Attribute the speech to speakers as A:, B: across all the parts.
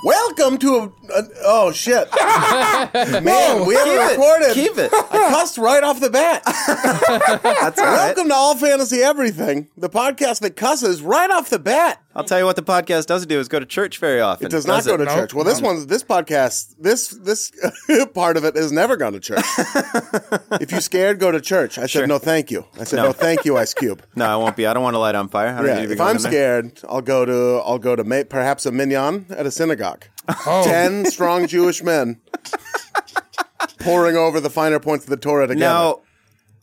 A: Welcome to a, a- oh shit, man, we haven't recorded.
B: keep it.
A: I cussed right off the bat.
C: That's all right.
A: Welcome to All Fantasy Everything, the podcast that cusses right off the bat.
C: I'll tell you what the podcast doesn't do is go to church very often.
A: It does not go to
D: No,
A: church. Well, this
D: no.
A: one's this podcast, this this part of it has never gone to church. if you scared, go to church. I said no, thank you. I said no, thank you, Ice Cube.
C: No, I won't be. I don't want to light on fire. I don't
A: Yeah,
C: need to be
A: if
C: going
A: I'm
C: in there.
A: scared, I'll go to I'll go to ma- perhaps a mignon at a synagogue.
D: Oh.
A: Ten strong Jewish men pouring over the finer points of the Torah together.
C: Now,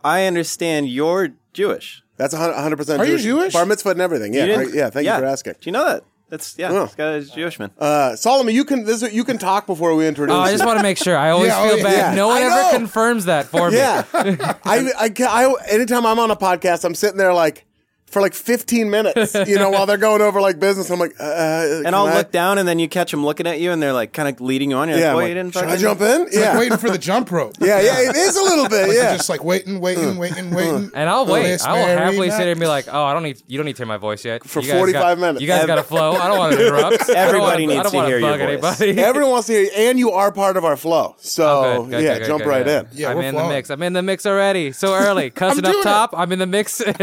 C: I understand you're Jewish.
A: That's 100 percent.
D: Are you Jewish?
A: Bar mitzvah and everything. Yeah,
C: didn't-
A: great. yeah. Thank you for asking.
C: Do you know that? That's yeah.
A: Oh.
C: This guy is Jewish man.
A: Uh, Solomon, you can this, you can talk before we introduce.
E: Oh, I just
A: you.
E: want to make sure. I always
D: Yeah, oh,
E: feel
D: yeah.
E: bad.
A: Yeah.
E: No one
A: I know.
E: ever confirms that for me.
A: Yeah, I, I, ca- I anytime I'm on a podcast, I'm sitting there like for like 15 minutes, you know, while they're going over like business. I'm like, uh, can
C: and I'll
A: I-
C: look down, and then you catch them looking at you, and they're like kind of leading you on. You're
A: Yeah,
C: like,
A: I'm
C: boy,
A: like,
C: you didn't
A: should I
C: fucking-
A: jump in?
D: Like
A: Yeah,
D: waiting for the jump rope.
A: yeah, yeah. It is a little bit.
D: Like,
A: Yeah, Mm.
D: Just like waiting, waiting, waiting, waiting.
C: Mm.
E: And I'll
D: for
E: wait.
D: this
E: I will
D: very
E: happily sit
D: night.
E: here and be like, "Oh, I don't need. You don't need to hear my voice yet.
A: For
E: You guys got-
A: 45 minutes.
E: You guys
A: Ev-
E: got to flow. I don't want to interrupt.
C: Everybody needs
E: I don't
C: to
E: wanna-
C: hear
E: I don't
C: your
E: wanna
C: voice.
E: bug anybody.
A: everyone wants to hear, you, and you are part of our flow. So
E: Good, good,
A: yeah,
E: good, good,
A: jump
E: good,
A: right
E: good.
A: in.
D: Oh, Yeah,
E: I'm
D: we're
E: in the
D: flowing.
E: mix. I'm in the mix already. So early. Cussing up
D: doing it.
E: top. I'm in the mix. and-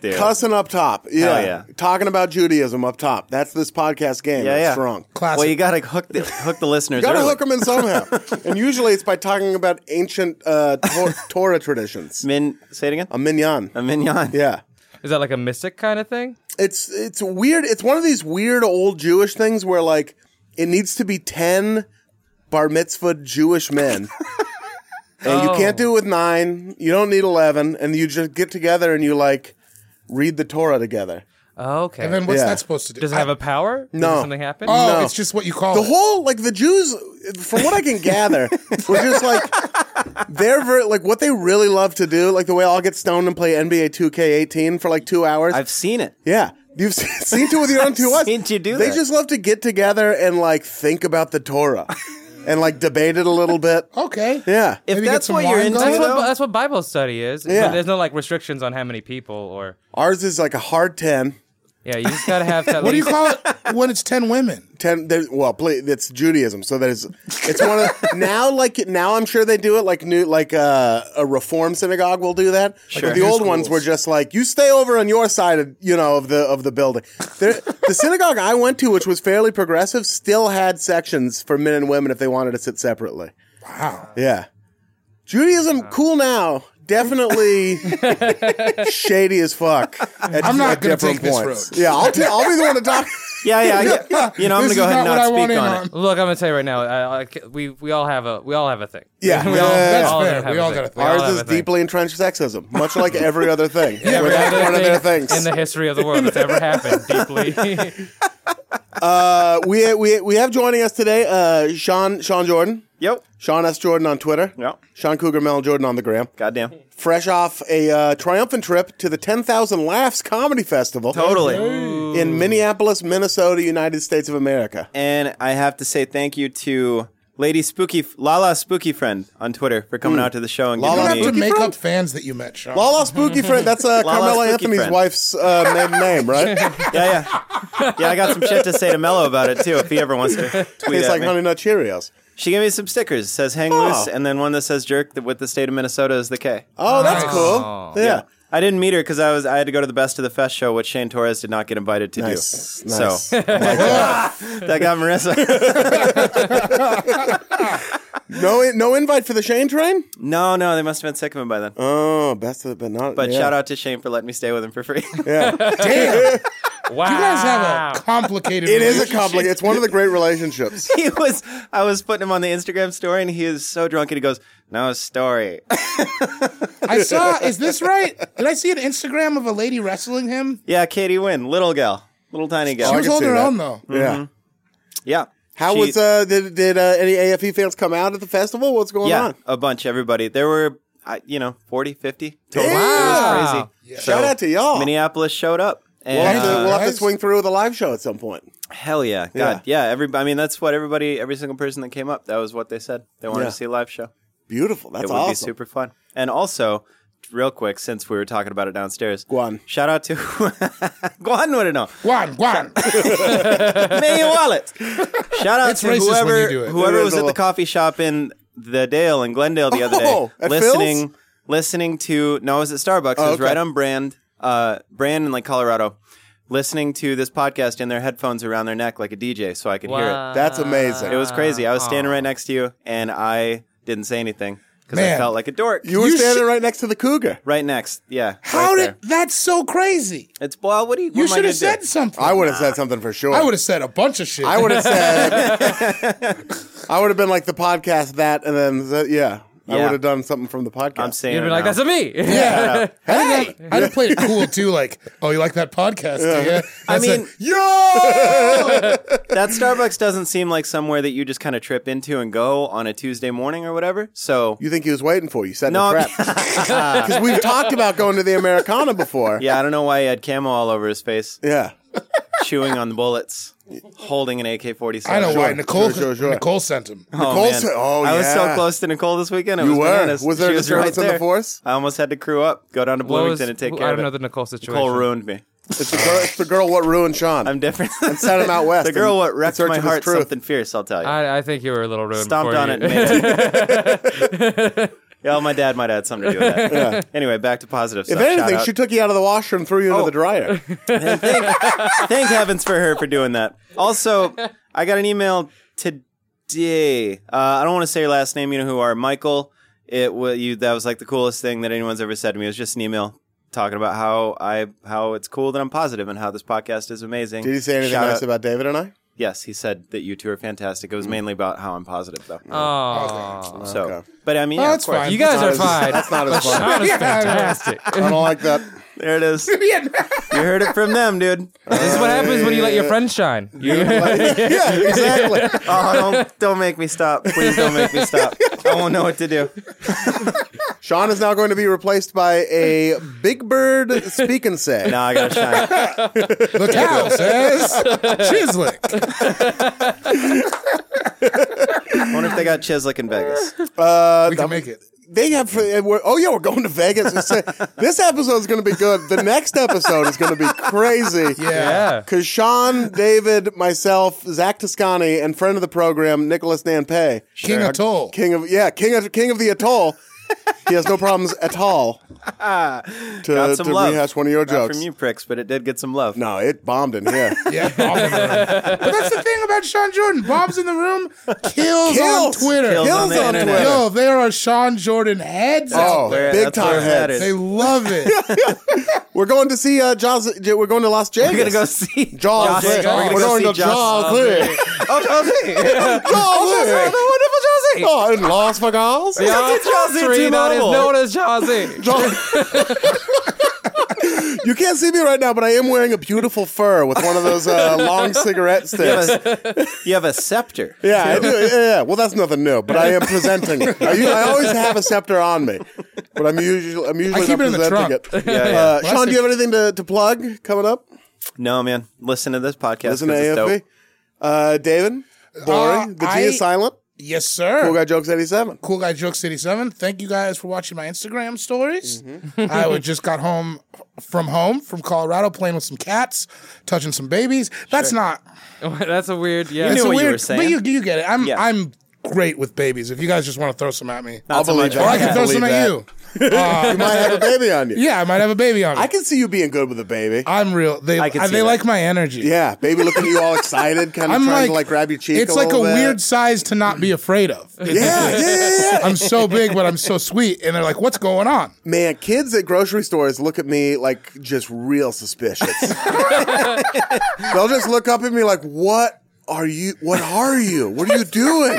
C: dude.
A: Cussing up top, yeah.
C: yeah.
A: Talking about Judaism up top. That's this podcast game.
C: yeah,
A: It's
C: yeah.
A: strong.
D: Classic.
C: Well, you gotta hook the hook the listeners.
A: Got to
C: early.
A: hook them in somehow, and usually it's by talking about ancient uh, Tor- Torah traditions.
C: Min, say it again.
A: A mignon,
C: A mignon.
A: yeah.
E: Is that like a mystic kind of thing?
A: It's it's weird. It's one of these weird old Jewish things where like it needs to be ten bar mitzvah Jewish men. And you
E: Oh.
A: can't do it with nine. You don't need eleven, and you just get together and you like read the Torah together.
E: Okay.
D: and then what's
A: Yeah.
D: that supposed to do?
E: Does it
D: I-
E: have a power?
A: No.
E: Does something happen?
D: Oh,
A: No.
D: it's just what you call
A: the
D: it.
A: whole like the Jews, from what I can gather, were just like they're ver- like what they really love to do. Like the way I'll get stoned and play NBA 2K18 for like two hours.
C: I've seen it.
A: yeah, you've seen, seen to it with your own two eyes.
C: seen you do
A: They
C: that.
A: just love to get together and like think about the Torah and like debate it a little bit.
D: Okay.
A: Yeah.
C: If
D: Maybe get
C: that's
D: some
C: what you're
D: wine
C: into,
D: going.
E: That's
C: though-
E: what, that's what Bible study is.
A: Yeah.
E: But there's no like restrictions on how many people or
A: Ours is like a hard 10.
E: yeah. You just gotta have.
D: What do you call it when it's 10 women?
A: 10 there, well pla it's judaism so there's it's one of the, now like now i'm sure they do it like new like uh, a reform synagogue will do that
C: Sure.
A: but the
D: New
A: old ones were
D: schools.
A: just like you stay over on your side of you know of the of the building there, the synagogue i went to which was fairly progressive still had sections for men and women if they wanted to sit separately
D: Wow.
A: yeah judaism cool now definitely shady as fuck. at-
D: I'm not
A: at
D: gonna
A: different
D: take this
A: points.
D: road.
A: Yeah, I'll, t- I'll be the one to talk.
C: Yeah, yeah, yeah. You know, I'm
D: This
C: gonna go
D: is
C: ahead
D: not
C: and
D: what I
C: not
D: want
C: speak
D: in
C: on
D: on.
C: it.
E: Look, I'm gonna tell you right now. I, I, we we all have a we all have a thing.
A: Yeah.
E: we all,
A: Yeah.
D: That's
E: all
D: fair.
E: have
D: We
E: a
D: all
E: thing.
D: got a thing.
E: We all
A: Ours
E: have
A: is
E: a thing.
A: deeply entrenched sexism, much like every other thing. yeah,
E: Every
A: that's
E: other
A: one of their
E: thing
A: things.
E: in the history of the world that's ever happened deeply.
A: uh, we, we, we have joining us today uh, Sean Sean Jordan,
C: Yep.
A: Sean S. Jordan on Twitter,
C: Yep.
A: Sean Cougar Mel Jordan on the gram.
C: Goddamn.
A: Fresh off a uh, triumphant trip to the 10,000 Laughs Comedy Festival
C: Totally.
A: in Minneapolis, Minnesota, United States of America.
C: And I have to say thank you to Lady Spooky Lala Spooky Friend on Twitter for coming out to the show and
D: You
A: Hmm. Lala
D: don't
C: giving
D: have
C: me
D: to
A: Spooky
D: make
A: friend?
D: up fans that you met, Sean.
A: Lala Spooky Friend, that's uh,
C: Lala
A: Carmela
C: Spooky
A: Anthony's
C: Friend.
A: wife's uh, maiden name, right?
C: Yeah, yeah. Yeah, I got some shit to say to Mello about it too, if he ever wants to tweet
A: Tastes
C: at
A: like
C: me.
A: Honey Nut Cheerios.
C: She gave me some stickers. Says hang loose, and then one that says jerk with the state of Minnesota is the K.
A: Oh, that's
D: Nice.
A: cool. Yeah.
C: I didn't meet her because I was I had to go to the Best of the Fest show, which Shane Torres did not get invited to
A: Nice.
C: do.
A: Nice.
C: So that got Marissa.
A: No, no invite for the Shane train.
C: no, no, they must have been sick of him by then.
A: Oh, best of it, but not.
C: but
A: yeah.
C: shout out to Shane for letting me stay with him for free.
D: Damn,
E: Wow.
D: you guys have a complicated.
A: It is a
D: relationship.
A: complicated. It's one of the great relationships.
C: he was I was putting him on the Instagram story, and he is so drunk, and he goes, "No story."
D: I saw. Is this right? Did I see an Instagram of a lady wrestling him?
C: yeah, Katie Wynn, little gal, little tiny gal.
D: She
A: I
D: was
A: can
D: holding
A: see
D: her
A: that.
D: own though.
A: Yeah.
C: yeah.
A: How
C: She-
A: was uh? Did, did uh, any AFE fans come out at the festival? What's going
C: yeah,
A: on?
C: a bunch, everybody. There were, I you know, 40, 50 total.
A: Wow.
C: It was crazy. So,
A: Shout out to y'all.
C: Minneapolis showed up. And,
A: We'll, have to,
C: uh,
A: we'll have to
D: guys.
A: swing through with a live show at some point.
C: hell yeah. God, yeah. everybody, I mean, that's what everybody, every single person that came up, that was what they said. They wanted
A: Yeah.
C: to see a live show.
A: Beautiful. That's
C: It would
A: awesome.
C: be super fun. And also, real quick, since we were talking about it downstairs,
A: Guan.
C: Shout out to Guan would know.
D: Guan, Guan.
C: May your wallet. Shout out
D: It's
C: to
D: racist when
C: whoever
D: you do it.
C: whoever
A: It is
C: was
A: a
C: at the
A: little-
C: coffee shop in the Dale in Glendale the other
A: Oh,
C: day,
A: at
C: listening
A: Phil's? Oh,
C: listening to no, it was at Starbucks. it was
A: okay.
C: right on brand, uh, brand in like Colorado. Listening to this podcast in their headphones around their neck like a DJ, so I could hear
A: That's amazing.
C: it. It was crazy. I was standing right next to you, and I didn't say anything because I
D: Man.
C: felt like a dork.
A: you were
D: You
A: standing
D: should-
A: right next to the cougar.
C: right next, yeah.
D: How
C: right
D: did? That's so crazy.
C: there. it's well? What do you? what
D: You
C: am I
D: should
C: gonna
D: have
C: do?
D: said something.
A: I would have said something for sure.
D: I would have said a bunch of shit.
A: I would have said. I would have been like the podcast that, and then the, yeah, I
C: Yeah.
A: would have done something from the podcast.
C: I'm saying
E: You'd
C: it
E: be like,
C: now.
E: that's a me.
D: Yeah. I'd, have, I'd have played it cool too. Like, oh, you like that podcast? Yeah. Do you?
C: I
D: That's a-
C: mean-
D: yo.
C: that Starbucks doesn't seem like somewhere that you just kind of trip into and go on a Tuesday morning or whatever. So
A: You think he was waiting for you? Set
C: No,
A: the
C: I'm-
A: trap. Because we've talked about going to the Americana before.
C: yeah, I don't know why he had camo all over his face,
A: Yeah.
C: chewing on the bullets, holding an AK forty
D: I
C: seven.
D: know why
A: Sure,
D: Nicole.
A: sure, sure, sure.
D: Nicole sent him.
A: Nicole said- oh,
C: I was so
A: yeah.
C: close to Nicole this weekend. It
A: You
C: was
A: were?
C: bananas.
A: Was there
C: She
A: a
C: was right
A: disturbance in the
C: there.
A: force?
C: I almost had to crew up, go down to
E: What was-
C: Bloomington and take
E: who-
C: care
E: I don't
C: of
E: know
C: it.
E: the Nicole situation.
C: Nicole ruined me.
A: It's the girl. It's the girl what ruined Sean.
C: I'm different.
A: Set him out west.
C: the girl
A: in
C: what wrecked
A: search
C: my
A: of his
C: heart
A: truth.
C: something fierce. I'll tell you.
E: I, I think you were a little ruined.
C: Stomped
E: before
C: on
E: you-
C: it. And made it. yeah, my dad might have had something to do with that. Anyway, back to positive
A: If
C: stuff. Shout
A: anything,
C: out. Oh.
A: she took you out of the washroom, threw you into the dryer.
C: And thank, thank heavens for her for doing that. Also, I got an email today. Uh, I don't want to say your last name. You know who you are Michael. It was you. That was like the coolest thing that anyone's ever said to me. It was just an email talking about how I how it's cool that I'm positive and how this podcast is amazing.
A: Did he say anything
C: Shout
A: nice
C: out-
A: about Mm. David and I?
C: Yes, he said that you two are fantastic. It was mainly about how I'm positive though.
E: Oh,
C: so,
A: okay.
C: but I mean,
D: Oh,
C: yeah,
D: that's
C: of course.
D: fine.
E: you guys are
A: That's not as-
E: fine.
A: That's not as fun.
E: That was
D: Yeah.
E: fantastic.
A: I don't like that.
C: There it is. you heard it from them, dude.
E: this is what happens when you let your friends shine. You,
A: yeah, exactly.
C: Oh, don't don't make me stop. Please don't make me stop. I won't know what to do.
A: Sean is now going to be replaced by a Big Bird speak and say.
C: No, I gotta shine.
D: The cow says eh?
A: Uh,
D: Chislick.
C: I wonder if they got Chislik in Vegas.
D: We can make it.
A: They have. uh, We're, oh yeah, we're going to Vegas. It's, uh, this episode is going to be good. The next episode is going to be crazy.
D: Yeah.
E: yeah.
A: Because Sean, David, myself, Zach Toscani, and friend of the program Nicholas Nanpei,
D: King of Toll.
A: king of yeah, king of king of the atoll, He has no problems at all to,
C: Got some
A: Uh, to
C: love.
A: rehash one of your
C: Not
A: jokes.
C: from you pricks, but it did get some love.
A: No, it bombed in here.
D: Yeah, Bob in the room. but that's the thing about Sean Jordan. Bob's in the room kills, on
A: Kills.
D: Twitter.
C: Kills
A: Kills
C: on the
A: on
C: internet.
A: Twitter.
D: Yo, there are Sean Jordan heads.
A: Oh,
D: out there.
C: Where-
A: big
C: that's
A: time
C: where that
A: heads.
C: is.
D: They love it.
A: We're going to see uh, Jaws. J- We're going to Las Vegas.
C: We're gonna go see
A: Jaws.
C: Jaws.
A: Lick.
C: We're gonna
A: We're
C: go
A: going
C: see
A: to Jaws.
C: Jaws.
A: Lick.
C: Oh, Jose!
A: Jaws. Lick.
E: wonderful Jose.
A: Oh, in Las Vegas.
C: That's a Jose
E: Three
C: T
E: that is
C: Mobile.
E: known as Jose.
A: You can't see me right now, but I am wearing a beautiful fur with one of those uh, long cigarette sticks.
C: You have a scepter.
A: Yeah, I do. Yeah, yeah. Well, that's nothing new, but I am presenting. it. I, u- I always have a scepter on me, but I'm usually I'm usually
D: I keep
A: not
D: it in the
A: presenting
D: trunk.
A: it.
C: Yeah, yeah.
A: Uh, Sean, do you have anything to, to plug coming up?
C: No, man. Listen to this podcast.
A: Listen to
C: 'cause it's
A: AFB.
C: dope.
A: Uh, David, boring.
D: Uh,
A: the G
D: I-
A: is silent.
D: yes, sir.
A: Cool guy jokes eighty seven.
D: Cool Guy Joke City Seven. Thank you guys for watching my Instagram stories.
C: Mm-hmm.
D: I was just got home from home from Colorado, playing with some cats, touching some babies. That's not.
E: That's a weird. Yeah.
C: knew
D: it's a
C: what you
D: weird,
C: were
D: but
C: saying.
D: you you get it. I'm
C: Yeah.
D: I'm great with babies. If you guys just want to throw some at me,
C: Not so
A: believe
C: much.
A: that.
D: or I
A: I
D: can throw
A: believe
D: some at
A: that.
D: you. Uh,
A: You might have a baby on you.
D: yeah, I might have a baby on. Me.
A: I can see you being good with a baby.
D: I'm real. They
C: I can
D: uh,
C: see
D: they
C: that.
D: like my energy.
A: yeah, baby looking at you all excited, kind of
D: I'm
A: trying
D: like
A: to like grab your cheek.
D: It's
A: a
D: like a
A: little bit.
D: weird size to not be afraid of.
A: Yeah, yeah, yeah, yeah.
D: I'm so big, but I'm so sweet, and they're like, "What's going on?"
A: Man, kids at grocery stores look at me like just real suspicious. They'll just look up at me like, "What are you? What are you? What are you doing?"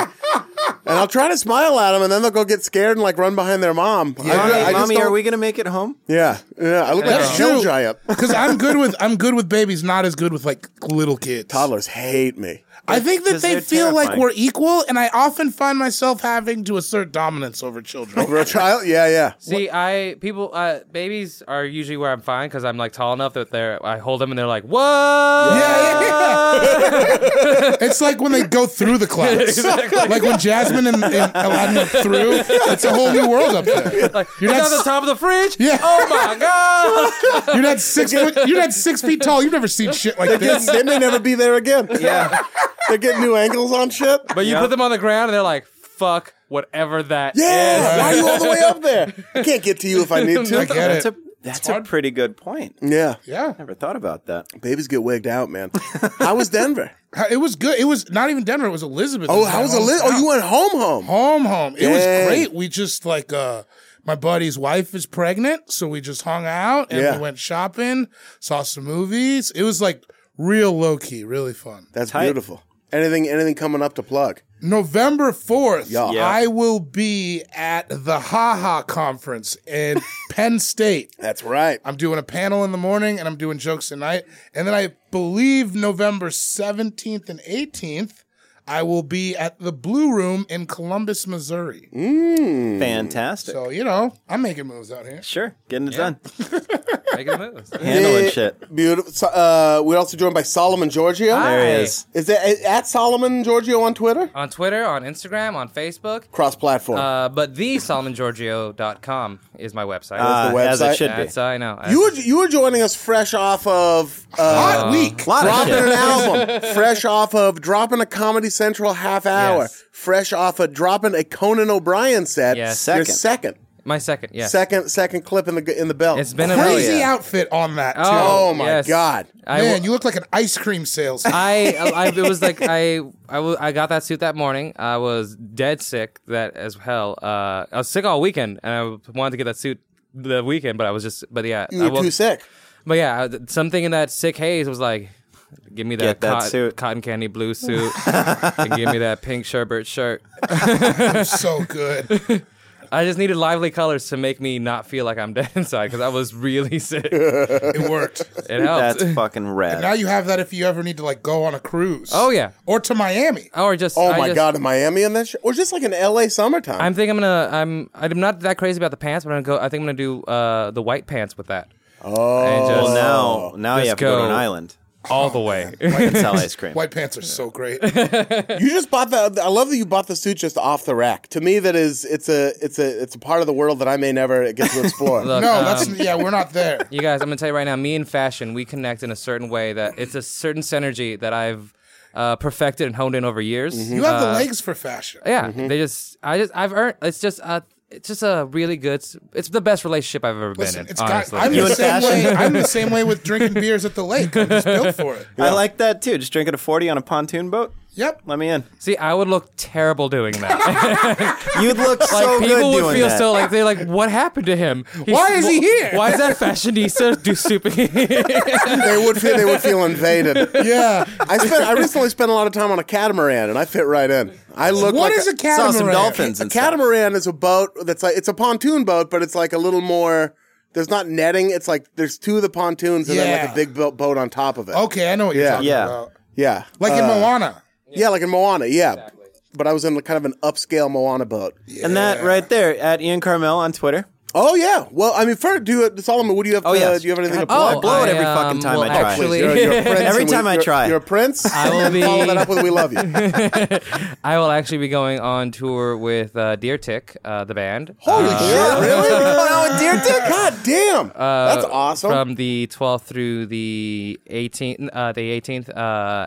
A: And I'll try to smile at them, and then they'll go get scared and like run behind their mom. I-
C: Mommy,
A: I just
C: mommy are
A: don't-
C: we gonna make it home?
A: Yeah, yeah. I look like a
D: That's
A: hill
D: true.
A: giant.
D: Because I'm good with I'm good with babies, not as good with like little kids.
A: Toddlers hate me.
D: I think that
C: 'Cause
D: they
C: they're
D: feel like
C: terrifying.
D: we're equal, and I often find myself having to assert dominance over children.
A: For a child, yeah, yeah.
E: See, I people uh, babies are usually where I'm fine because I'm like tall enough that they're I hold them and they're like, "What?"
D: Yeah, yeah. it's like when they go through the clouds. Like when Jasmine and, and Aladdin are through, it's a whole new world up there.
E: Like,
D: You're
E: you're
D: not
E: at the
D: s-
E: top of the fridge.
D: Yeah.
E: Oh my god.
D: You're not six foot, you're not six feet tall. You've never seen shit like this.
A: They may never be there again.
C: Yeah.
A: They're getting new angles on shit.
E: But you
C: Yeah.
E: put them on the ground and they're like, "Fuck whatever that is."
A: Yeah, why are you all the way up there? I can't get to you if I need
D: I
A: to.
D: get
C: That's
D: it.
C: a that's a pretty good point.
A: Yeah,
D: Yeah,
C: Never thought about that.
A: babies get wigged out, man. How was Denver?
D: it was good. It was not even Denver. It was Elizabeth.
A: Oh,
D: my
A: how was a li- Oh,
D: hometown.
A: you went home, home.
D: home home it
A: Dang.
D: was great we just like uh my buddy's wife is pregnant so we just hung out and
A: Yeah.
D: we went shopping saw some movies it was like real low-key really fun
A: That's
C: Tight.
A: beautiful. Anything, anything coming up to plug?
D: november 4th
A: Yeah.
C: Yeah.
D: i will be at the haha conference in penn state
A: That's right.
D: i'm doing a panel in the morning and i'm doing jokes tonight and then i believe november 17th and 18th i will be at the blue room in columbus missouri
A: Mm.
C: Fantastic.
D: so you know i'm making moves out here
C: Sure. Getting it done.
E: Making moves.
C: Handling
A: Yeah.
C: shit.
A: Beautiful. So, uh, we're also joined by Solomon Giorgio.
E: Hi.
C: There he is. Uh,
A: Is that is at Solomon Giorgio on Twitter?
E: On Twitter, on Instagram, on Facebook.
A: Cross platform.
E: Uh, but the SolomonGiorgio.com is my website.
C: Uh,
A: the
C: as
A: website?
C: it should be.
E: That's I know.
A: you were you were joining us fresh off of uh,
D: hot week
C: Lot of
A: dropping
C: shit.
A: an album, fresh off of dropping a Comedy Central half hour,
E: Yes.
A: fresh off of dropping a Conan O'Brien set.
E: Yes.
A: Your
C: Second.
A: second,
E: my second, yes.
A: second, second clip in the in the belt.
E: It's been a uh,
C: Hell
D: crazy
C: yeah.
D: outfit on that too.
A: Oh my
E: yes.
A: God.
E: Oh, I
D: man,
E: will-
D: you look like an ice cream salesman.
E: I, I it was like I I, w- I got that suit that morning. I was dead sick that as hell. Uh, I was sick all weekend, and I wanted to get that suit the weekend, but I was just but yeah,
A: you
E: I
A: were
E: woke-
A: too sick.
E: But yeah, I- something in that sick haze was like, give me that,
C: Get that
E: cot-
C: suit.
E: cotton candy blue suit, and give me that pink sherbet shirt.
D: so good.
E: I just needed lively colors to make me not feel like I'm dead inside because I was really sick. It
D: It worked.
E: helped.
C: That's fucking rad.
D: now you have that if you ever need to like go on a cruise.
E: Oh, yeah.
D: Or to Miami.
E: or just
A: Oh
E: I
A: my
E: just-
A: god, in Miami and that shit, or just like an LA summertime.
E: I'm thinking I'm gonna I'm I'm not that crazy about the pants, but I'm gonna go. I think I'm gonna do uh, the white pants with that. Oh, and just
C: well, now now
E: Let's
C: you have to go, to an
E: go.
C: island
E: all the way.
C: and sell ice cream.
D: White pants are so great.
A: You just bought the. I love that you bought the suit just off the rack. To me, that is, it's a, it's a, it's a part of the world that I may never get to explore.
E: Look,
D: No,
E: um,
D: that's yeah, we're not there.
E: you guys. I'm gonna tell you right now. Me and fashion, we connect in a certain way that it's a certain synergy that I've uh,
D: Mm-hmm.
E: perfected and honed in over years.
D: You have the legs for fashion.
E: Yeah, they just I just I've earned. It's just uh, it's just a really good. It's the best relationship I've ever
D: Listen,
E: been in.
D: it's got,
E: honestly,
D: I'm
C: You
D: the
C: and
D: same
C: fashion?
D: way. I'm the same way with drinking beers at the lake. I'm just built for it.
C: I like that too. Just drinking a 40 on a pontoon boat.
D: Yep.
C: Let me in.
E: see, I would look terrible doing that.
C: You'd look
E: like
C: so good
E: people would
C: doing
E: feel
C: that.
E: so like they're like, what happened to him? He's-
D: Why is he here?
E: Why is that fashionista do super?
A: They would feel they would feel invaded.
D: Yeah.
A: I spent I recently spent a lot of time on a catamaran and I fit right in. I look
D: What
A: like
D: is
A: a,
D: a catamaran?
C: Saw some dolphins
A: a
C: and stuff.
A: catamaran is a boat that's like it's a pontoon boat, but it's like a little more. There's not netting. It's like there's two of the pontoons and then like
D: Yeah.
A: a big bo- boat on top of it.
D: Okay, I know what you're
A: Yeah.
D: talking
C: Yeah.
D: about.
A: yeah,
D: Like
A: Uh,
D: in Moana.
A: Yeah, like in Moana. Yeah, but I was in kind of an upscale Moana boat.
C: And that right there at Ian Carmel on Twitter.
A: Oh yeah. Well, I mean, for do it, Solomon. What do you have? To,
C: Oh, yes.
A: Do you have anything to
C: God,
A: plug?
C: I
D: Oh,
E: Oh,
C: blow it every fucking time I try.
E: um, Actually,
A: You're- you're a prince
C: Every
A: and we-
C: time I
A: you're-
C: try.
A: you're a prince.
E: I will be-
A: Follow that up with "We love you."
E: I will actually be going on tour with uh, Deer Tick, uh, the band.
A: Holy
E: uh,
A: shit! Really?
C: Oh, no, dear dick.
A: God damn! That's awesome.
E: From the 12th through the 18th, uh, the 18th, uh,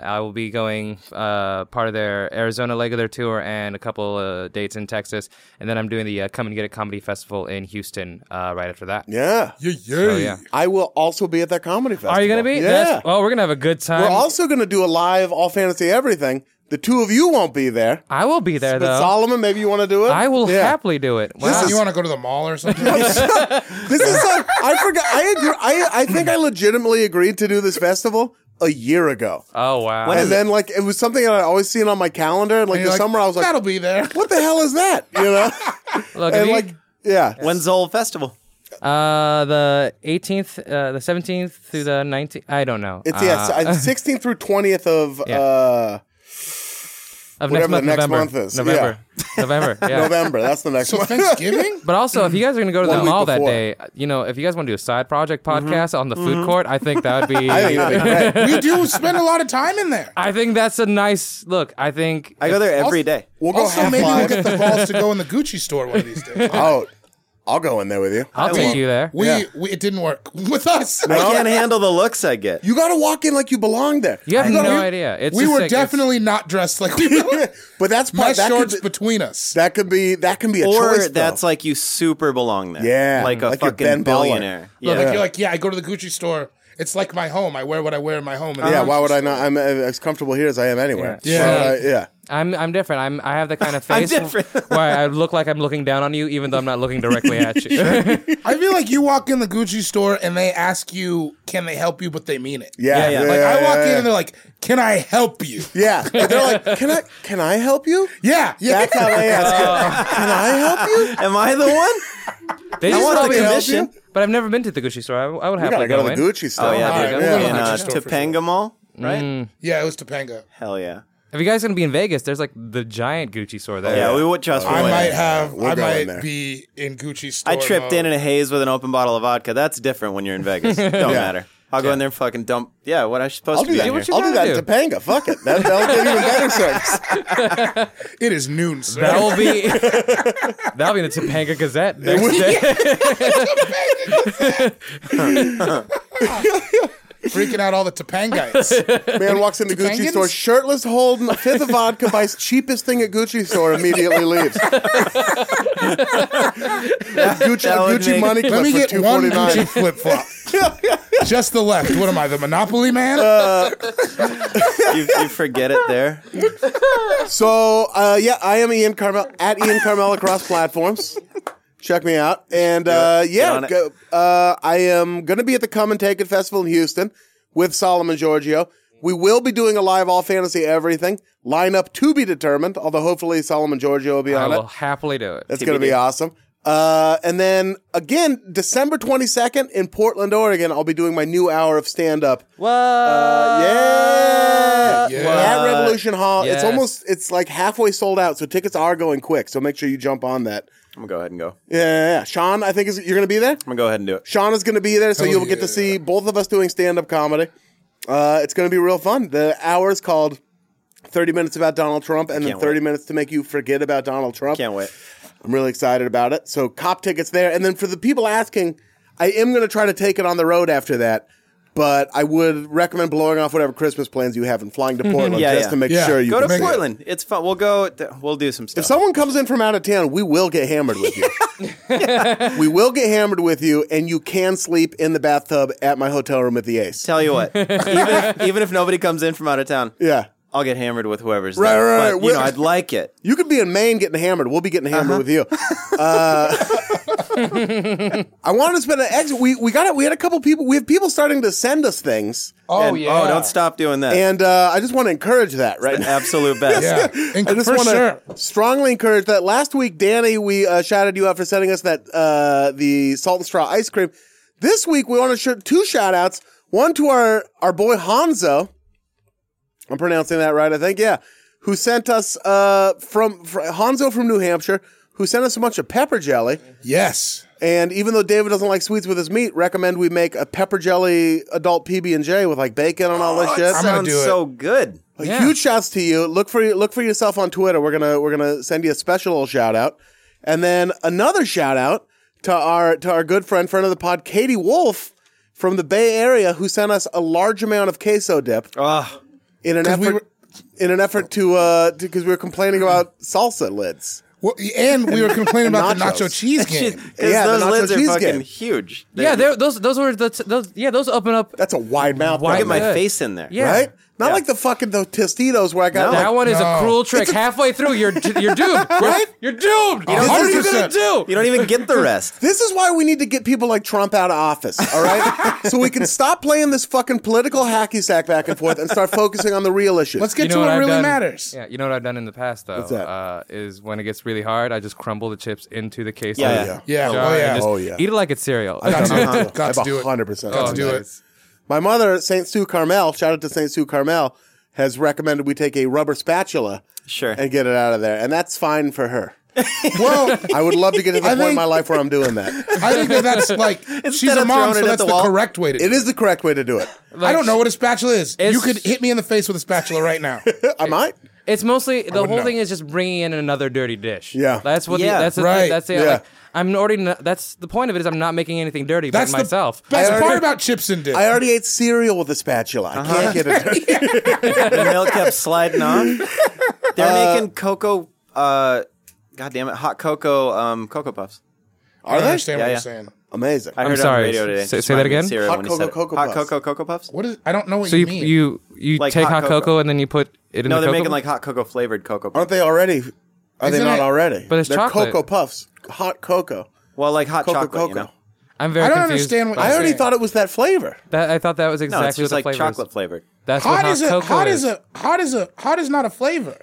E: I will be going uh, part of their Arizona leg of their tour and a couple uh, dates in Texas, and then I'm doing the uh, Come and Get It Comedy Festival in Houston uh, right after that.
A: yeah.
D: Yeah, yeah.
E: yeah.
A: I will also be at that comedy festival.
E: Are you gonna be?
A: Yeah.
E: That's- oh, we're gonna have a good time.
A: We're also going to do a live all fantasy everything. The two of you won't be there,
E: I will be there
A: but
E: though.
A: Solomon, maybe you want to do it.
E: I will
A: Yeah.
E: happily do it. Wow.
D: you want to go to the mall or something?
A: This is like I forgot. I agree. I I think I legitimately agreed to do this festival a year ago,
E: oh wow.
A: and then like it was something that I always seen on my calendar. And like
D: You're
A: the
D: like,
A: summer, I was
D: that'll
A: like,
D: be there.
A: "What the hell is that?" You know,
E: Look, if
A: and
E: you-
A: like yeah.
C: When's the whole festival?
E: uh, the 18th, uh, the 17th through the 19th. I don't know.
A: It's
E: uh,
A: yeah, sixteenth through twentieth of
E: Yeah.
A: uh,
E: of
A: whatever
E: next month,
A: the next
E: November.
A: month is.
E: November. November. Yeah.
A: November. That's the next
D: So
A: one.
D: Thanksgiving?
E: But also, if you guys are going to go to
A: One
E: the
A: week
E: mall that
A: before.
E: day, you know, if you guys want to do a side project podcast on the food court, I think that would be.
A: I think it'll be great.
D: we do spend a lot of time in there.
E: I think that's a nice look. I think
C: I go there every
D: Also-
C: day.
A: We'll go
D: also,
A: half
D: maybe we'll
A: live.
D: get the balls to go in the Gucci store one of these days.
A: Oh, I'll go in there with you.
E: I'll take you there.
D: We,
A: Yeah.
D: we it didn't work with us.
C: I can't handle the looks I get.
A: You got to walk in like you belong there.
E: You have
D: I
E: no
D: know.
E: idea. It's
D: we
E: just
D: were
E: sick. It's-
D: definitely not dressed like we were.
A: But that's part,
D: My
A: that,
D: shorts
A: could be,
D: between us.
A: that could be that can be a
C: Or
A: choice. though.
C: that's like you super belong there.
A: Yeah,
C: Like a
A: like you're
C: fucking
A: Ben Beller.
C: billionaire. Yeah.
D: Like you're like, yeah, I go to the Gucci store. It's like my home. I wear what I wear in my home. And
A: yeah. Why would I not? I'm uh, as comfortable here as I am anywhere.
D: Yeah.
A: Why would I- yeah.
E: I'm I'm different. I'm I have the kind of face
C: different.
E: where I look like I'm looking down on you, even though I'm not looking directly at you.
D: I feel like you walk in the Gucci store and they ask you, "Can they help you?" But they mean it.
A: Yeah.
C: yeah.
A: yeah,
D: Like I
A: yeah,
D: walk
A: yeah.
D: in and they're like, "Can I help you?"
A: Yeah, But they're like, can I can I help you?
D: Yeah, yeah.
A: That's how they ask. you. Can I help you?
C: Am I the one?
E: They just
C: want
E: want
C: to
E: the
C: help
E: commission,
C: you.
E: but I've never been to the Gucci store. I, I would
A: You gotta
E: happily
A: go to
E: in.
A: the Gucci store.
C: Oh, yeah,
D: Alright,
C: dude.
D: we'll go to
C: In
D: the
C: uh,
D: Gucci store for
C: Topanga Mall, right?
E: Mm.
D: Yeah, it was Topanga.
C: Hell yeah.
E: If you guys are gonna be in Vegas, there's like the giant Gucci store there.
C: Yeah, we would trust
D: I
C: Roy.
D: might have.
A: We're
D: I
A: going
D: might
A: there.
D: be in Gucci store.
C: I tripped in in a haze with an open bottle of vodka. That's different when you're in Vegas. Don't matter. I'll go in there and fucking dump. Yeah, what I supposed
A: I'll
C: to
A: do
C: be
A: that.
C: in
E: what
C: here.
E: you
A: I'll do
E: gotta
A: that in
E: do.
A: Topanga. Fuck it. That, that'll get even better service.
D: It is noon, sir.
E: That will be that'll be in the Topanga Gazette next day.
D: Freaking out all the Topangites.
A: Man walks into Gucci
D: Topangans?
A: store shirtless, holding a fifth of vodka, buys cheapest thing at Gucci store, immediately leaves. a Gucci, a
C: that would
A: Gucci
C: make-
A: money clip
D: Let me
A: for
D: get
A: two
D: one
A: forty nine.
D: Gucci flip flop. Just the left. What am I, the Monopoly man?
C: Uh, You, you forget it there.
A: So uh, yeah, I am Ian Carmel at Ian Carmel across platforms. Check me out, and uh, yeah,
C: on it.
A: go, uh, I am going to be at the Come and Take It Festival in Houston with Solomon Giorgio. We will be doing a live all fantasy everything lineup to be determined. Although hopefully Solomon Giorgio will be
E: I
A: on it.
E: will happily do it.
A: That's going to be awesome. Uh, and then again, December 22nd in Portland, Oregon, I'll be doing my new hour of stand up.
E: What?
A: Yeah.
D: Yeah.
A: At Revolution Hall. It's
E: Yes.
A: almost, it's like halfway sold out. So tickets are going quick. So make sure you jump on that.
C: I'm going to go ahead and go.
A: Yeah. yeah, yeah. Sean, I think is, you're going to be there.
C: I'm going to go ahead and do it.
A: Sean is going to be there. So
D: Hell
A: you'll get
D: yeah.
A: to see both of us doing stand up comedy. Uh, it's going to be real fun. The hour is called 30 Minutes About Donald Trump and then
C: can't
A: 30
C: wait.
A: Minutes to Make You Forget About Donald Trump.
C: Can't wait.
A: I'm really excited about it. So cop tickets there. And then for the people asking, I am going to try to take it on the road after that. but I would recommend blowing off whatever Christmas plans you have and flying to Portland
C: Mm-hmm. Yeah,
A: just
C: yeah.
A: to make
D: Yeah.
A: sure you
C: Go
A: can
C: to
A: see it.
C: Portland. It's fun. We'll go. We'll do some stuff.
A: If someone comes in from out of town, we will get hammered with you. we will get hammered with you, and you can sleep in the bathtub at my hotel room at the Ace.
C: Tell you what, even if, even if nobody comes in from out of town,
A: yeah.
C: I'll get hammered with whoever's
A: Right,
C: there.
A: right,
C: But,
A: right.
C: You
A: We're-
C: know, I'd like it.
A: You could be in Maine getting hammered. We'll be getting hammered with you. Uh, I wanted to spend an exit. We we got it. We had a couple people. We have people starting to send us things,
D: Oh
C: And-
D: yeah.
C: Oh, don't stop doing that.
A: and uh, I just want to encourage that right
C: The
A: now.
C: absolute best.
D: Yeah,
A: I just
D: for
A: want to
D: sure.
A: strongly encourage that. Last week, Danny, we uh, shouted you out for sending us that uh, the salt and straw ice cream. This week, we want to shoot two shout outs. One to our our boy Hanzo. I'm pronouncing that right, I think. Yeah, who sent us uh, from, fr Hanzo from New Hampshire, who sent us a bunch of pepper jelly.
D: Yes.
A: And even though David doesn't like sweets with his meat, recommend we make a pepper jelly adult PB and J with like bacon and all this shit.
D: I'm gonna
C: Sounds
D: do it.
C: so good.
A: Well, Huge shouts to you. Look for look for yourself on Twitter. We're gonna we're gonna send you a special little shout out, and then another shout out to our to our good friend, friend of the pod, Katie Wolf from the Bay Area, who sent us a large amount of queso dip
C: Oh,
A: in an
D: 'Cause
A: effort
D: we were-
A: in an effort to uh because we were complaining about salsa lids.
D: Well, and we were complaining about the
A: nachos.
D: nacho cheese game.
C: because
A: Yeah, the
C: those
A: nacho
C: lids are
A: cheese
C: fucking
A: game.
C: huge. They-
E: Yeah, they're- those those were the t- those yeah those open up.
A: That's a wide mouth.
E: Wide
C: Get
A: one,
C: my
E: Good.
C: face in there.
E: Yeah.
A: right? Not like the fucking the Tostitos where I got
E: That
A: like,
E: one is
D: No.
E: a cruel trick. Halfway through, you're you're doomed. right? You're doomed. what are you gonna
D: 100%.
E: do?
C: You don't even get the rest.
A: This is why we need to get people like Trump out of office, all right? so we can stop playing this fucking political hacky sack back and forth and start focusing on the real issues.
D: Let's
E: You
D: get
E: know
D: to what,
E: I've
D: really
E: done-
D: matters.
E: Yeah, you know what I've done in the past though
A: What's that?
E: Uh, is when it gets really hard, I just crumble the chips into the queso.
C: Yeah, yeah.
D: Yeah,
E: jar
D: oh,
E: and
D: yeah.
E: just
A: Oh, yeah.
E: Eat it like it's cereal.
D: I got to do it.
A: Uh-huh. I
D: Got to
A: have
D: do it.
A: 100%
D: Got to do it.
E: nice.
A: My mother, St. Sue Carmel, shout out to St. Sue Carmel, has recommended we take a rubber spatula
C: Sure.
A: and get it out of there. And that's fine for her.
D: Well,
A: I would love to get to the
D: I
A: point in
D: think-
A: my life where I'm doing that.
D: I think that that's like she's a
C: of
D: mom,
C: throwing it
D: so
C: at
D: that's
C: the
D: the,
C: wall,
D: correct way to. do
A: It is the correct way to do it.
D: I don't know what a spatula is. You
E: It's-
D: could hit me in the face with a spatula right now.
A: I might.
E: It's mostly the
D: wouldn't
E: whole
D: know.
E: thing is just bringing in another dirty dish.
A: Yeah.
E: that's what.
C: Yeah.
E: the, that's the,
D: Right.
E: That's the.
A: Yeah.
E: Like, I'm already. Not, that's the point of it is I'm not making anything dirty
D: That's
E: but myself.
D: the best
A: I already-
D: part about chips and dip.
A: I already ate cereal with a spatula.
C: Uh-huh.
A: I can't get it.
C: the milk kept sliding on. They're making cocoa. Uh, God damn it, hot cocoa. Um, cocoa puffs.
D: I don't understand
C: Yeah,
D: what
C: yeah.
D: you're saying.
A: Amazing.
C: I heard it on
E: sorry,
C: the radio today.
E: say-
C: Just
E: say that
C: reminded me of
E: again?
C: cereal
A: Hot
C: when he
A: cocoa
C: said it.
A: Cocoa
C: Hot
A: Puffs.
C: cocoa cocoa puffs.
D: What is? I don't know what
E: so you
D: you mean.
E: you you
C: Like
E: take
C: hot
E: hot cocoa.
C: cocoa.
E: and then you put it in
C: No,
E: the
C: they're
E: cocoa.
C: making like hot cocoa flavored cocoa. Puffs.
A: Aren't they already? Are they
D: Isn't
A: not
D: it-
A: already?
E: But it's
A: They're
E: chocolate.
A: Cocoa Puffs, hot cocoa,
C: Well, like hot
A: Cocoa
C: chocolate.
A: Cocoa.
C: You know?
E: I'm very.
D: I don't
E: confused
D: understand what
E: by
A: I already
D: Same.
A: thought it was that flavor.
E: That, I thought that was
C: No,
E: exactly
C: it's just
E: what
C: like
E: the flavor
C: chocolate
E: is.
C: flavored.
E: That's what
D: hot
E: hot
D: is a
E: cocoa
D: hot
E: is.
D: is a hot is a hot is not a flavor.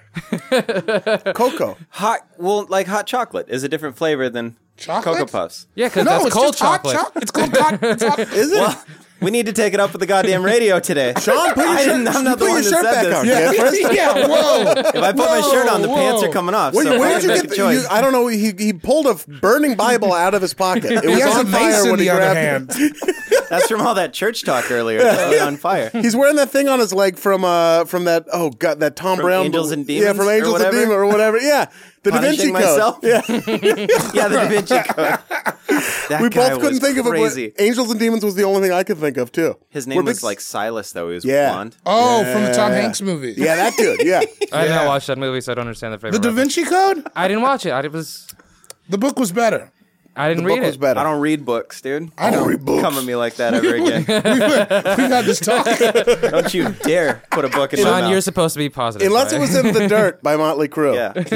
A: Cocoa.
C: Hot. Well, like hot chocolate is a different flavor than
D: Chocolate?
C: cocoa puffs.
E: yeah, because
D: no,
E: that's
D: it's
E: cold
D: just hot
E: chocolate.
D: choc- It's called hot. It's hot.
A: Is it?
C: Well, we need to take it up with the goddamn radio today.
A: John, put your
C: I
A: shirt,
C: didn't- I'm not the
A: put
C: one
A: your
C: that
A: shirt
C: said
A: back
C: this.
A: on.
D: yeah,
A: Jeff. First-
D: yeah, whoa.
C: If I put my
D: Whoa,
C: shirt on, the pants
D: whoa.
C: are coming off.
A: Where,
C: so
A: where
C: I
A: did you
C: make
A: get?
C: a
A: The,
C: choice.
A: you, I don't know. He, he pulled a burning Bible out of his pocket. It was
D: He has a
A: on
D: mace
A: fire
D: in
A: when he
D: the other
A: grabbed
D: hand.
A: it.
C: That's from all that church talk earlier. It's on fire.
A: He's wearing that thing on his leg from uh from that oh god that Tom
C: From
A: Brown
C: Angels and
A: yeah
C: Demons
A: from
C: or
A: Angels and
C: whatever?
A: Demons or whatever yeah the Da Vinci
C: Punishing
A: Code
C: myself.
A: yeah
C: Yeah, the Da Vinci Code. That
A: we
C: guy
A: both couldn't
C: was
A: think of
C: crazy.
A: it but Angels and Demons was the only thing I could think of too
C: His
A: We're
C: name was
A: big-
C: like Silas, though. He was
A: Yeah.
C: blonde.
D: Oh, from the Tom Hanks movie.
A: yeah that dude yeah
E: I did not
D: Yeah.
E: watch that movie, so I don't understand the flavor.
D: The Da
E: reference.
D: Vinci Code?
E: I didn't watch it. I was.
D: The book was better.
E: I didn't
A: the
E: read
A: book was
E: it.
A: better
C: I don't read books, dude.
D: I don't read
C: Come at me like that ever again.
D: We've, we've had this talk.
C: don't you dare put a book in my
E: John,
C: mouth.
E: you're supposed to be positive.
A: unless it
E: right?
A: was in the dirt by Motley Crue
C: Yeah.
A: you didn't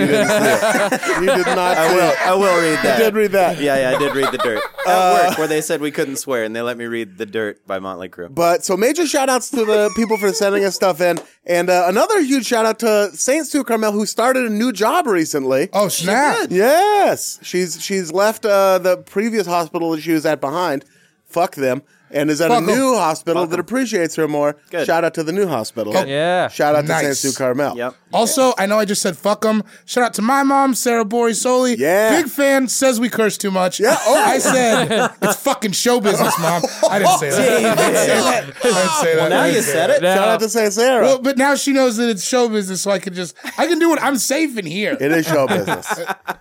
A: see it you did not
C: I
A: see
C: will.
A: it.
C: I will read that.
A: I did read that Uh,
C: Yeah, yeah, I did read The Dirt. At work, where they said we couldn't swear, and they let me read The Dirt by Motley Crue.
A: But so major shout outs to the people for sending us stuff in. And uh, another huge shout out to Saint Sue Carmel, who started a new job recently.
D: Oh, snap.
A: Yes. She's she's left uh, the previous hospital that she was at behind. Fuck them. And is at
D: Fuck
A: a
D: 'em.
A: new hospital that appreciates her more.
C: Good.
A: Shout out to the new hospital.
E: Yeah.
A: Shout out to
D: Nice.
A: Saint Sue Carmel.
C: Yep.
D: Also, I know I just said fuck 'em. Shout out to my mom, Sarah Borisoli.
A: Yeah.
D: Big fan, says we curse too much.
A: Yeah, oh.
D: I said it's fucking show business, mom. I didn't say that. I didn't say that. I didn't say that.
C: Now
D: I didn't
C: you
D: say
C: said
D: that.
C: it.
A: Shout out to Saint Sarah.
D: Well, but now she knows that it's show business, so I can just, I can do it. I'm safe in here.
A: it is show business.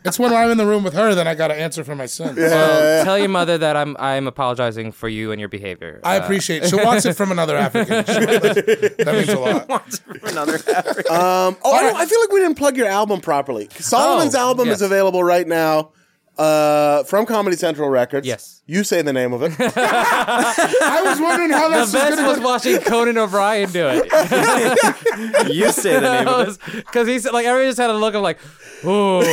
D: It's when I'm in the room with her, then I got to answer for my son.
E: Well, tell your mother that I'm I'm apologizing for you and your behavior.
D: I appreciate. She wants it from another African. She- that means a lot.
C: Another
A: Um, oh, I, don't, I feel like we didn't plug your album properly. Solomon's
E: Oh,
A: album
E: yes.
A: is available right now uh, from Comedy Central Records.
E: Yes.
A: You say the name of it.
D: I was wondering how
E: The
D: that's going
E: best
D: to
E: was watching Conan O'Brien do it.
C: you say the name of it.
E: Because he's like, everyone just had a look of like, ooh. uh,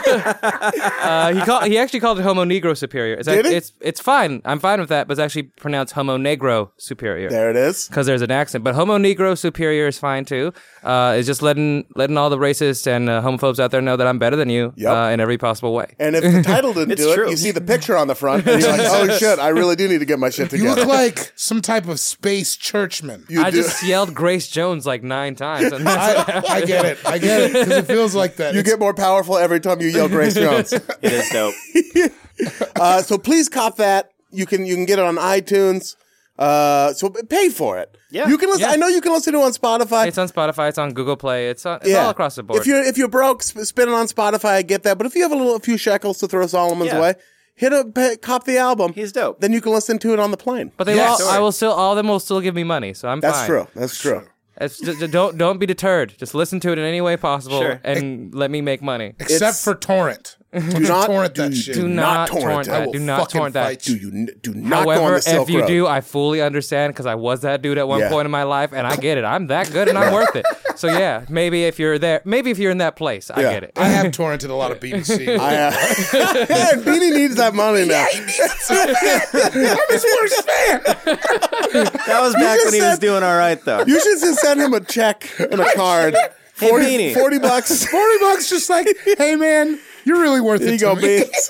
E: he called. He actually called it Homo Negro Superior. It's,
A: Did he?
E: it's it's fine. I'm fine with that. But it's actually pronounced Homo Negro Superior
A: there it is.
E: because there's an accent. But Homo Negro Superior is fine too. Uh, it's just letting letting all the racists and uh, homophobes out there know that I'm better than you
A: Yep.
E: uh, in every possible way.
A: And if the title didn't
C: It's
A: do
C: true.
A: it, you see the picture on the front, and you're like, "Oh shit, I really do need to get my shit
D: You
A: together."
D: look like some type of space churchman.
A: You
E: I
A: do.
E: just yelled Grace Jones like nine times. And that's-
D: I, I get it. I get it because it feels like that.
A: you
D: It's-
A: get more powerful every time you yell Grace Jones.
C: It is dope.
A: Uh, so please cop that. You can you can get it on iTunes. Uh, so pay for it.
C: Yeah.
A: you can listen.
E: Yeah.
A: I know you can listen to it on Spotify.
E: it's on Spotify. It's on Google Play. It's on, it's all across the board.
A: If you're if you're broke, sp- spend it on Spotify. I get that. But if you have a little a few shekels to throw Solomon's
C: Yeah.
A: way, hit up pe- cop the album.
C: He's dope.
A: Then you can listen to it on the plane.
E: But they
D: Yes.
E: will, I will still all of them will still give me money, so I'm
A: That's
E: fine.
A: true. That's true.
E: It's ju- ju- don't don't be deterred. Just listen to it in any way possible
C: Sure.
E: and let me make money.
D: except for torrent.
A: Do not
D: torrent that
A: do-
D: shit.
E: Do
A: Do
E: not
A: not
E: torrent
A: torrent it. I
E: that.
A: will
E: Do not
D: fucking
E: torrent that.
D: fight
A: Do you n- do not go on
E: However,
A: the Silk
E: if you
A: Road.
E: do, I fully understand because I was that dude at one
A: Yeah.
E: point in my life, and I get it. I'm that good, and I'm worth it. So yeah, maybe if you're there, maybe if you're in that place, I
A: Yeah.
E: get it.
D: I have torrented a lot of BBC.
A: I, uh, and Beanie needs that money now.
C: That was back
A: just
C: when he was
A: said-
C: doing all right, though.
A: You should just send him a check and a card.
C: Hey,
A: 40,
C: Beanie.
A: 40 bucks.
D: 40 bucks just like, hey man, you're really worth
A: There
D: it
A: you
D: to
A: go,
D: me.
A: Beans.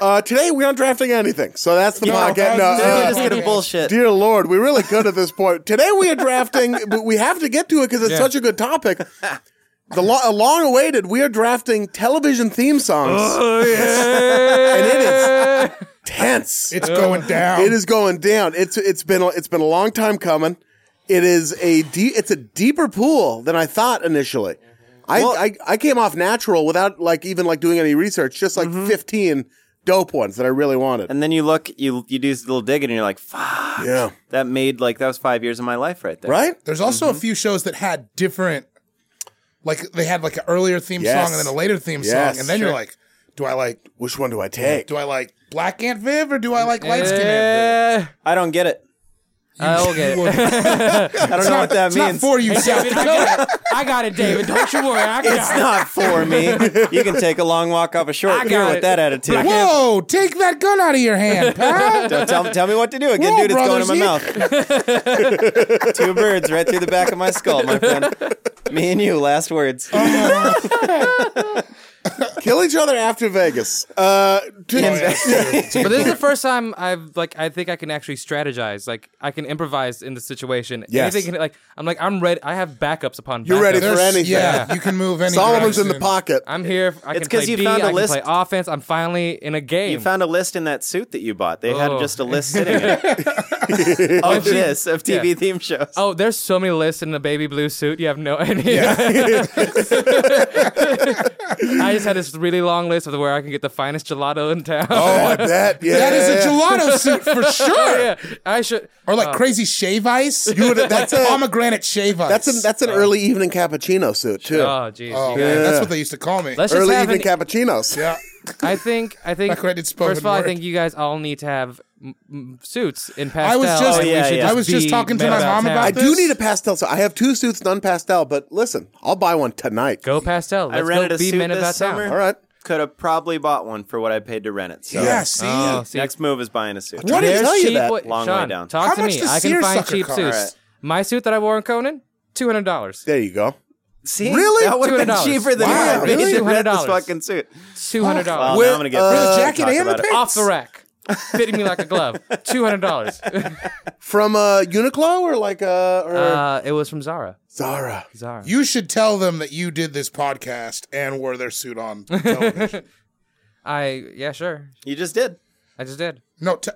A: Uh, today we aren't drafting anything, so that's the podcast. No,
D: that's-
A: uh,
C: We're just gonna bullshit.
A: Dear Lord, we're really good at this point. Today we are drafting, but we have to get to it because it's
E: Yeah.
A: such a good topic. The lo- a long awaited, we are drafting television theme songs. and it is tense.
D: It's going down.
A: It is going down. It's it's been a- it's been a long time coming. It is a de- it's a deeper pool than I thought initially. I, I I came off natural without like even like doing any research, just like
D: Mm-hmm.
A: 15 dope ones that I really wanted.
C: And then you look, you you do this little digging, and you're like, "Fuck,
A: yeah.
C: that made like that was five years of my life right there."
A: Right?
D: There's also
A: Mm-hmm.
D: a few shows that had different, like they had like an earlier theme
A: Yes.
D: song and then a later theme
A: Yes,
D: song, and then
A: sure.
D: you're like, do I like
A: Which one do I take?
D: do I like Black Aunt Viv or do I like Light Skin Aunt Viv?
E: Eh,
C: I don't get it.
E: I will get it.
C: I don't know what that
D: It's
C: means.
D: not for you, Seth.
E: David, I got it. I got it, David. Don't you worry. I
C: It's
E: got it.
C: not for me. You can take a long walk off a
E: I
C: short pier
E: got
C: with
E: it.
C: that attitude.
D: Whoa, take that gun out of your hand, pal.
C: Don't tell, tell me what to do again,
D: Whoa,
C: dude. It's going in my
D: brothers,
C: mouth. Two birds right through the back of my skull, my friend. Me and you. Last words.
A: Kill each other after Vegas. Uh, to-
E: But
D: Oh,
E: this is the first time I've like I think I can actually strategize. Like I can improvise in the situation.
A: Yes.
E: Anything can, like I'm like I'm ready. I have backups upon.
A: You're ready
E: backups.
A: for
D: There's-
A: anything.
D: Yeah, you can move any
A: Solomon's in the
D: direction.
A: pocket.
E: I'm here. I
C: It's
E: can
C: 'cause
E: play
C: you
E: D,
C: found a
E: I
C: list.
E: can play offense. I'm finally in a game.
C: You found a list in that suit that you bought. They had
E: Oh.
C: just a list sitting in it of this of TV
E: Yeah.
C: theme shows.
E: oh, there's so many lists in the baby blue suit. You have no idea. I just had this really long list of where I can get the finest gelato in town.
A: Oh, I bet. Yeah.
D: That is a gelato suit for sure.
E: yeah, I should.
C: Oh,
D: Or
A: Oh.
D: like crazy shave ice.
A: that's
D: Like
A: a-
D: pomegranate shave ice.
A: That's an that's an early evening cappuccino suit too.
E: Oh, jeez.
D: Oh,
E: you guys-
D: man, that's what they used to call me.
E: Let's just
A: early
E: have
A: evening
E: an
A: cappuccinos.
D: yeah.
E: I think I think
D: Like when it's
E: first
D: spoken
E: of all, I
D: word.
E: think you guys all need to have m- m- suits in pastel.
D: I was just-
E: and we
C: Oh, yeah,
E: should
C: yeah.
E: just
C: I
D: was just
E: be
D: talking to
E: men
D: my mom
E: town.
D: about
A: I
D: this.
A: do need a pastel suit. I have two suits, none pastel. But listen, I'll buy one tonight.
E: Go pastel.
C: I
E: Let's
C: rented
E: go
C: a
E: be
C: suit
E: men
C: this
E: about
C: summer.
A: All right.
C: Could have probably bought one for what I paid to rent it. So
D: Yeah, see?
E: Oh, see,
C: next move is buying a suit.
A: What did I
E: there's
A: tell you
E: cheap
A: that?
E: wa-
C: Long
E: Sean,
C: way down.
E: Talk
D: How
E: to
D: much
E: me.
D: does
E: I can find
D: seersucker
E: cheap
D: cost?
E: suits.
C: Alright.
E: My suit that I wore in Conan, two hundred dollars.
A: There you go.
C: See,
A: Really?
C: That would have been
E: $200.
C: cheaper than
A: Wow,
C: what I paid
E: really?
C: to rent this
E: $200.
C: fucking suit.
E: Two hundred
C: Well,
E: dollars.
C: now
A: Where-
C: I'm gonna get
A: uh,
C: really
D: jacket
C: talk
D: and
C: about
D: the
C: it.
D: pants.
E: Off the rack, fitting me like a glove. Two hundred dollars.
A: From uh, Uniqlo or like uh, or
E: Uh, it was from Zara.
A: Zara.
E: Zara.
D: You should tell them that you did this podcast and wore their suit on television.
E: I yeah sure.
C: You just did.
E: I just did.
D: no, t-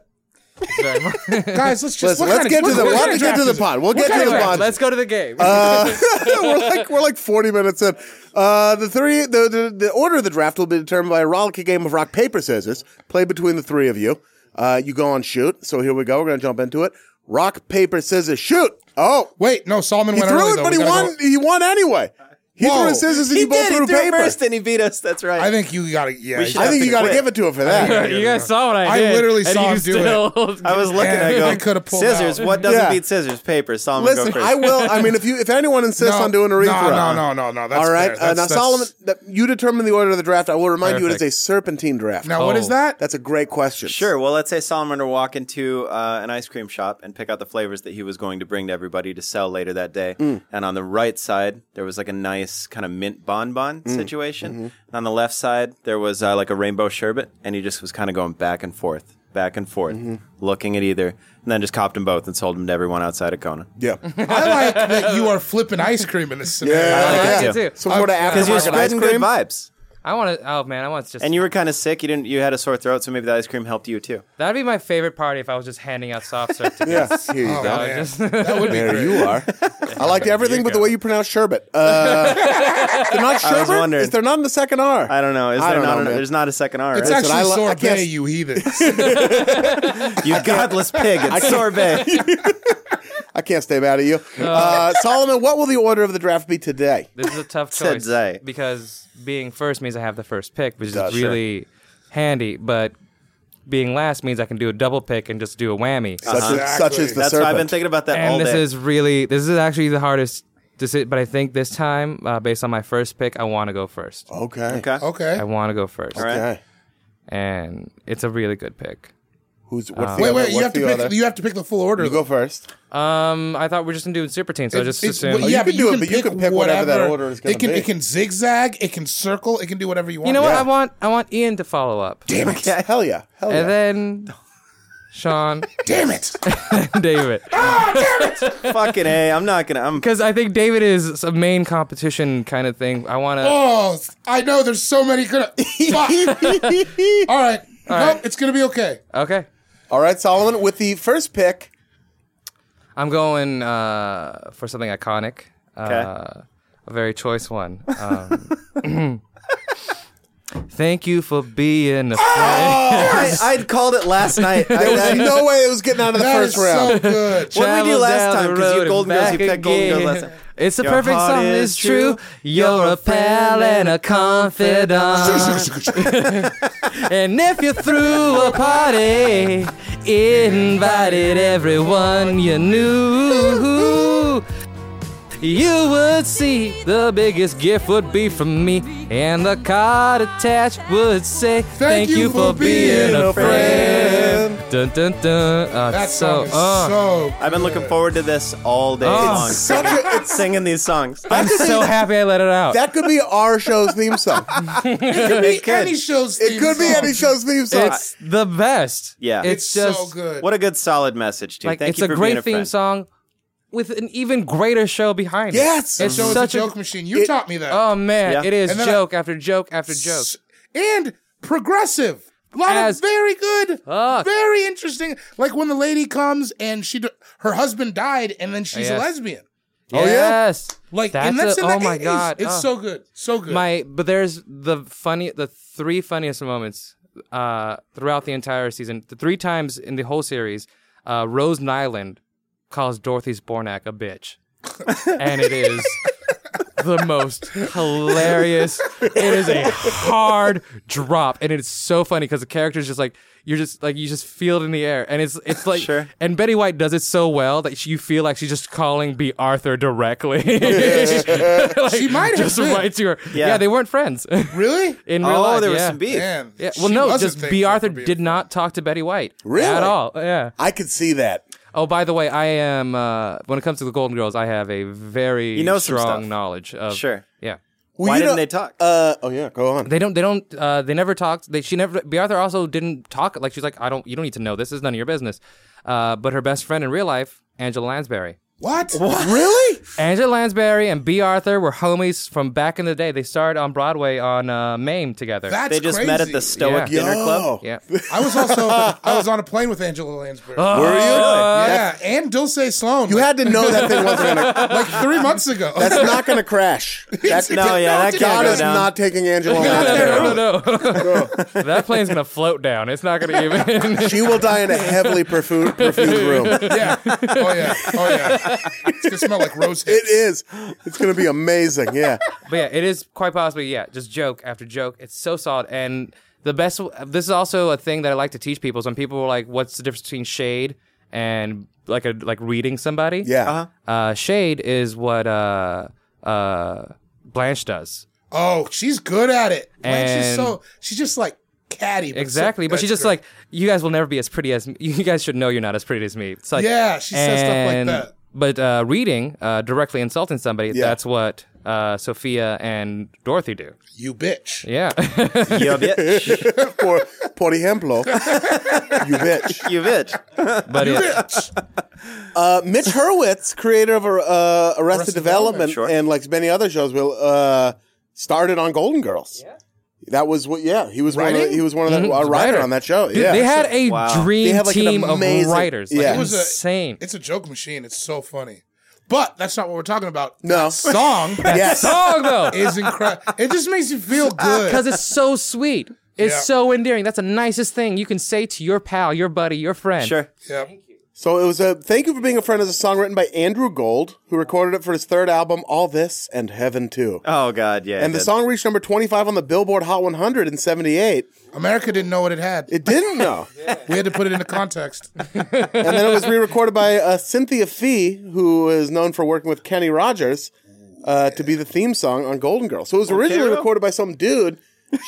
E: Very much.
D: guys, let's just
A: Listen,
D: what
A: let's
D: kind
A: get
D: of,
A: to the
D: what,
A: we'll
D: what
A: have to get to the pod. We'll get to the
E: Anyway,
A: pod.
E: let's go to the game.
A: Uh, we're like we're like forty minutes in. Uh, the three the, the the order of the draft will be determined by a rollicking game of rock paper scissors played between the three of you. Uh, you go on shoot. So here we go. We're gonna jump into it. Rock paper scissors shoot. Oh,
D: Wait, no, Solomon
A: he
D: went
A: threw
D: early,
A: it,
D: though.
A: but
D: We
A: he
D: gotta
A: won.
D: go-
A: He won anyway. He
D: Whoa.
A: threw his scissors and
C: He
A: you both
C: did. He
A: threw
C: threw it
A: paper.
C: first, and he beat us. That's right.
D: I think you got to. Yeah,
C: We
D: you
C: should
A: I
D: gotta-
C: have
A: think
C: to
A: you got to
C: quit.
A: give it to him for that.
E: you guys saw what I
D: I
E: did.
D: literally
E: and
D: saw
E: you
D: him do
E: still-
C: I was looking.
D: Yeah,
C: I go.
D: I could've pulled
C: scissors.
D: out.
C: What doesn't
A: Yeah.
C: beat scissors? Paper. Solomon go
A: Listen,
C: first.
A: I will. I mean, if you if anyone insists on doing a
D: no,
A: read throw,
D: no, no, no, no. That's
A: all right.
D: fair.
A: Uh,
D: That's-
A: now
D: that's-
A: Solomon, that you determine the order of the draft. I will remind you, it is
E: Perfect.
A: a serpentine draft.
D: Now what is
E: Oh.
D: that?
A: That's a great question.
C: Sure. Well, let's say Solomon were to walk into uh, an ice cream shop and pick out the flavors that he was going to bring to everybody to sell later that day.
A: Mm.
C: And on the right side, there was like a nice kind of mint bonbon
A: Mm.
C: situation.
A: Mm-hmm.
C: And on the left side, there was uh, like a rainbow sherbet. And he just was kind of going back and forth, back and forth,
A: Mm-hmm.
C: looking at either, and then just copped them both and sold them to everyone outside of Kona.
A: Yeah.
D: I like that you are flipping ice cream in this scenario.
A: Yeah.
D: I like
C: Yeah.
D: that.
E: I did
C: too.
E: too.
A: Some sort of
C: Because you're
A: aftermarket ice
C: spreading good
A: cream.
C: vibes.
E: I want to. Oh man, I want to just.
C: And you were kind of sick. You didn't. You had a sore throat, so maybe the ice cream helped you too.
E: that'd be my favorite party if I was just handing out soft serve to
A: Yeah.
E: kids.
A: Here you
D: Oh,
A: go.
D: man.
E: just-
D: that would be
A: There
D: great.
A: you are. I liked everything but the way you pronounce sherbet. Uh, they're not
C: I was
A: sherbet.
C: wondering.
A: Is there not in the second R?
C: I don't know. Is
A: I
C: there
A: don't
C: not?
A: know,
C: an-
A: man.
C: there's not a second R.
D: It's
C: right?
A: That's what I
D: actually
A: lo- I
D: sorbet,
A: guess-
D: you heathens.
C: you godless pig. It's sorbet.
A: I can't stay mad at you. Uh, Solomon, what will the order of the draft be today?
E: This is a tough choice
C: Today.
E: because being first means I have the first pick, which
A: Does,
E: is really handy. But being last means I can do a double pick and just do a whammy.
A: Such,
D: Uh-huh.
A: is, such is the
C: That's
A: serpent.
C: why I've been thinking about that all
E: and this
C: day.
E: is really this is actually the hardest. Deci- but I think this time, uh, based on my first pick, I want to go first.
D: Oh.
A: okay.
C: okay.
D: Okay.
E: I want to go first,
C: right.
A: Okay.
E: and it's a really good pick.
A: Who's what's
C: Uh,
A: the
D: Wait,
A: other-
D: wait. You
A: what's
D: have to
A: the
D: pick.
A: other?
D: You have to pick the full order.
A: You go first.
E: Um, I thought we are just gonna do super team, so I just
D: It's-
E: assumed.
D: well,
A: you
D: yeah,
A: can
D: but
A: do
D: you
A: it,
D: can
A: but you
D: pick
A: can pick whatever that
D: whatever-
A: order is
D: It
A: gonna
D: can
A: be.
D: it can zigzag. It can circle. It can do whatever you want.
E: you know what?
A: Yeah.
E: I want I want Ian to follow up,
D: Damn it!
C: Okay.
A: Hell yeah. Hell yeah.
E: and then Sean,
D: Damn it!
E: David.
C: Fucking hey, I'm not gonna. I'm.
E: Because I think David is a main competition kind of thing. I want to.
D: Oh, I know. There's so many good. Fuck. All right. Nope. It's gonna be okay.
E: Okay.
A: All right, Solomon, with the first pick.
E: I'm going uh, for something iconic. Uh, a very choice one. Um, thank you for being a
C: Oh,
E: friend.
C: I, I'd called it last night. I,
A: There was
C: I,
A: no way it was getting out of the
D: That is
A: first round.
D: so good.
C: what did we do
E: Travel
C: last
E: down
C: time?
E: the
C: Because
E: road
C: you
E: and
C: Golden Girls, you
E: back
C: picked Golden Girls
E: again.
C: last time.
E: It's the
C: Your
E: perfect
C: heart
E: song,
C: is
E: it's true.
C: true.
E: You're a pal and a confidant. And if you threw a party, invited everyone you knew, you would see the biggest gift would be from me. And the card attached would say, Thank, you for being a friend. Dun, dun, dun. Oh,
D: That
E: it's so,
D: song is
E: uh,
D: so.
C: I've been looking forward to this all day long.
E: It's
A: such a- it's-
C: singing these songs.
E: I'm so happy I let it out.
A: That could be our show's theme song.
D: It could
C: It
D: be
C: could.
D: any show's.
A: It
D: theme
A: could be
D: song.
A: any show's theme song.
E: it's the best.
C: Yeah.
E: it's,
D: It's
E: just
D: so good.
C: what a good solid message, dude.
E: like
C: Thank
E: it's
C: you
E: a
C: for
E: great
C: being a
E: theme
C: friend.
E: song with an even greater show behind
A: Yes!
E: it.
D: That show is a
E: such
D: joke machine. You taught me that.
E: Oh man,
C: Yeah.
E: it is
D: And then I-
E: joke after joke after joke.
D: S- and progressive. A lot
E: As-
D: of very good,
E: Fuck.
D: very interesting. Like when the lady comes and she, d- her husband died, and then she's
E: Yes.
D: a lesbian.
A: yeah?
E: yes,
D: oh, Like and that's
E: a-
D: in
E: oh
D: the
E: my
D: 80s.
E: god,
D: it's
E: Oh.
D: so good, so good.
E: my. But there's the funny, the three funniest moments uh, throughout the entire season. The three times in the whole series, uh, Rose Nyland calls Dorothy Spornak a bitch, and it is. The most hilarious. It is a hard drop, and it's so funny because the character's just like you're just like you just feel it in the air, and it's it's like
C: Sure.
E: and Betty White does it so well that she, you feel like she's just calling B. Arthur directly.
D: She might have
E: just
D: been.
E: right to her. Yeah. they weren't friends
D: really?
E: in real
C: Oh,
E: life.
C: there was
E: yeah.
C: some beef.
D: Man,
E: Yeah, well,
D: she
E: no,
D: wasn't
E: just
D: thankful
E: B.
D: for
E: Arthur
D: being-
E: did not talk to Betty White
A: Really?
E: at all. Yeah.
A: I could see that.
E: Oh, by the way, I am. Uh, when it comes to the Golden Girls, I have a very
C: You know some
E: strong
C: stuff.
E: knowledge of.
C: Sure.
E: Yeah.
A: Well,
C: Why
A: you
C: didn't
A: know-
C: they talk?
A: Uh, oh yeah, go on.
E: They don't. They don't. Uh, they never talked. They she never. B. Arthur also didn't talk. Like she's like, I don't. You don't need to know. This is none of your business. Uh, but her best friend in real life, Angela Lansbury.
D: What?
A: Really?
E: Angela Lansbury and B. Arthur were homies from back in the day. They starred on Broadway on uh, MAME together.
D: That's
C: They just met at the
D: crazy.
C: Stoic
E: Yeah.
C: Dinner Club.
E: yeah.
D: I was also I was on a plane with Angela Lansbury.
E: Uh,
C: Were you?
D: yeah, and Dulce Sloan.
A: You had to know that thing wasn't going to.
D: like three months ago.
A: That's not going to crash. That's
C: No, yeah, that can't
A: God
C: go
A: is
C: down.
A: not taking Angela.
E: No,
A: Lansbury.
E: no, no. that plane's gonna float down. It's not gonna even.
A: She will die in a heavily perfu- perfumed room.
D: yeah. Oh yeah. Oh yeah. It's gonna smell like rose
A: It
D: hips.
A: is. It's going to be amazing. Yeah.
E: but yeah, it is quite possibly yeah, just joke after joke. It's so solid and the best. This is also a thing that I like to teach people. is When people are like, "What's the difference between shade and like a like reading somebody?"
A: Yeah.
E: uh, shade is what uh, uh, Blanche does.
D: Oh, she's good at it. Man, she's
E: And-
D: so she's just like catty. but so-
E: Exactly, but she's
D: that's
E: just
D: good.
E: like, "You guys will never be as pretty as me. you guys should know you're not as pretty as me." It's like,
D: Yeah, she says stuff like that.
E: But uh, reading uh, directly insulting somebody—that's what uh, Sophia and Dorothy do.
D: you bitch.
E: Yeah,
C: You bitch.
A: For por ejemplo, you bitch.
C: You bitch.
E: but it-
A: Uh, Mitch Hurwitz, creator of uh, Arrested, Development,
C: Development, sure.
A: and like many other shows, will uh, started on Golden Girls. That was what. Yeah, he was one. Of the,
D: Writing?
A: he was one of the a writer
E: Mm-hmm. writer.
A: on that show.
E: Dude,
A: yeah,
E: they had a
C: Wow.
E: dream
A: They had, like, an
E: team
A: amazing-
E: of writers. Like,
A: yeah.
E: yeah,
A: It was
D: a-
E: insane.
D: It's a joke machine. It's so funny. But that's not what we're talking about.
A: No.
D: That song
A: yes.
E: song though,
D: is incredible. It just makes you feel
E: because
D: good.
E: it's so sweet. It's
D: Yeah.
E: so endearing. That's the nicest thing you can say to your pal, your buddy, your friend.
C: Sure.
D: Yep.
A: So it was a thank you for being a friend is a song written by Andrew Gold, who recorded it for his third album, All This and Heaven Too.
C: Oh God, yeah.
A: and the
C: dude.
A: song reached number 25 on the Billboard Hot 100 in 78.
D: America didn't know what it had.
A: It didn't know.
D: we had to put it into context.
A: And then it was re recorded by uh, Cynthia Fee, who is known for working with Kenny Rogers uh, to be the theme song on Golden Girl. So it was originally
C: Ralph?
A: recorded by some dude.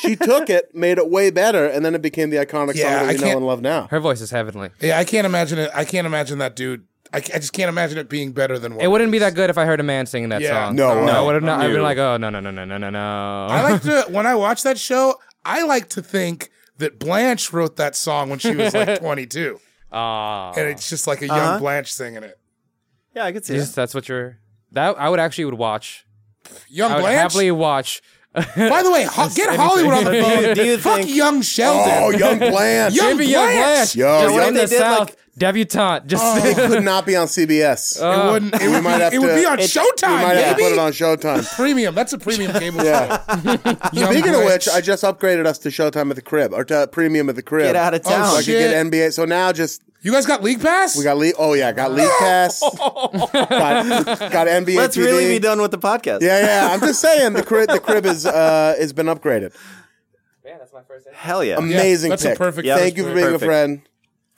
A: She took it, made it way better, and then it became the iconic
D: Yeah,
A: song that
D: I
A: we know
D: can't-
A: and love now.
E: Her voice is heavenly.
D: yeah, I can't imagine it. I can't imagine that dude. I, ca- I just can't imagine it being better than what
E: It wouldn't be
D: is.
E: that good if I heard a man singing that
D: Yeah.
E: song.
A: No,
E: no,
A: no,
E: I would have not. I've
C: no.
E: been like, oh no, no, no, no, no, no, no.
D: I like to when I watch that show. I like to think that Blanche wrote that song when she was like 22,
E: Aw.
D: and it's just like a
E: Uh-huh.
D: young Blanche singing it.
C: yeah, I could see
E: Yes,
C: it.
E: that's what you're. That I would actually would watch.
D: Young
E: I would
D: Blanche.
E: happily watch.
D: By the way, ho- get Hollywood on the phone.
C: Do you
D: Fuck
C: think-
D: young Sheldon.
A: Oh, Young Blanche.
D: Young
E: Maybe Young Blanche.
D: Blanche.
A: Yo,
E: just
A: Young-
E: in
C: They
E: the
C: did,
E: South,
C: like- Oh.
E: debutante. Just
A: It could not be on CBS.
D: it wouldn't. It would,
A: might
D: be,
A: have
D: it would
A: to-
D: be on
A: we we might have
D: Showtime,
A: to put
D: Oh, baby.
A: it on Showtime.
D: premium. That's a premium cable
A: Yeah.
D: show. Young
A: Speaking of
D: Blanche.
A: which, I just upgraded us to Showtime at the crib or to uh, Premium at the crib.
C: Get out of
D: Oh,
C: town.
A: So I could
D: shit.
A: get NBA. So now just
D: you guys got League Pass?
A: we got league. Oh yeah, got league pass. got, got NBA.
C: Let's
A: TV.
C: really be done with the podcast.
A: Yeah, yeah. I'm just saying the crib. The crib is uh has been upgraded.
C: Hell yeah.
A: Amazing.
D: that's a
A: pick.
D: perfect
C: Yeah,
A: Thank
C: that's
A: you for being
C: perfect.
A: a friend.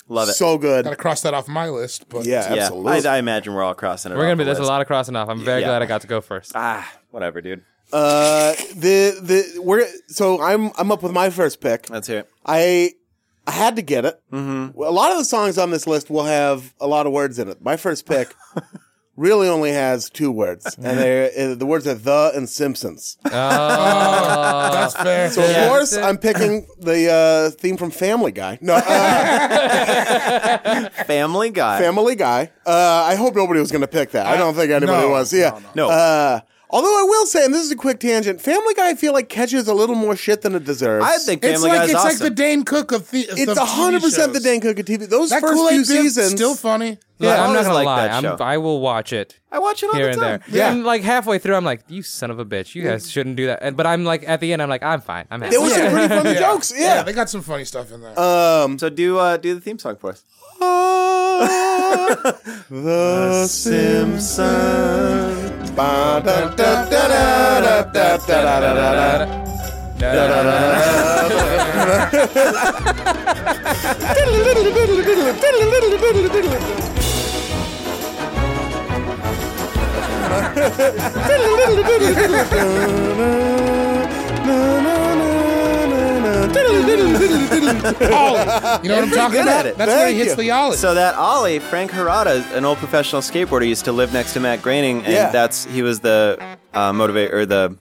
C: Love it.
A: So good.
D: Gotta cross that off my list. But
A: Yeah,
C: yeah. I,
A: absolutely.
C: I imagine we're all crossing it.
E: We're gonna
C: off
E: be.
C: the
E: There's a
C: list.
E: lot of crossing off. I'm very
C: Yeah.
E: glad I got to go first.
C: Ah, whatever, dude.
A: Uh, the the we're so I'm I'm up with my first pick.
C: Let's hear it.
A: I I had to get it. Mm-hmm. A lot of the songs on this list will have a lot of words in it. My first pick really only has two words, and they uh, the words are the and Simpsons.
E: Uh, Oh.
D: that's fair.
A: So of course I'm picking the uh, theme from Family Guy. No, uh,
C: Family Guy.
A: Family Guy. Uh, I hope nobody was going to pick that. I don't think anybody
D: no,
A: was. Yeah.
C: no.
A: Uh, although I will say, and this is a quick tangent, Family Guy I feel like catches a little more shit than it deserves.
C: I think
D: it's
C: Family
D: like
C: Guy's
D: it's
C: awesome.
D: like the Dane Cook of the. of
A: it's
D: the
A: hundred percent the
D: TV shows.
A: Dan Cook and TV. Those
D: That
A: first
D: Kool
A: few
D: Aid bit's
A: seasons
D: still funny.
E: Look,
C: I
E: I'm not
C: always
E: gonna
C: like
E: lie.
C: that
E: I'm,
C: show.
E: I will watch it
C: I watch it all
E: here and
C: the time.
E: there.
A: Yeah.
E: And like halfway through, I'm like, "You son of a bitch! You guys shouldn't do that." And, but I'm like, at the end, I'm like, "I'm fine. I'm happy."
A: There was some pretty funny
D: Yeah.
A: jokes. Yeah.
D: they got some funny stuff in there.
A: Um,
C: So do uh, do the theme song for us.
A: the Simpsons. Ba da da da da da da da da da da.
D: Ollie. You know what I'm talking
C: good
D: about?
C: at it.
D: That's where he
A: Thank
D: hits
A: you.
D: the Ollie.
C: So that Ollie, Frank Harada, an old professional skateboarder, used to live next to Matt Groening, and
A: Yeah.
C: that's he was the uh, motivate or the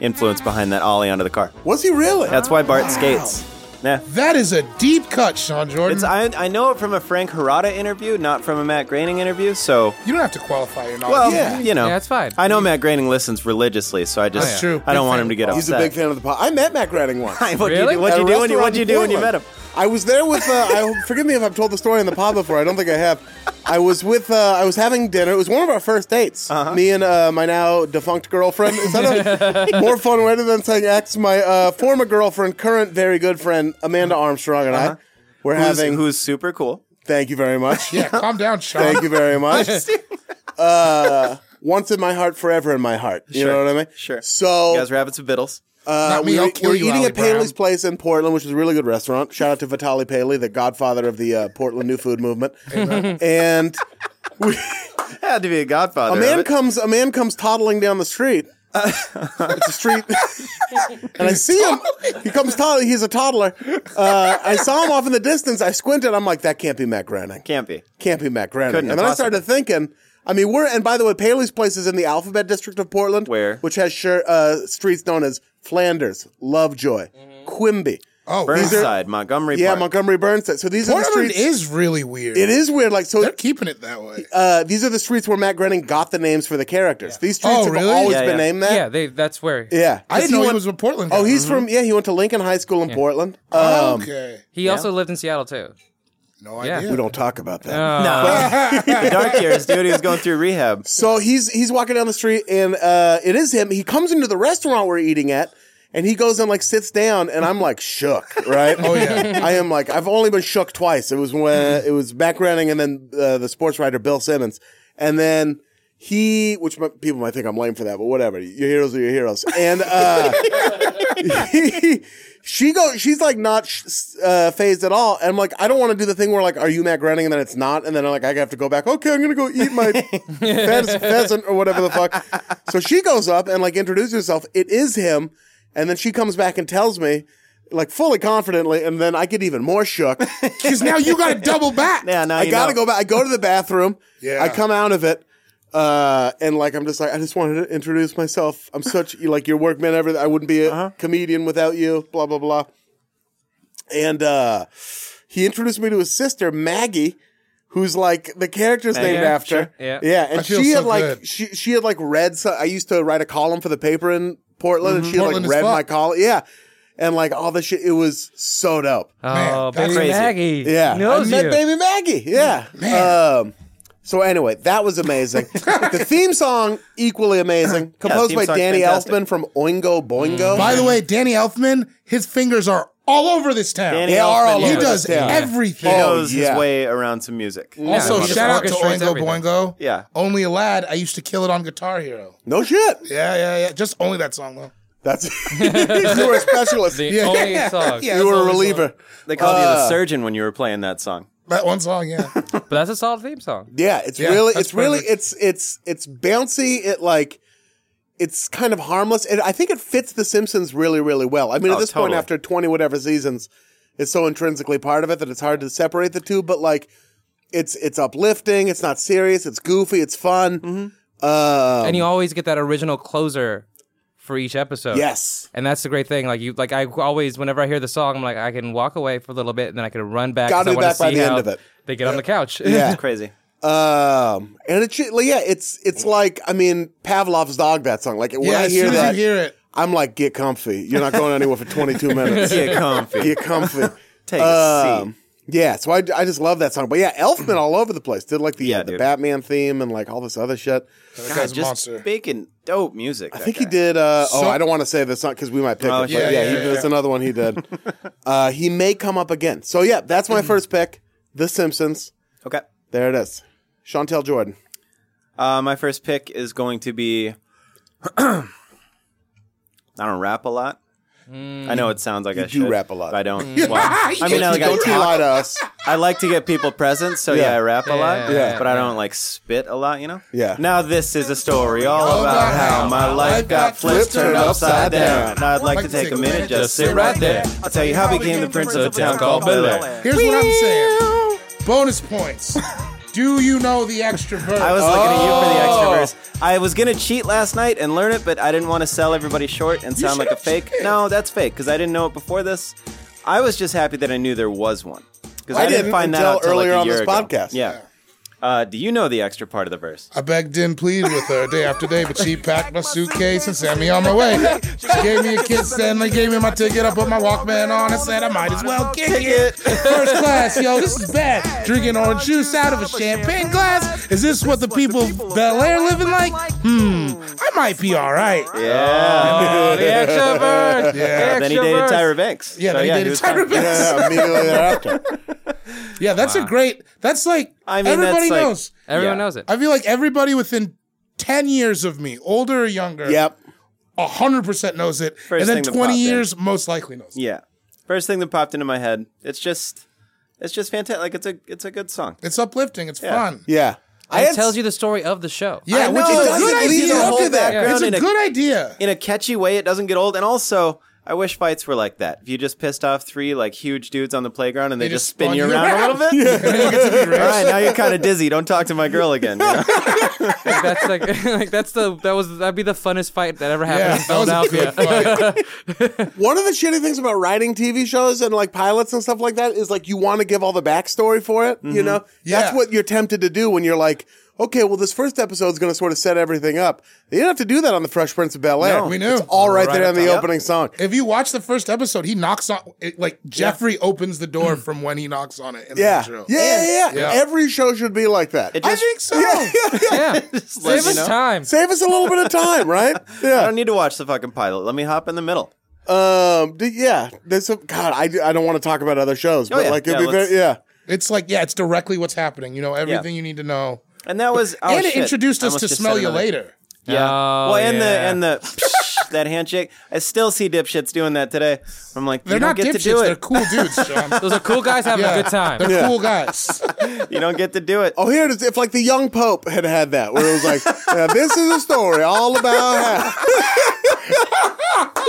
C: influence behind that Ollie onto the car.
A: Was he really?
C: That's why Bart skates. Yeah.
D: That is a deep cut, Sean Jordan.
C: It's I, I know it from a Frank Harada interview, not from a Matt Groening interview. So
D: you don't have to qualify your knowledge.
C: well,
A: Yeah.
C: you know,
E: Yeah, it's fine. Oh,
C: I know Matt Groening listens religiously, so I just
D: That's true.
C: I don't
D: Big
C: want
D: fan.
C: him to get
A: He's
C: upset.
A: a big fan of the pod. I met Matt Groening once.
C: what
E: Really?
C: you,
A: at
C: what'd you
A: a
C: do when you
A: restaurant
C: what'd you
A: in
C: do when you met
A: Portland.
C: him?
A: I was there with. Uh, I forgive me if I've told the story on the pod before. I don't think I have. I was with. Uh, I was having dinner. It was one of our first dates.
C: Uh-huh.
A: Me and uh, my now defunct girlfriend. Is that a more fun way than saying ex? My uh, former girlfriend, current very good friend Amanda Armstrong, and I. We're
C: Uh-huh. Who's,
A: having.
C: who's super cool?
A: thank you very much.
D: yeah, calm down, Sean.
A: Thank you very much. uh, once in my heart, forever in my heart. You know
C: Sure.
A: what I mean?
C: Sure.
A: So
C: You guys were having some biddles.
A: uh,
D: Not me,
A: we
D: I'll
A: were-
D: kill
A: we were
D: you,
A: eating
D: Ally
A: at Paley's
D: Brown.
A: Place in Portland, which is a really good restaurant. Shout out to Vitaly Paley, the godfather of the uh, Portland New Food Movement. and
C: Had to be a godfather.
A: a
C: of
A: man
C: it.
A: comes, a man comes toddling down the street. it's a street, and I see him. He comes toddling. He's a toddler. Uh, I saw him off in the distance. I squinted. I'm like, that can't be Matt Groening.
C: Can't be.
A: Can't be Matt Groening.
C: Couldn't
A: and
C: have
A: then I started thinking. I mean, we're and by the way, Paley's place is in the Alphabet District of Portland,
C: Where?
A: which has sure, uh, streets known as Flanders, Lovejoy, Quimby.
D: Oh, these are,
C: Mm-hmm. Burnside, Montgomery
A: Yeah,
C: Park.
A: Montgomery Burnside. So these are the
D: Portland
A: streets.
D: is really weird.
A: it is weird. Like so,
D: They're keeping it that way.
A: uh, these are the streets where Matt Groening got the names for the characters. These streets
D: Oh,
A: have
D: really?
A: always
C: Yeah,
A: been
C: yeah.
A: named that.
E: yeah, they. That's where
A: yeah.
D: I didn't
A: He
D: know he
A: went-
D: was Mm-hmm. a Portland. guy. Oh,
A: Oh, he's from. Yeah, he went to Lincoln High School in Portland. Um,
D: okay.
E: he also lived in Seattle too.
D: No
E: yeah.
D: idea.
A: We don't talk about that.
C: The dark years, dude. He was going through rehab.
A: So he's he's walking down the street and uh, it is him. He comes into the restaurant we're eating at and he goes and like sits down and I'm like shook, right?
D: Oh, yeah.
A: I am like I've only been shook twice. It was when it was Matt Groening and then uh, the sports writer Bill Simmons, and then he, which my, people might think I'm lame for that, but whatever. Your heroes are your heroes, and uh, he- she goes, she's like not sh- uh, phased at all. And I'm like, I don't want to do the thing where like, are you Matt Groening? And then it's not. And then I'm like, I have to go back. Okay, I'm gonna go eat my pheas- pheasant or whatever the fuck. So she goes up and like introduces herself. It is him. And then she comes back and tells me, like fully confidently. And then I get even more shook.
D: Because now you got to double back.
C: Yeah, now
A: I
C: you
A: gotta
C: know.
A: go back. I go to the bathroom.
D: Yeah.
A: I come out of it. Uh, and like I'm just like I just wanted to introduce myself. I'm such like your workman. Everything. I wouldn't be a
C: Uh-huh.
A: comedian without you. Blah blah blah. And uh, he introduced me to his sister Maggie, who's like the character's named
E: yeah,
A: after.
E: sure, yeah.
A: yeah. And
D: I feel
A: she
D: so
A: had like
D: good.
A: she she had like read. So I used to write a column for the paper in Portland, and she had,
D: Mm-hmm. Portland
A: like
D: as
A: read
D: fuck.
A: my column. Yeah. And like all this shit, it was so dope.
E: Oh,
D: that's
E: baby
C: crazy.
E: Maggie.
A: Yeah,
E: knows
A: I met
E: you.
A: Baby Maggie. Yeah. Um, so anyway, that was amazing. the theme song equally amazing, composed
C: theme
A: by
C: song's
A: Danny
C: fantastic.
A: Elfman from Oingo Boingo.
D: Mm. By the way, Danny Elfman, his fingers are all over this town.
C: Danny
A: They are all
C: Elfman
D: he
A: over
D: does
A: this town.
D: everything.
C: He
A: Oh,
C: knows
A: yeah.
C: his way around to music.
D: Also,
E: he just
D: shout out to
E: orchestrates
D: Oingo
E: everything.
D: Boingo.
C: Yeah.
D: Only a lad. I used to kill it on Guitar Hero.
A: no shit.
D: Yeah, yeah, yeah. Just only that song though.
A: That's you were a specialist.
E: The
D: Yeah.
E: only song.
D: Yeah,
A: you
D: that's
A: were a
D: only song.
A: reliever.
C: They called you
A: Uh.
C: the surgeon when you were playing that song.
D: That one song, yeah.
E: But that's a solid theme song.
A: Yeah, it's
D: Yeah,
A: really,
D: that's
A: it's really,
D: perfect.
A: it's it's it's bouncy. It like, it's kind of harmless. And I think it fits The Simpsons really, really well. I mean, at
C: Oh,
A: this point,
C: totally.
A: after twenty whatever seasons, it's so intrinsically part of it that it's hard to separate the two. But like, it's it's uplifting. It's not serious. It's goofy. It's fun.
D: Mm-hmm.
A: Uh,
E: and you always get that original closer for each episode.
A: yes.
E: And that's the great thing. Like you, like I always, whenever I hear the song, I'm like, I can walk away for a little bit, and then I can run back.
A: Gotta
E: 'cause I
A: be
E: wanna
A: back by
E: see
A: the end
E: how
A: of it.
E: They get on the couch.
A: Yeah.
C: It's crazy.
A: Um, and it, should- like, yeah, it's it's like I mean Pavlov's dog. That song, like when
D: yeah,
A: I
D: as
A: hear
D: soon
A: that,
D: as you hear it.
A: I'm like, get comfy. You're not going anywhere for 22 minutes.
C: Get comfy.
A: get comfy.
C: Take a
A: Um,
C: seat.
A: yeah, so I, I just love that song. But yeah, Elfman all over the place. Did like the
C: Yeah,
A: uh, the
C: dude.
A: Batman theme and like all this other shit.
D: That guy's a
C: just
D: monster.
C: making dope music.
A: I think he did. Uh,
D: So-
A: oh, I don't want to say this because we might pick
C: Oh,
A: it.
C: yeah,
A: Yeah, yeah,
D: yeah,
A: he,
D: yeah,
A: that's
D: yeah.
A: another one he did. uh, he may come up again. So yeah, that's my first pick. The Simpsons.
C: Okay.
A: There it is. Chantel Jordan.
C: Uh, my first pick is going to be. I don't rap a lot. I know it sounds like I
A: do
C: should,
A: rap a lot.
C: but I don't. Well, I mean, I, like, I,
A: Don't you lie to us.
C: I like to get people presents, so yeah,
A: Yeah.
C: I rap a lot.
E: Yeah.
C: but I don't like spit a lot, you know.
A: Yeah.
C: Now this is a story all about how my life got flipped, turned upside down. And I'd like to take a minute, just sit right there. I'll tell you how I became the prince of a town called Bel Air.
D: Here's what I'm saying. Bonus points. Do you know the extra verse?
C: I was looking at you for the extra verse. I was gonna cheat last night and learn it, but I didn't want to sell everybody short and sound like a fake. No, that's fake because I didn't know it before this. I was just happy that I knew there was one because
A: I
C: I, didn't
A: didn't
C: find that
A: until
C: out till like
A: earlier
C: a
A: on
C: year
A: this
C: ago.
A: podcast.
C: Yeah. Uh, do you know the extra part of the verse?
D: I begged and pleaded with her day after day, but she packed my suitcase and sent me on my way. She gave me a kiss and they gave me my ticket. I put my Walkman on and said I might as well kick it. First class, yo, this is bad. Drinking orange juice out of a champagne glass. Is this what the people of Bel Air living like? Hmm, I might be all right.
C: Yeah.
E: Oh, the extrovert.
D: Yeah.
E: The
C: then he
E: extrovert.
C: dated Tyra Banks.
D: Yeah,
C: So,
D: they
C: he
D: dated
C: was
D: Tyra
C: fine.
D: Banks.
A: Yeah, immediately thereafter.
D: Yeah, that's a great. That's like
C: I mean,
D: everybody
C: that's like-
D: knows.
E: Everyone
C: Yeah.
E: knows it.
D: I feel like everybody within ten years of me, older or younger,
A: Yep.
D: hundred percent knows it,
C: First
D: and
C: thing
D: then
C: that
D: twenty
C: popped in.
D: years most likely knows. it.
C: Yeah. First thing that popped into my head. It's just, it's just fantastic. Like it's a, it's a good song.
D: It's uplifting. It's fun.
A: Yeah. I
E: It
A: had-
E: tells you the story of the show.
D: Yeah,
C: I
D: which
C: know,
D: is
C: it
D: a
C: doesn't
D: Oh, good
C: leave
D: idea.
C: the whole background
D: It's a
C: in a-
D: good idea.
C: in a catchy way. It doesn't get old. And also, I wish fights were like that. If you just pissed off three like huge dudes on the playground and they, just, spin you around, a little bit. All right, now you're kind of dizzy. Don't talk to my girl again. you know?
E: Like, that's like, like that's the that was that'd be the funnest fight that ever happened
D: Yeah,
E: in
D: that was a
E: Philadelphia.
D: good fight.
A: One of the shitty things about writing TV shows and like pilots and stuff like that is like you want to give all the backstory for it.
C: Mm-hmm.
A: You know, that's
D: Yeah.
A: what you're tempted to do when you're like, okay, well, this first episode is going to sort of set everything up. You don't have to do that on the Fresh Prince of Bel Air.
D: No. We knew.
A: it's all right,
C: Right
A: there in
C: up
A: the
C: top.
A: opening song.
D: If you watch the first episode, he knocks on it, like Jeffrey opens the door from when he knocks on it. In
A: Yeah.
D: the
A: Yeah,
D: show.
A: yeah, yeah,
D: Yeah.
A: Every show should be like that.
C: It
D: I
C: just-
D: think so.
E: yeah,
C: let
E: save
C: you
E: us
C: know.
E: time.
A: Save us a little bit of time, right?
C: I
A: Yeah.
C: don't need to watch the fucking pilot. Let me hop in the middle.
A: Um. d- yeah. There's some. God, I, I don't want to talk about other shows, but
C: Oh, yeah.
A: like it'd
C: Yeah,
A: be
C: let's-
A: very. Yeah.
D: It's like yeah, it's directly what's happening. You know everything you need to know,
C: And that was oh,
D: and it
C: shit.
D: introduced
C: I
D: us
C: almost
D: to
C: just
D: "Smell
C: said
D: You
C: another-
D: Later."
C: Yeah.
E: Oh,
C: well, and the
E: yeah.
C: and the psh, that handshake. I still see dipshits doing that today. I'm like,
D: They're
C: you don't
D: not
C: get
D: dipshits.
C: to do
D: They're
C: it.
D: cool dudes, Sean.
E: Those are cool guys having
D: Yeah.
E: a good time.
D: They're cool guys.
C: You don't get to do it.
A: Oh, here it is. If like the young pope had had that, where it was like, "Now, this is a story all about how.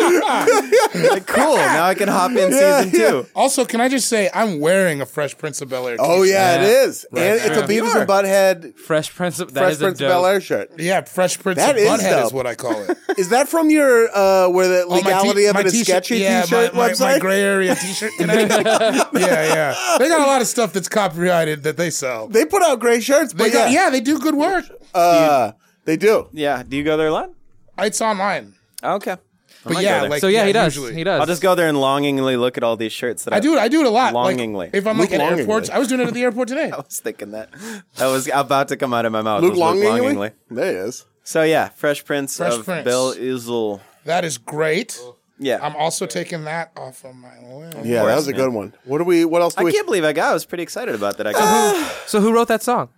C: Like, cool. Now I can hop in
A: Yeah,
C: season
A: yeah.
C: two.
D: also, can I just say I'm wearing a Fresh Prince of Bel Air.
A: Oh yeah, it
E: Yeah.
A: is, and it's a
E: Yeah.
A: Beavis and Butthead
E: Fresh Prince of that
A: Fresh
E: is a
A: Prince of
E: dope.
A: Bel Air shirt.
D: yeah, Fresh Prince
A: That
D: of
A: is
D: Butthead is,
A: dope.
D: what I call it.
A: Is that from your uh, where the
D: Oh, my t-
A: legality of
D: my
A: it is
D: t-shirt-
A: sketchy
D: yeah,
A: T-shirt
D: my, my,
A: website?
D: my gray area T-shirt. connection. yeah, yeah. They got a lot of stuff that's copyrighted that they sell.
A: they put out gray shirts,
D: They
A: but
D: got,
A: yeah,
D: yeah, they do good work.
A: uh, they do.
C: Yeah. Do you go there a lot?
D: It's online,
C: Okay.
D: but
C: might go
D: yeah,
C: there.
D: like
E: So yeah, he does.
D: usually.
E: He does.
C: I'll just go there and longingly look at all these shirts that I,
D: I do it. I do it a lot. Like,
C: Longingly.
D: if I'm like
A: Luke
D: at
A: longingly.
D: airports, I was doing it at the airport today.
C: I was thinking that. That was about to come out of my mouth.
A: Luke
C: was Luke
A: Longingly? There he is.
C: So yeah, Fresh Prince
D: Fresh
C: of
D: Prince.
C: Belle Isle.
D: That is great.
C: Yeah.
D: I'm also taking that off of my list.
A: Yeah, that was a good one. What do we? What else do
C: I
A: we?
C: can't believe I got. I was pretty excited about that. I, got,
E: so who wrote that song?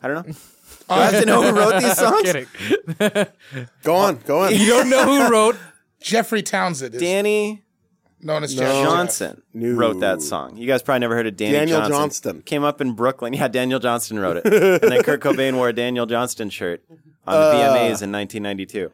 C: I don't know. Do I have to know who wrote these songs?
E: Kidding.
A: Go on, go on.
E: You don't know who wrote.
D: Jeffrey Townsend is
C: Danny
D: known as Jeffrey
C: Johnson
A: No.
C: wrote that song. You guys probably never heard of Danny
A: Daniel
C: Johnson.
A: Johnston.
C: Came up in Brooklyn. Yeah, Daniel Johnston wrote it. and then Kurt Cobain wore a Daniel Johnston shirt on the VMAs in 1992.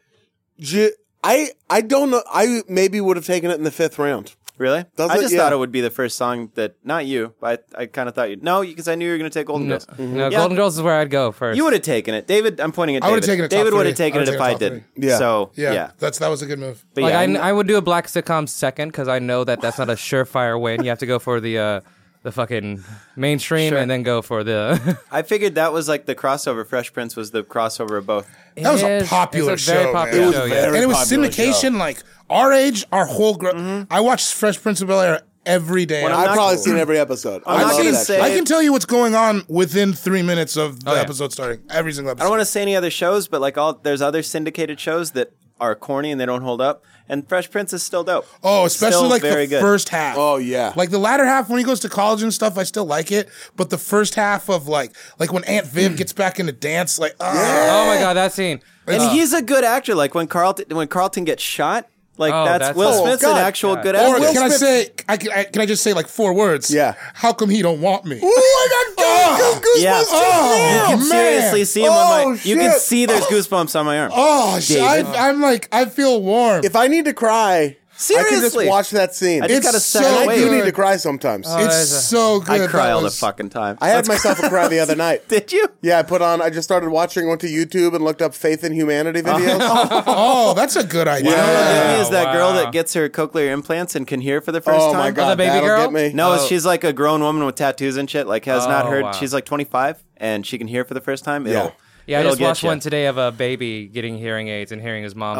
A: J- I I don't know. I maybe would have taken it in the fifth round.
C: Really?
A: Does
C: I
A: it?
C: just
A: Yeah.
C: thought it would be the first song that not you, but I, I kind of thought you. No, because I knew you were going to take Golden
E: No, Mm-hmm.
C: Girls.
E: no,
C: Yeah.
E: Golden Girls is where I'd go first.
C: You would have taken it, David. I'm pointing at.
D: I
C: David.
D: would've taken it top
C: David would
D: three.
C: have taken
D: I
C: it
D: would've
C: if I
D: taken it
C: didn't.
D: top
A: Yeah.
C: So
D: Yeah,
C: yeah.
D: that's that was a good move.
C: But
E: like
C: yeah,
E: I,
C: I'm-
E: I would do a black sitcom second because I know that that's not a surefire win. You have to go for the uh, the fucking mainstream
C: Sure.
E: and then go for the.
C: I figured that was like the crossover. Fresh Prince was the crossover of both.
D: That was
E: It is-
D: a
E: it's
D: popular
E: very
D: show.
E: popular
D: man.
E: show, yeah.
D: and it was
A: popular
D: syndication like our age, our whole. Gr- I watched Fresh Prince of Bel Air every day.
C: Mm-hmm. When
D: I
C: I'm
A: I've
C: not-
A: probably seen every episode. I
C: not
A: love
C: gonna
A: that
C: say-
A: show.
D: I can tell you what's going on within three minutes of the
E: Oh, yeah.
D: episode starting. Every single
C: I
D: episode.
C: don't want to say any other shows, but like all there's other syndicated shows that are corny and they don't hold up. And Fresh Prince is still dope.
D: oh, especially
C: Still
D: like
C: very
D: the
C: good.
D: first half.
A: Oh, yeah.
D: like the latter half when he goes to college and stuff. I still like it, but the first half of like like when Aunt Viv gets back into dance, like ah.
E: oh my god, that scene!
C: And
D: uh,
C: he's a good actor. Like when Carlton when Carlton gets shot, like
E: Oh,
C: that's,
E: that's
C: Will
E: awesome.
C: Smith's
A: Oh,
C: an
A: God.
C: actual good
D: Or
C: actor.
D: can I say I can, I can I just say like four words?
A: Yeah.
D: How come he don't want me?
A: Oh, I got goose- goosebumps
C: Yeah.
A: just
D: Oh,
A: now.
C: you can
D: man.
C: seriously see him on
A: Oh,
C: my. You can
A: shit. Oh,
C: see there's goosebumps on my arm.
D: Oh, sh- I, I'm like I feel warm.
A: If I need to cry,
C: Seriously,
A: I can just watch that scene.
C: I just
D: It's
C: gotta set
D: so
C: it
A: I
C: away.
A: do
D: good.
A: need to cry sometimes.
D: It's
E: there's a-
D: so good.
C: Oh, I cry
D: That
C: all the
D: was-
C: fucking time.
A: I had
C: Let's-
A: myself a cry the other night.
C: Did you?
A: Yeah, I put on. I just started watching. Went to YouTube and looked up faith in humanity videos.
D: Oh, that's a good idea.
C: You know what that
E: Wow,
C: is? That girl
E: wow.
C: that gets her cochlear implants and can hear for the first
A: oh
C: time.
A: my god,
E: the baby
A: that'll
E: girl?
A: get me.
C: No,
E: Oh.
C: she's like a grown woman with tattoos and shit. Like has not
E: Oh,
C: heard.
E: wow.
C: She's like 25 and she can hear for the first time. It'll,
A: Yeah.
E: Yeah, I
C: it'll
E: just
C: get
E: watched
C: you.
E: one today of a baby getting hearing aids and hearing his mom.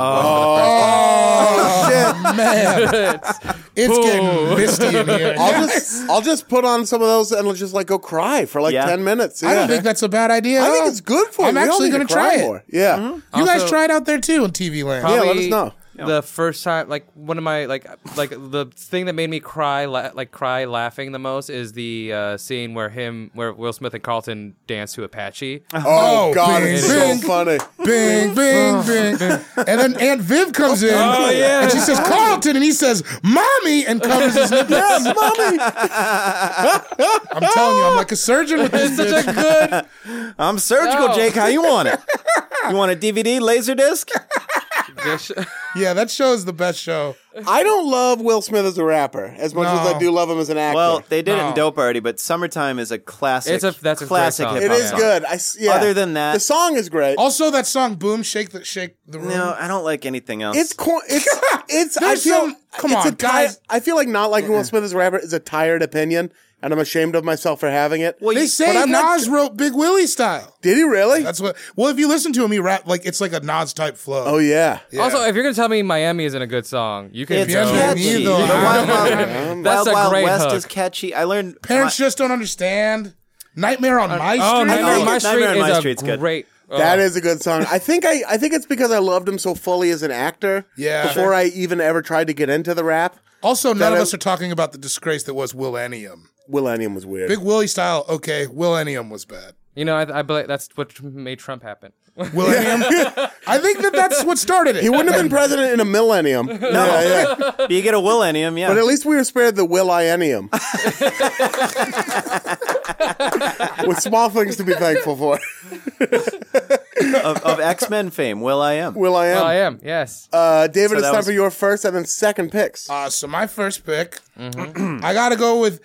D: Oh, shit, man. It's getting misty in here.
A: I'll just I'll just put on some of those and just like go cry for like
C: Yeah.
A: ten minutes.
D: I
A: Yeah.
D: don't think that's a bad idea. at
A: I think
D: all.
A: it's good for.
D: I'm
A: you. We all
D: actually
A: need
D: gonna
A: to cry
D: try it. Mm-hmm.
A: more. Yeah.
D: You guys
E: Also-
D: try it out there too in TV land.
A: Yeah, let
E: Probably
A: us know.
E: The first time, like one of my like like the thing that made me cry, la- like cry laughing the most is the uh, scene where him where Will Smith and Carlton dance to Apache.
A: Oh,
D: Oh,
A: god,
D: bing,
A: it's so
D: bing.
A: funny.
D: Bing, bing, bing. And then Aunt Viv comes in.
E: Oh, yeah.
D: And she says, Carlton. And he says, Mommy. And covers his nipples. Yeah, Mommy. I'm telling you, I'm like a surgeon with this. Dude.
C: I'm surgical,
E: No.
C: Jake. How you want it? you want a DVD, laser disc?
E: Just-
D: Oh, Yeah, that show is the best show.
A: I don't love Will Smith as a rapper as much as
D: No.
A: I do love him as an actor.
C: Well, they did it
D: No.
C: in Dope already, but Summertime is a classic.
E: It's a- that's a great
C: classic.
E: song.
C: hip-hop
A: it is
C: song.
A: good. I s- yeah.
C: Oh, Other than that-
A: the song is great.
D: Also, that song, Boom, Shake the Shake the Room.
C: No, I don't like anything else.
A: It's cor- it's it's. I
D: There's
A: feel
D: some- come
A: it's a
D: on,
A: ti-
D: guys.
A: I feel like not liking Will Smith as a rapper is a tired opinion, and I'm ashamed of myself for having it.
C: Well,
D: They
C: you-
D: say
A: but
D: Nas
A: I'm not-
D: wrote Big Willie style.
A: Did he really?
D: That's what. Well, if you listen to him, he rap like it's like a Nas type flow.
A: oh yeah.
E: Also, if you're gonna tell me Miami isn't a good song, you can.
C: It's
E: go.
D: catchy.
C: catchy.
D: Bienvenido.
C: The Wild Wild,
E: That's
C: Wild,
E: a
C: Wild
E: great
C: West
E: hook.
C: is catchy. I learned.
D: Parents just don't understand. Nightmare on My Street.
E: Oh, Nightmare on
C: Oh,
E: My Street
C: Nightmare on My
E: is a
C: Street's good.
E: great. oh,
A: That is a good song. I think I, I think it's because I loved him so fully as an actor.
D: Yeah.
A: Before I even ever tried to get into the rap,
D: Also, none
A: That
D: of
A: I-
D: us are talking about the disgrace that was Willennium.
A: Millennium was weird.
D: Big Willie style, okay. Willennium was bad.
E: You know, I, I believe that's what made Trump happen.
D: Willennium. I think that that's what started it.
A: he wouldn't have been president in a millennium. No.
C: You get a Millennium, yeah.
A: But at least we were spared the Willennium. With small things to be thankful for.
C: of, of X Men fame, Will I Am.
A: Will I am.
E: Well, I am. Yes.
A: Uh, David,
C: So
A: it's
C: that
A: time
C: was-
A: for your first and then second picks.
D: Uh, so my first pick,
E: Mm-hmm.
D: I gotta go with.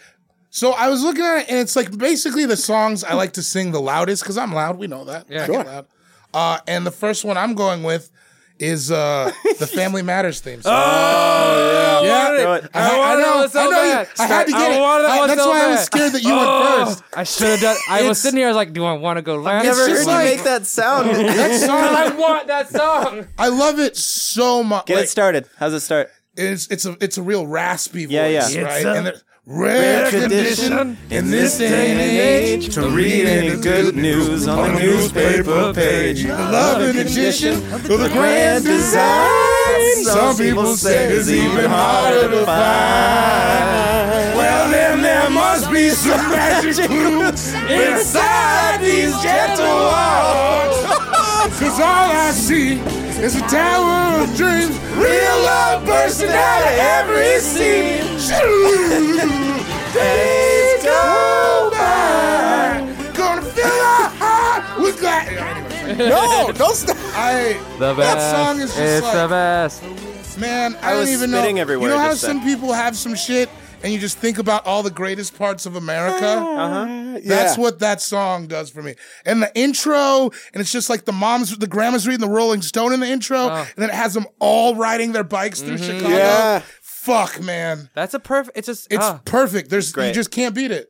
D: So I was looking at it, and it's like basically the songs I like to sing the loudest because I'm loud. We know that. Yeah,
E: Sure.
D: Loud. Uh, and the first one I'm going with is uh, the Family Matters theme song. yeah,
E: wanted it.
D: I,
E: Oh, I wanted
D: know.
E: that one so
D: I know you-
E: bad.
D: I had to
E: I
D: get it.
E: wanted that
D: I-
E: one
D: that's
E: so
D: why I was
E: bad. Oh.
D: scared that you went first.
E: I should have done. I was
D: It's-
E: sitting here. I was like, "Do I want to go last?"
C: Never
D: It's
C: heard
D: just
C: you
D: like-
C: make that sound.
D: That
E: I
D: song,
E: want that song.
D: I love it so much.
C: Get
D: Like,
C: it started. How's it start?
D: it's it's a it's a real raspy voice,
C: Yeah, yeah. It's
D: right? and there's rare condition in this day and age to read any good
C: news on the
D: newspaper page. The love and addition to the grand design. Some people say it's even harder to find. Well, then there must be some magic clue inside these gentle walls. Cause all I see is a tower of dreams. Real love bursting out of every seam. Days go by. Gonna fill our heart with gladness.
A: no, don't stop.
D: I,
E: The best.
D: That song is just
E: it's
D: like-
E: the best.
D: man, I,
C: was
D: don't even
C: spitting
D: know.
C: everywhere
D: you know how
C: just
D: some
C: then.
D: people have some shit and you just think about all the greatest parts of America?
C: Uh-huh.
D: That's
A: Ah, Yeah.
D: what that song does for me. And the intro, and it's just like the moms, the grandma's reading the Rolling Stone in the intro,
E: Ah.
D: and then it has them all riding their bikes through
E: Mm-hmm.
D: Chicago.
A: Yeah.
D: Fuck, man.
E: That's a perfect. It's just.
D: It's
E: ah.
D: perfect. There's you
C: Great.
D: just can't beat it.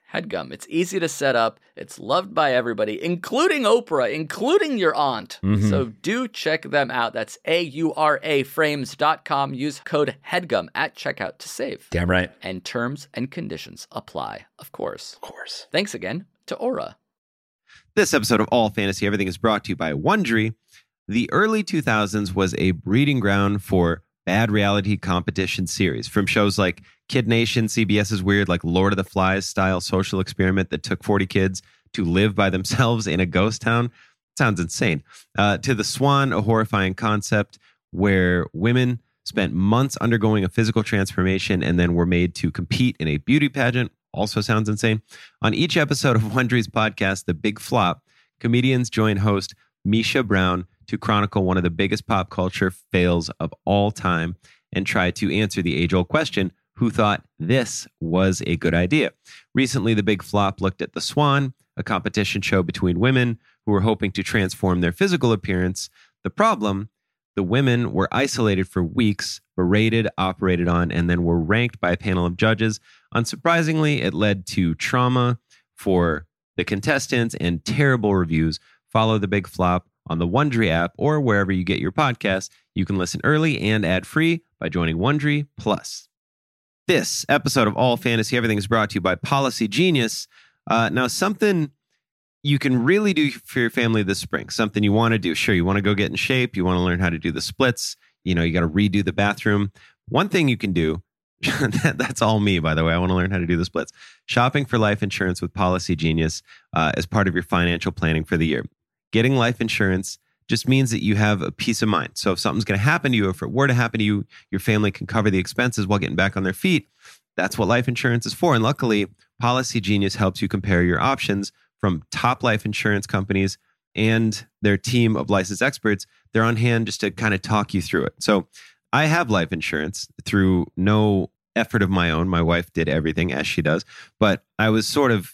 F: HEADGUM. It's easy to set up, it's loved by everybody, including Oprah, including your aunt.
G: Mhm.
F: So do check them out. That's A U R A frames.com. Use code HEADGUM at checkout to save.
G: Damn right. Of
F: And terms and conditions apply, of course.
G: course.
F: Thanks again to Aura.
B: This episode of All Fantasy Everything is brought to you by Wondery. The early 2000s was a breeding ground for bad reality competition series from shows like Kid Nation, CBS's weird, like Lord of the Flies style social experiment that took 40 kids to live by themselves in a ghost town. Sounds insane. Uh, to The Swan, a horrifying concept where women spent months undergoing a physical transformation and then were made to compete in a beauty pageant. Also sounds insane. On each episode of Wondery's podcast, The Big Flop, comedians join host Misha Brown to chronicle one of the biggest pop culture fails of all time and try to answer the age old question who thought this was a good idea? Recently, The Big Flop looked at The Swan, a competition show between women who were hoping to transform their physical appearance. The problem the women were isolated for weeks, berated, operated on, and then were ranked by a panel of judges Unsurprisingly, it led to trauma for the contestants and terrible reviews. Follow the big flop on the Wondery app or wherever you get your podcasts. You can listen early and ad free by joining Wondery Plus. This episode of All Fantasy Everything is brought to you by Policy Genius. Uh, now, something you can really do for your family this spring, something you want to do. Sure, you want to go get in shape, you want to learn how to do the splits, you know, you got to redo the bathroom. One thing you can do that, that's all me, by the way. I want to learn how to do the splits. Shopping for life insurance with Policy Genius uh, as part of your financial planning for the year. Getting life insurance just means that you have a peace of mind. So if something's going to happen to you, if it were to happen to you, your family can cover the expenses while getting back on their feet. That's what life insurance is for. And luckily, Policy Genius helps you compare your options from top life insurance companies and their team of licensed experts. They're on hand just to kind of talk you through it. So I have life insurance through no effort of my own. My wife did everything as she does, but I was sort of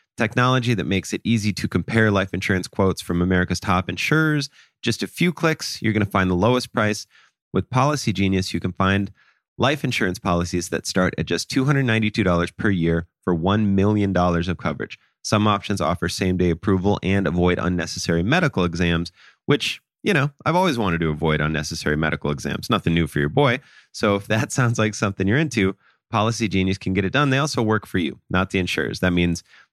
B: technology that makes it easy to compare life insurance quotes from America's top insurers. Just a few clicks, you're going to find the lowest price. With Policy Genius, you can find life insurance policies that start at just $292 per year for $1 million of coverage. Some options offer same day approval and avoid unnecessary medical exams, which, you know, I've always wanted to avoid unnecessary medical exams. Nothing new for your boy. So if that sounds like something you're into, Policy Genius can get it done. They also work for you, not the insurers. That means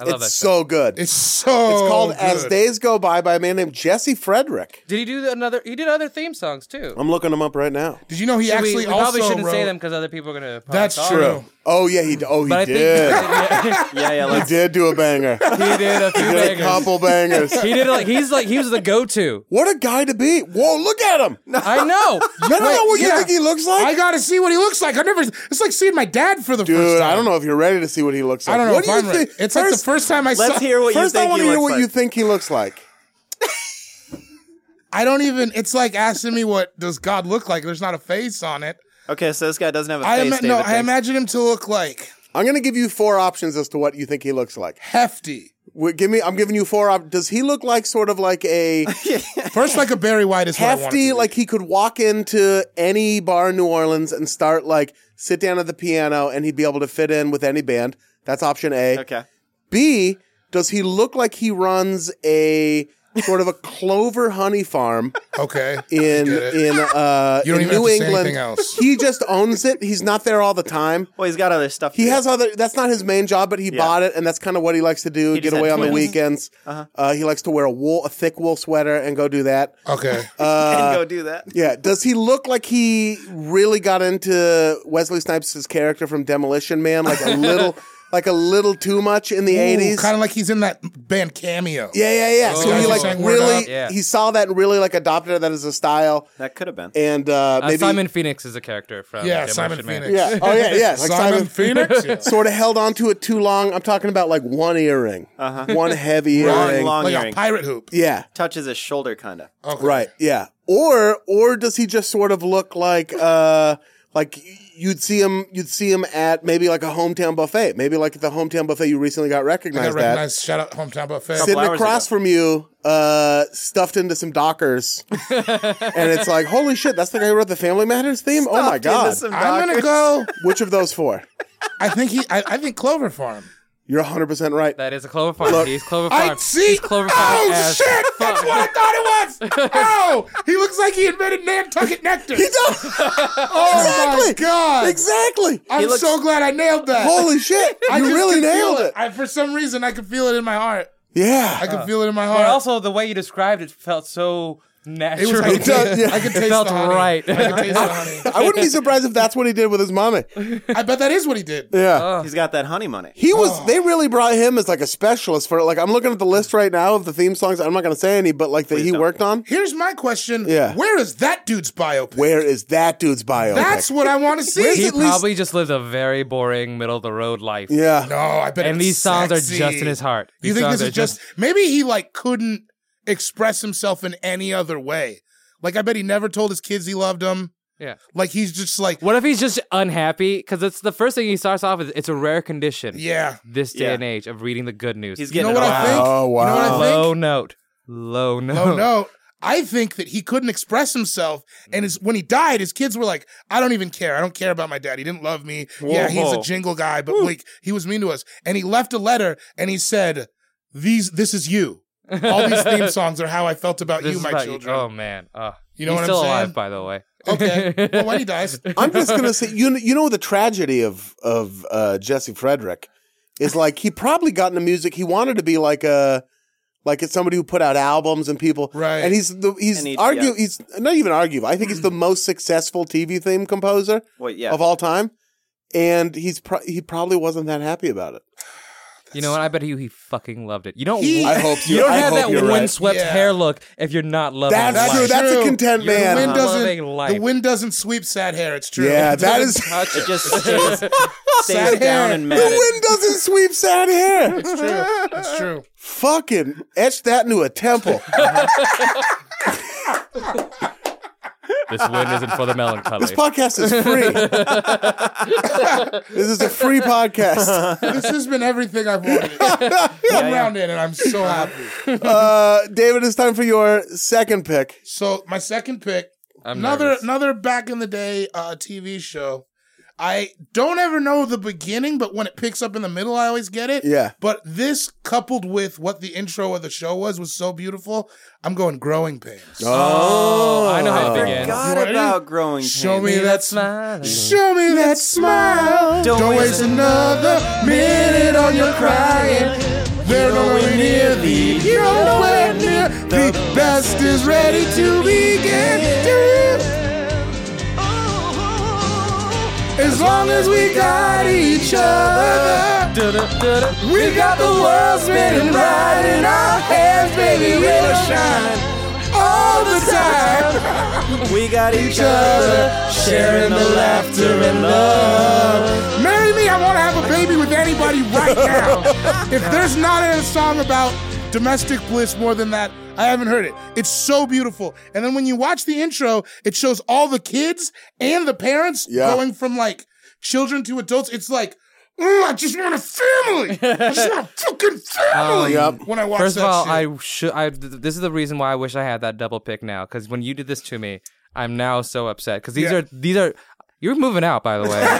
E: I love that.
A: It's so good. It's,
D: It's so.
A: called
D: good.
A: As Days Go By by a man named Jesse Frederick.
E: Did he do another? He did other theme songs too.
A: I'm looking him up right now.
D: Did you know he
E: Should we-
D: actually
E: we,
D: also
E: probably shouldn't
D: wrote?
E: say them because other people are gonna. probably
D: That's
E: call
D: true.
E: them.
A: Oh yeah, he d- oh he
E: But I
A: did.
E: think
C: Yeah, yeah.
A: he
C: Let's,
A: did do a banger. He
E: he did a few
A: did a
E: bangers.
A: couple bangers.
E: He did like he's like he was the go-to.
A: What a guy to be! Whoa, look at him. No,
E: I know.
A: no, no. What you
D: yeah.
A: think he looks
D: I
A: like?
D: gotta see what he looks like. I never. It's like seeing my dad for the first
A: Dude,
D: time.
A: I don't know if you're ready to see what he looks like.
D: I don't know.
A: What do
D: if
A: you
D: I'm ready.
A: think?
D: It's like the
A: first,
D: first time I saw.
C: let's hear what
A: first
C: you
A: I
C: think
A: want
C: he
A: to hear
C: looks
A: what
C: like.
A: you think he looks like.
D: I don't even. It's like asking me what does God look like. There's not a face on it.
C: Okay, so this guy doesn't have a
D: I
C: face.
D: ima-
C: David
D: no. I
C: thinks.
D: imagine him to look like
A: I'm going to give you four options as to what you think he looks like.
D: hefty.
A: Well, give me. I'm giving you four. Op- Does he look like sort of like a
D: First, like a Barry White is what I wanted
A: hefty?
D: to be.
A: Like he could walk into any bar in New Orleans and start like sit down at the piano, and he'd be able to fit in with any band. That's option A.
C: Okay.
A: B. Does he look like he runs a sort of a clover honey farm
D: okay.
A: in
D: Get it.
A: in uh
D: You don't
A: in
D: even have
A: New
D: to say
A: England?
D: anything else.
A: He just owns it. He's not there all the time.
C: Well, he's got other stuff. to
A: He
C: do.
A: has other. That's not his main job, but he bought it, and that's kind of what he likes to do.
C: He
A: get
C: just
A: away on
C: had
A: the
C: twins. Uh-huh.
A: weekends. uh he likes to wear a wool, a thick wool sweater, and go do that.
D: Okay.
C: and
D: Uh,
C: go do that.
A: Yeah. Does he look like he really got into Wesley Snipes' character from Demolition Man, like a little, like a little too much in the eighties?
D: Kind of like he's in that band cameo.
A: Yeah, yeah, yeah. so
D: Oh,
A: he like
D: that's what I'm
A: really,
D: saying.
E: Yeah.
A: he saw that and really like adopted that as a style,
C: That could have been.
A: and uh,
E: Uh,
A: maybe
E: Simon Phoenix is a character from
D: Yeah,
E: Demolition
D: Simon
E: Man.
D: Phoenix.
A: Yeah. Oh yeah, yeah. Like
D: Simon, Phoenix. Yeah.
A: sort of held on to it too long. I'm talking about like one earring, one heavy
C: Uh-huh. Long,
A: earring.
C: long
D: like a
C: earring.
D: pirate hoop.
A: Yeah,
C: Touches his shoulder, kind of.
D: Okay.
A: right. Yeah, or or does he just sort of look like uh like you'd see him you'd see him at maybe like a hometown buffet, maybe like at the hometown buffet you recently got
D: I got
A: recognized at.
D: recognized. Shout out hometown buffet.
A: Sitting
C: hours
A: across
C: ago.
A: from you, uh, stuffed into some Dockers, and it's like, holy shit, that's the guy who wrote the Family Matters theme. oh my god!
D: I'm gonna go.
A: Which of those four?
D: I think he. I, I think Clover Farm.
A: You're 100 percent right.
E: That is a Clover Farm.
A: Look,
E: He's Clover Farm.
D: I see.
E: He's Clover Farm.
D: oh
E: as
D: shit! That's
E: fuck.
D: what I thought it was. Oh, he looks like he invented Nantucket nectar.
A: He does.
D: oh my
A: Exactly.
D: god!
A: exactly.
D: I'm
C: looks-
D: so glad I nailed that.
A: Holy shit!
D: I
A: you
D: just
A: really
D: could feel
A: nailed it.
D: I, for some reason, I could feel it in my heart. I
A: Yeah. Uh.
D: could feel it in my heart.
E: Uh, But also, the way you described it felt so
D: it
E: natural.
D: was. I could,
A: does, yeah.
D: I could
E: It
D: taste
E: felt
D: the honey.
E: right.
D: I could taste the honey.
A: I wouldn't be surprised if that's what he did with his mommy.
D: I bet that is what he did.
A: Yeah.
C: He's got that honey money.
A: He
D: Oh.
A: was they really brought him as like a specialist for like I'm looking at the list right now of the theme songs. I'm not gonna say any, but like that he worked on.
D: Here's my question.
A: Yeah.
D: Where is that dude's biopic?
A: Where is that dude's bio?
D: That's what I want to see.
E: he
D: At least-
E: probably just lived a very boring, middle of the road life.
A: Yeah.
D: No, I bet.
E: And
D: it's
E: these songs
D: sexy.
E: are just in his heart. These
D: You think
E: songs
D: this
E: are
D: is just maybe he like couldn't express himself in any other way? Like I bet he never told his kids he loved them.
E: Yeah.
D: Like he's just like
E: What if he's just unhappy? Because it's the first thing he starts off with. It's a rare condition.
D: Yeah.
E: This day
C: Yeah.
E: and age of reading the good news.
C: He's
D: You know
C: getting
D: what
C: it
D: I
C: all
D: think?
C: out.
A: Oh,
D: You know what I
E: low
D: think?
E: note. Low note.
D: Oh no. I think that he couldn't express himself, and his, when he died, his kids were like, "I don't even care. I don't care about my dad. He didn't love me. Yeah, he's a
C: Whoa.
D: jingle guy, but like he was mean to us." And he left a letter, and he said, "These, this is you. All these theme songs are how I felt about
E: This
D: you,
E: is
D: my
E: about
D: children."
E: Oh man. Ugh.
D: You know
E: he's
D: what I'm
E: still alive,
D: saying?
E: by the way.
D: Okay. Well, when he dies,
A: I'm just gonna say you know, you know the tragedy of of uh, Jesse Frederick is like he probably got into music. He wanted to be like a like it's somebody who put out albums and people
D: Right.
A: And he's the he's
C: And he-
A: argue
C: yeah.
A: he's not even arguable. I think he's the most successful TV theme composer
C: Well, yeah.
A: of all time, and he's pro- he probably wasn't that happy about it.
E: You know what? I bet you he fucking loved it. You don't.
D: He-
E: want-
D: I
A: hope
E: you
A: you-
E: don't
A: I
E: have
A: hope
E: that
A: you're right.
E: windswept
D: Yeah.
E: hair look if you're not loving
A: That's
E: life.
A: true. That's a content
D: Oh, Your
A: man.
D: Wind
E: Uh-huh.
D: doesn't,
E: Loving
D: the
E: life.
D: wind doesn't sweep sad hair. It's true.
A: Yeah,
D: It
A: that
D: doesn't
A: is
D: touch
C: It
D: it.
C: just stays,
D: Sad
C: stays down
D: hair.
C: and
A: the
C: matted.
A: wind doesn't sweep sad hair.
D: It's true.
A: Fucking etch that into a temple.
E: This wind isn't for the melancholy.
A: This podcast is free. this is a free podcast.
D: This has been everything I've wanted. I'm rounded, and I'm so happy.
A: Uh, David, it's time for your second pick.
D: So my second pick,
E: I'm
D: another
E: nervous.
D: another back in the day uh, TV show. I don't ever know the beginning, but when it picks up in the middle, I always get it.
A: Yeah.
D: But this, coupled with what the intro of the show was, was so beautiful. I'm going growing pains.
E: Oh, I know how it begins.
C: Forgot about growing pains.
D: Show me that smile. Show me that smile.
C: Don't
D: Don't
C: waste
D: waste another minute on your crying. They're nowhere near the, you're nowhere near the best is ready to begin. As long as we got each other, we got the world spinning right in our hands, baby. We'll shine all the time
C: We got each
D: each other,
C: other.
D: sharing the laughter and love. Marry me, I want to have a baby with anybody right now. if there's not a song about domestic bliss more than that, I haven't heard it. It's so beautiful. And then when you watch the intro, it shows all the kids and the parents
A: Yeah.
D: going from like children to adults. It's like, Mm, I just want a family. I just want a fucking family.
A: Um,
D: when I watch
E: First
D: that
E: of all,
D: shit.
E: I should. I th- this is the reason why I wish I had that double pick now. Because when you did this to me, I'm now so upset. Because these
D: Yeah.
E: are these are. You're moving out, by the way.
D: By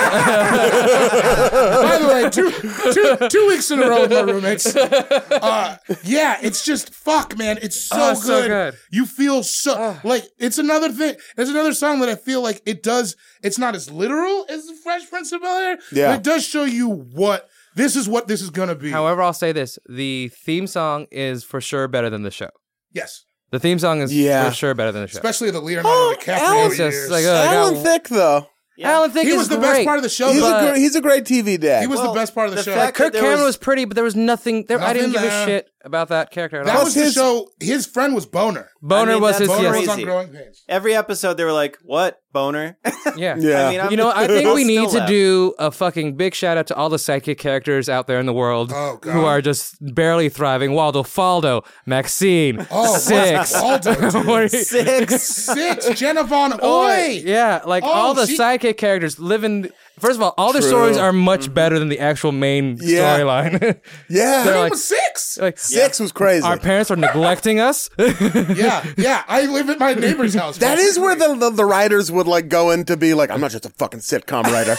D: the way, two, two, two weeks in a row with my roommates. Uh, yeah, it's just fuck, man. It's so,
E: Oh,
D: good.
E: so good. Ah.
D: You feel so like it's another thing. There's another song that I feel like it does. It's not as literal as the Fresh Prince of Bel Air.
A: Yeah.
D: but it does show you what this is. What this is gonna be.
E: However, I'll say this: the theme song is for sure better than the show.
D: yes,
E: The theme song is
A: Yeah.
E: for sure better than the show.
D: especially the Leonardo
A: Oh,
D: DiCaprio
A: Alan-
E: It's just
D: years.
E: like, oh, I got-
A: Alan Thick though.
E: Alan Thicke
D: he
E: is
D: was the
E: great.
D: best part of the show.
A: He's a
D: but
A: great, he's a great TV dad.
D: he was
C: Well,
D: the best part of the,
C: the
D: show.
C: fact-
E: Kirk
C: There
E: Cameron was,
C: was-
E: pretty, but there was nothing. There, I didn't
D: Nothing
E: give a
D: there.
E: shit about that character at
D: that
E: all.
D: was his show. His friend was Boner.
E: Boner
C: I mean,
E: was his
C: that's
D: Boner
E: yes.
D: was on
C: Crazy.
D: Growing Pains.
C: Every episode, they were like, "What boner?"
E: Yeah.
A: yeah.
C: I mean, I'm-
E: You know, I think
C: I'll
E: we
C: still
E: need to
C: laugh.
E: do a fucking big shout out to all the psychic characters out there in the world
D: Oh, God.
E: who are just barely thriving. Waldo, Faldo, Maxine,
D: Oh, what's
E: Six.
D: Waldo, dude?
E: What are you-
C: Six.
D: Six, Jenna Von Oy.
E: Oi. Yeah, like
D: Oh,
E: all the
D: she-
E: psychic characters living. First of all, all their stories are much
C: Mm-hmm.
E: better than the actual main
A: Yeah.
E: storyline.
A: yeah.
E: They're
D: Number
E: like,
D: six.
E: like
A: Six was crazy.
E: our parents are neglecting us.
D: Yeah, yeah. I live at my neighbor's house.
A: That is where the, the the writers would like go in to be like, I'm not just a fucking sitcom writer,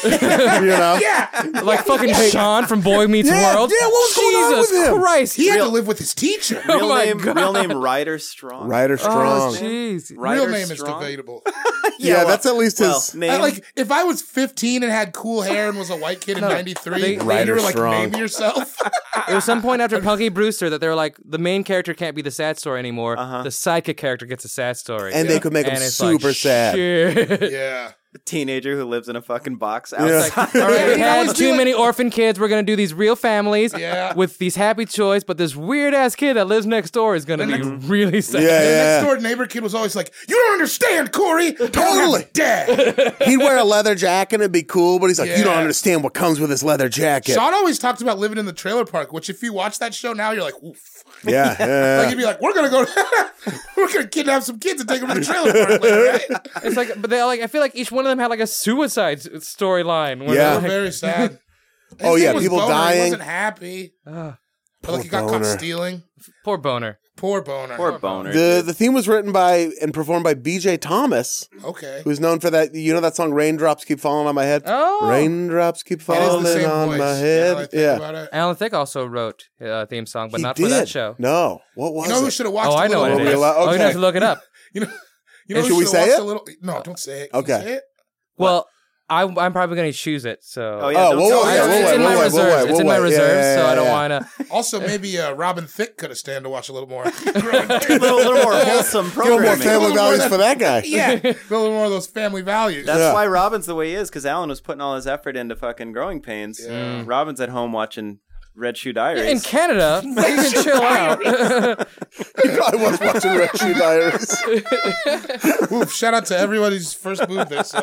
A: you know?
D: yeah.
E: like fucking Sean from Boy Meets
A: Yeah,
E: World.
A: yeah, what was going on
E: Jesus
A: with him?
E: Christ.
D: He had to
C: Real-
D: live with his teacher.
E: Oh
C: Real
E: my
C: name,
E: God.
C: real name, Ryder Strong.
A: Writer
E: Oh,
A: strong.
E: jeez.
C: Ryder
D: Real name is
C: Strong?
D: debatable.
A: yeah, that's at least
C: well,
A: his.
D: I,
C: name.
D: like if I was 15 and had cool hair and was a white kid in
E: they-
D: '93, and you
A: Ryder
D: were like,
A: Strong.
D: name yourself.
E: It was some point after Punky Brewster that they were like, the main character can't be the sad story anymore. The psychic character gets a sad story.
A: And they could make him
E: And it's
A: super
E: like,
A: sad.
E: Shit.
D: yeah.
C: teenager who lives in a fucking box
A: Yeah.
C: outside.
E: All right, we
D: They always
E: had
D: do
E: too
D: it-
E: many orphan kids. We're gonna do these real families
D: Yeah.
E: with these happy choice, but this weird ass kid that lives next door is gonna be really sad.
A: Yeah,
D: The
A: yeah.
D: next door neighbor kid was always like, "You don't understand, Corey. Totally dad."
A: He'd wear a leather jacket and it'd be cool, but he's like, you don't
D: Yeah.
A: understand what comes with this leather jacket.
D: Sean always talked about living in the trailer park, which if you watch that show now, you're like, "Oof."
A: yeah, yeah.
D: Like you'd be like, "We're gonna go, we're gonna kidnap some kids and take them to the trailer park." Later, right?
E: It's like, but they like, I feel like each one of them had like a suicide s- storyline. where
A: Yeah.
E: they're
D: We're
E: like-
D: very sad. His
A: Oh,
D: name
A: yeah,
D: was
A: people
D: Boner.
A: dying.
D: He wasn't happy. But like he got caught
A: Boner.
D: stealing.
E: poor boner.
D: Poor boner.
C: Poor boner.
A: the the theme was written by and performed by B.J. Thomas,
D: Okay.
A: who's known for that. You know that song, "Raindrops Keep Falling on My Head."
E: Oh.
A: raindrops keep
D: It is
A: falling
D: the same
A: on
D: voice.
A: my
D: now that I
A: head.
D: think
A: Yeah,
D: about it.
E: Alan Thicke also wrote a uh, theme song, but
A: He
E: not
A: did.
E: for that show.
A: No, what was
D: You know who
A: it?
D: should have watched
E: Oh, I know what
D: a little
E: it
A: Were we
E: is.
D: bit?
A: allowed-
E: Oh, you're gonna have
A: okay.
E: to look it up.
D: You know, you
A: And
D: know who
A: should we
D: should've
A: say
D: watched
A: it?
D: A little, no, don't say it.
A: Okay.
D: Don't say it.
E: Well, I, I'm probably gonna choose it. So
C: Oh yeah,
A: Oh,
C: don't
A: whoa,
C: tell
A: whoa,
C: me
E: I-
A: yeah,
C: that's
A: whoa,
E: it's,
C: it.
A: whoa,
E: in my
A: whoa, whoa,
E: reserves.
A: whoa,
E: it's in my
A: whoa. Yeah,
E: reserves,
A: yeah,
E: so
A: yeah,
E: I don't
A: yeah.
E: want to.
D: Also, maybe uh, Robin Thicke could have stand to watch a little more.
C: a little, little more wholesome
A: Give him more
C: programming.
A: family values for that guy.
D: yeah, a little more of those family values.
C: That's
A: Yeah.
C: why Robin's the way he is, because Alan was putting all his effort into fucking growing pains. Robin's at home watching Red Shoe Diaries.
E: In Canada, you can chill out.
A: I was watching Red Shoe Diaries.
D: Oof, shout out to everyone who's first moved there. So.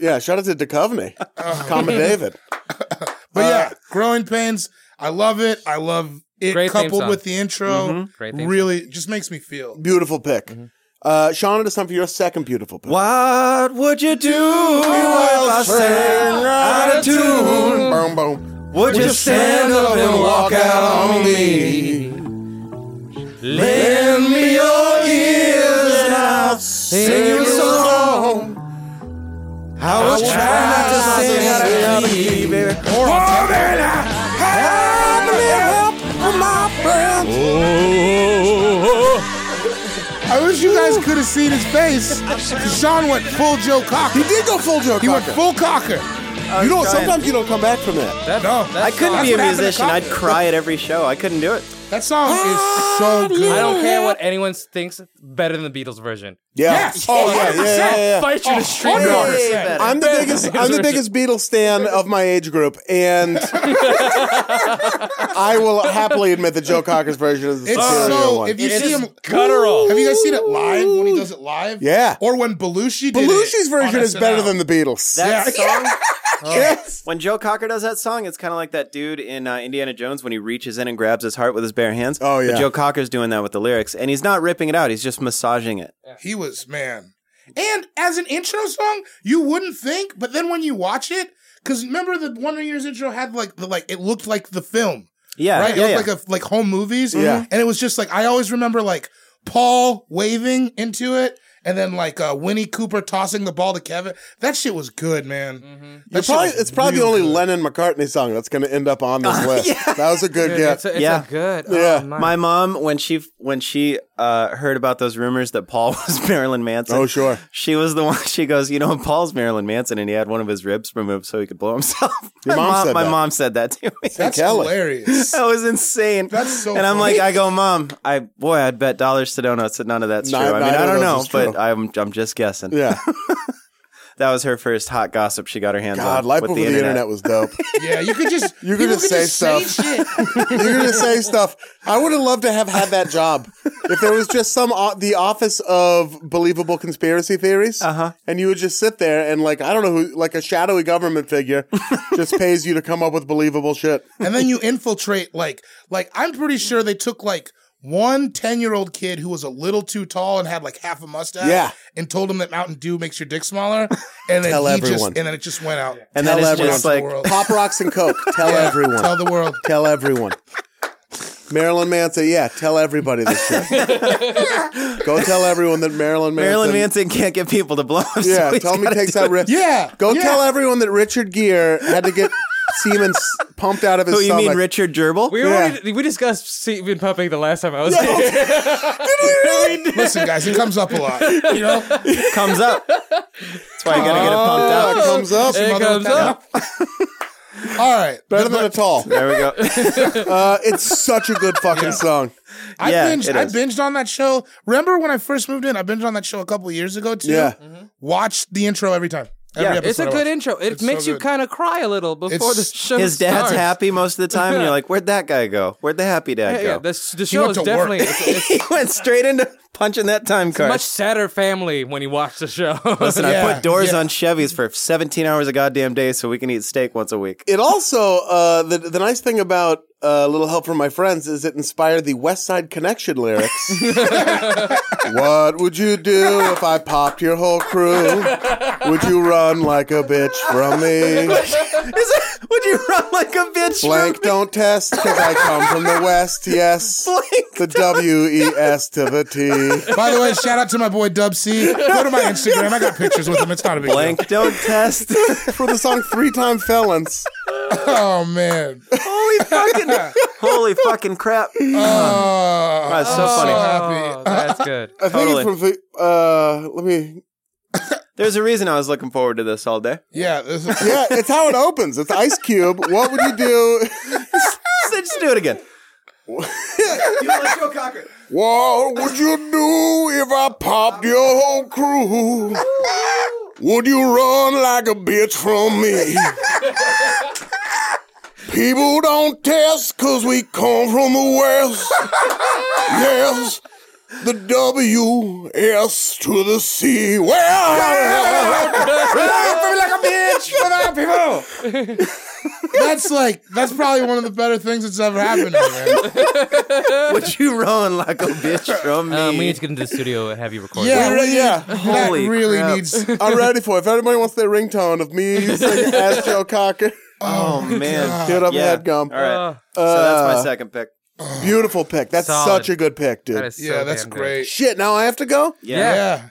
A: Yeah, shout out to Duchovny,
D: Oh.
A: Common David.
D: But
A: Uh,
D: yeah, growing pains. I love it. I love it
E: Great theme
D: coupled
E: song.
D: with the intro.
A: Mm-hmm.
E: Great theme
D: really, just makes me feel.
A: Beautiful pick.
E: Mm-hmm.
A: Uh, Sean, it is time for your second beautiful pick.
C: What would you do if I sang out of tune?
A: Boom, boom.
C: Would you stand up and walk out on me? Lend me your ears and I'll sing you a song. I was trying not to sing out of key, baby. Oh, man, I had to help from my friends.
D: I wish you guys could have seen his face. 'Cause Sean went full Joe Cocker.
A: He did go full Joe
D: He went
A: Cocker.
D: full Cocker.
A: You know,
C: trying.
A: sometimes you don't come back from that.
E: That-
D: No.
E: that
C: I couldn't
E: song-
C: be a
D: That's what happened to
C: musician. I'd
D: Cocker.
C: cry at every show. I couldn't do it.
D: That song is so good.
E: I don't care what anyone thinks. Better than the Beatles version.
A: Yeah.
D: Yes.
A: Oh yeah, yeah, yeah, yeah. Oh,
E: Fight you to street
D: hundred
E: dogs.
D: percent.
A: I'm the biggest. I'm the biggest Beatles stan of my age group, and I will happily admit that Joe Cocker's version is the
D: It's
A: superior
D: so.
A: one.
D: If you
E: It
D: see
E: is
D: him
E: guttural.
D: Have you guys seen it live when he does it live?
A: Yeah.
D: Or when Belushi did
A: Belushi's
D: it on
A: version is better
D: SNL.
A: than the Beatles.
C: That song,
A: yes.
C: when Joe Cocker does that song, it's kind of like that dude in uh, Indiana Jones when he reaches in and grabs his heart with his bare hands.
A: Oh, yeah.
C: But Joe Cocker's doing that with the lyrics, and he's not ripping it out. He's just massaging it.
D: He was man. And as an intro song, you wouldn't think, but then when you watch it, Because remember the Wonder Years intro had like the like it looked like the film,
C: Yeah,
D: right?
C: yeah,
D: it
C: yeah.
D: looked like a like home movies.
A: Yeah.
D: and it was just like I always remember like Paul waving into it. And then like uh, Winnie Cooper tossing the ball to Kevin. That shit was good, man. That
A: It's
D: shit
A: probably,
D: was
A: it's probably the
D: real
A: only
D: good.
A: Lennon McCartney song that's going to end up on this list. That was a good
E: Dude,
A: guess.
E: It's, a, it's
C: Yeah.
E: a good.
A: Yeah.
E: Oh, my.
C: My mom, when she when she uh, heard about those rumors that Paul was Marilyn Manson,
A: Oh, sure.
C: she was the one. She goes, you know, Paul's Marilyn Manson, and he had one of his ribs removed so he could blow himself.
A: Your
C: my
A: mom said
C: my
A: that.
C: mom said that to me.
D: That's
A: Kelly.
D: hilarious.
C: That was insane.
D: That's so
C: And I'm
D: funny.
C: like, I go, mom, I boy, I'd bet dollars to donuts that none of that's
A: Ni-
C: true. I mean,
A: neither
C: I
A: of
C: don't
A: those
C: know,
A: is true.
C: but I'm I'm just guessing.
A: Yeah.
C: That was her first hot gossip she got her hands on.
A: God, life
C: with
A: over the internet. was dope.
D: yeah, you could just
A: You could
D: people
A: just say stuff.
D: shit.
A: You're going to say stuff. I would have loved to have had that job. If there was just some, o- the office of believable conspiracy theories,
C: Uh-huh.
A: and you would just sit there and, like, I don't know who, like a shadowy government figure just pays you to come up with believable shit.
D: and then you infiltrate like like I'm pretty sure they took like one 10 year old kid who was a little too tall and had like half a mustache
A: Yeah.
D: and told him that Mountain Dew makes your dick smaller and then
A: Tell
D: he just
A: everyone.
D: and then it just went out.
C: And
A: Tell
C: then it's
A: everyone.
C: just like,
D: World.
A: Pop rocks and Coke. Tell everyone.
D: Tell the world.
A: Tell everyone. Marilyn Manson, yeah, tell everybody this shit. Go tell everyone that Marilyn Manson.
C: Marilyn Manson can't get people to blow himself.
A: Yeah,
C: He's
A: tell me
C: gotta
A: takes
C: do
A: that
C: it.
A: risk.
D: Yeah.
A: Go
D: yeah.
A: tell everyone that Richard Gere had to get semen s- pumped out of his
C: Who you
A: stomach.
C: mean, Richard Gerbil?
E: We already we discussed semen pumping the last time I was here.
D: Listen, guys, it comes up a lot. You know?
C: comes up. That's why you gotta get it pumped
A: Oh, it
C: out.
A: comes up.
E: It
D: Mother
E: comes
D: with that
E: up.
D: mouth. All right.
A: Better than a tall.
C: There we go.
A: Uh, it's such a good fucking song.
D: I
C: Yeah,
D: binged.
C: it
D: I
C: is.
D: binged on that show. Remember when I first moved in? I binged on that show a couple years ago too.
A: Yeah.
D: Watched the intro every time. Every
C: Yeah.
D: episode
E: It's a
D: I
E: good
D: watched.
E: intro. It
D: It's
E: makes
D: so
E: you
D: good.
E: kind of cry a little before the
D: It's-
E: show
C: His dad's
E: starts.
C: happy most of the time, and you're like, "Where'd that guy go? Where'd the happy dad
E: Yeah,
C: go?"
E: yeah. The, the show
D: went
E: is
D: to work.
E: definitely it's, it's
C: he went straight into punching that time
E: a
C: card.
E: much sadder family when you watch the show.
C: Listen, I
D: Yeah,
C: put doors
D: yeah.
C: on Chevys for 17 hours a goddamn day so we can eat steak once a week.
A: It also, uh, the, the nice thing about uh, Little Help from My Friends is it inspired the West Side Connection lyrics. what would you do if I popped your whole crew? Would you run like a bitch from me?
C: would you run like a bitch?
A: Blank don't test because I come from the West, yes. the W E S to the T.
D: By the way, shout out to my boy Dub C. Go to my Instagram. I got pictures with him. It's not a big
C: Blank don't test.
A: For the song Three Time Felons.
D: deal. Oh man.
C: holy fucking, holy fucking crap.
D: Oh,
C: That's so
D: I'm
C: funny.
E: oh, that's good.
A: I think
C: Totally.
A: it's from the, uh let me
C: There's a reason I was looking forward to this all day.
D: Yeah, this is,
A: Yeah, it's how it opens. It's Ice Cube. What would you do?
C: So just do it again.
A: What would you do if I popped your whole crew? Would you run like a bitch from me? People don't test cause we come from the West. Yes, the W S to the C. Well,
D: that's like that's probably one of the better things that's ever happened to me. Man.
C: Would you run like a bitch from me?
E: Um, we need to get into the studio and have you record.
D: Yeah,
E: it.
D: really,
A: yeah.
D: that
C: Holy
D: really
C: crap.
D: needs.
A: I'm ready for it. If everybody wants their ringtone of me singing as Joe Cocker,
C: oh, man.
A: get up
C: Yeah.
A: headgum.
C: All
E: Uh,
C: right. so that's my
A: Uh,
C: second pick.
A: Beautiful pick. That's
E: Solid.
A: such a good pick, dude.
E: that is so
D: Yeah, that's
E: damn good.
D: great.
A: Shit, now I have to go?
C: Yeah. Yeah.
D: Yeah,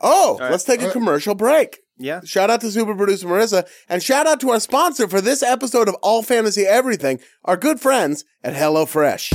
A: Oh,
C: right.
A: let's take a commercial break.
C: Yeah.
A: Shout out to super producer Marissa and shout out to our sponsor for this episode of All Fantasy Everything, our good friends at HelloFresh.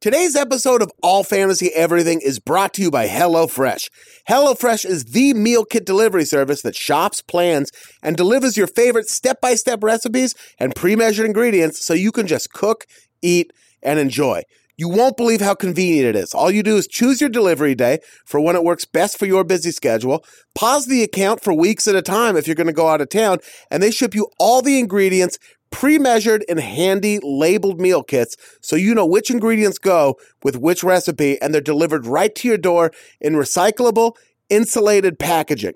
A: Today's episode of All Fantasy Everything is brought to you by HelloFresh. HelloFresh is the meal kit delivery service that shops, plans, and delivers your favorite step by step recipes and pre measured ingredients so you can just cook, eat, and enjoy. You won't believe how convenient it is. All you do is choose your delivery day for when it works best for your busy schedule, pause the account for weeks at a time if you're going to go out of town, and they ship you all the ingredients pre-measured and handy labeled meal kits so you know which ingredients go with which recipe and they're delivered right to your door in recyclable insulated packaging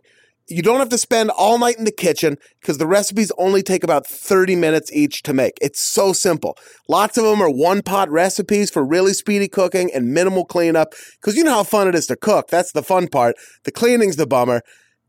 A: You don't have to spend all night in the kitchen because the recipes only take about 30 minutes each to make. It's so simple. Lots of them are one pot recipes for really speedy cooking and minimal cleanup because you know how fun it is to cook. That's the fun part. The cleaning's the bummer.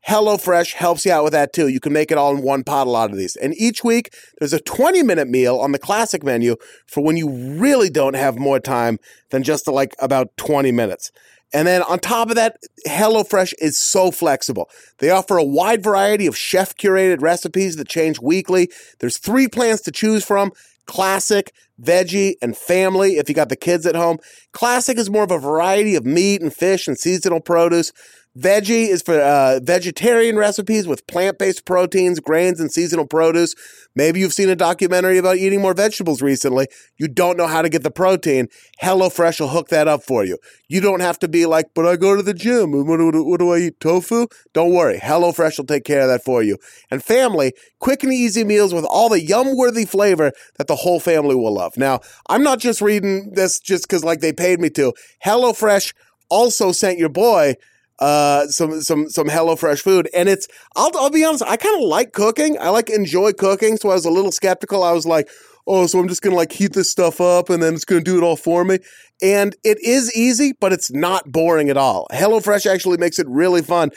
A: HelloFresh helps you out with that too. You can make it all in one pot, a lot of these. And each week, there's a 20 minute meal on the classic menu for when you really don't have more time than just like about 20 minutes. And then on top of that, HelloFresh is so flexible. They offer a wide variety of chef curated recipes that change weekly. There's three plans to choose from classic, veggie, and family if you got the kids at home. Classic is more of a variety of meat and fish and seasonal produce. Veggie is for uh, vegetarian recipes with plant based proteins, grains, and seasonal produce. Maybe you've seen a documentary about eating more vegetables recently. You don't know how to get the protein. HelloFresh will hook that up for you. You don't have to be like, but I go to the gym. What do, what do- what do I eat? Tofu? Don't worry. HelloFresh will take care of that for you. And family, quick and easy meals with all the yum worthy flavor that the whole family will love. Now, I'm not just reading this just because like they paid me to. HelloFresh also sent your boy uh, some some some HelloFresh food, and it's I'll I'll be honest, I kind of like cooking. I like enjoy cooking, so I was a little skeptical. I was like, oh, so I'm just gonna like heat this stuff up, and then it's gonna do it all for me. And it is easy, but it's not boring at all. HelloFresh actually makes it really fun,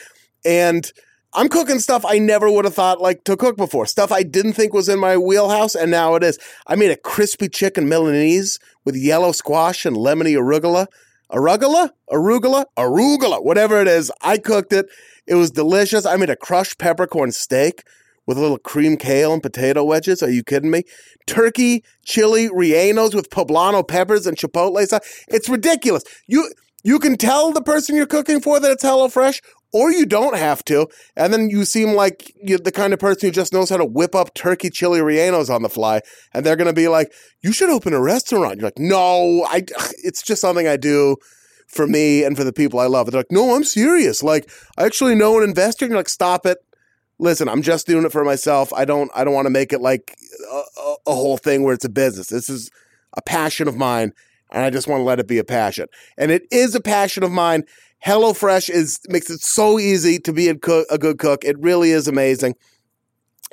A: and I'm cooking stuff I never would have thought like to cook before. Stuff I didn't think was in my wheelhouse, and now it is. I made a crispy chicken Milanese with yellow squash and lemony arugula. Arugula? Arugula? Arugula, whatever it is. I cooked it. It was delicious. I made a crushed peppercorn steak with a little cream kale and potato wedges. Are you kidding me? Turkey, chili, rellenos with poblano peppers and chipotle sauce. It's ridiculous. You you can tell the person you're cooking for that it's HelloFresh, or you don't have to. And then you seem like you're the kind of person who just knows how to whip up turkey chili rellenos on the fly. And they're going to be like, you should open a restaurant. You're like, no, I, it's just something I do for me and for the people I love. They're like, no, I'm serious. Like, I actually know an investor. And you're like, stop it. Listen, I'm just doing it for myself. I don't, I don't want to make it like a, a- a whole thing where it's a business. This is a passion of mine, and I just want to let it be a passion. And it is a passion of mine. HelloFresh is makes it so easy to be a, cook, a good cook. It really is amazing.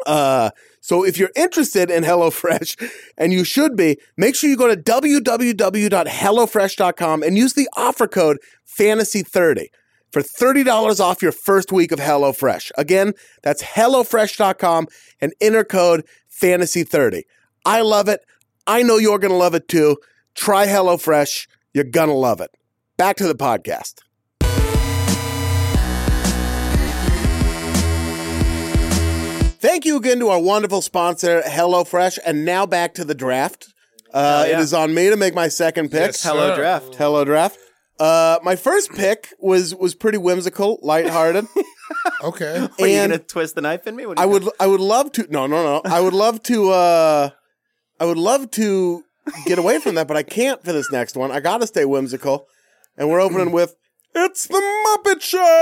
A: Uh, so if you're interested in HelloFresh, and you should be, make sure you go to www.hellofresh.com and use the offer code Fantasy30 for $30 off your first week of HelloFresh. Again, that's hellofresh.com and enter code Fantasy30. I love it. I know you're going to love it too. Try HelloFresh. You're going to love it. Back to the podcast. Thank you again to our wonderful sponsor, HelloFresh. And now back to the draft. Uh, It is on me to make my second pick.
D: Yes,
C: Hello,
D: sir.
C: draft.
A: Hello, draft. Uh, my first pick was was pretty whimsical, lighthearted,
D: Okay.
C: Are you
A: and
C: gonna twist the knife in me? What do
A: I
C: you
A: would I would love to no no no I would love to uh, I would love to get away from that, but I can't for this next one. I gotta stay whimsical, and we're
D: Mm.
A: opening with it's the Muppet Show.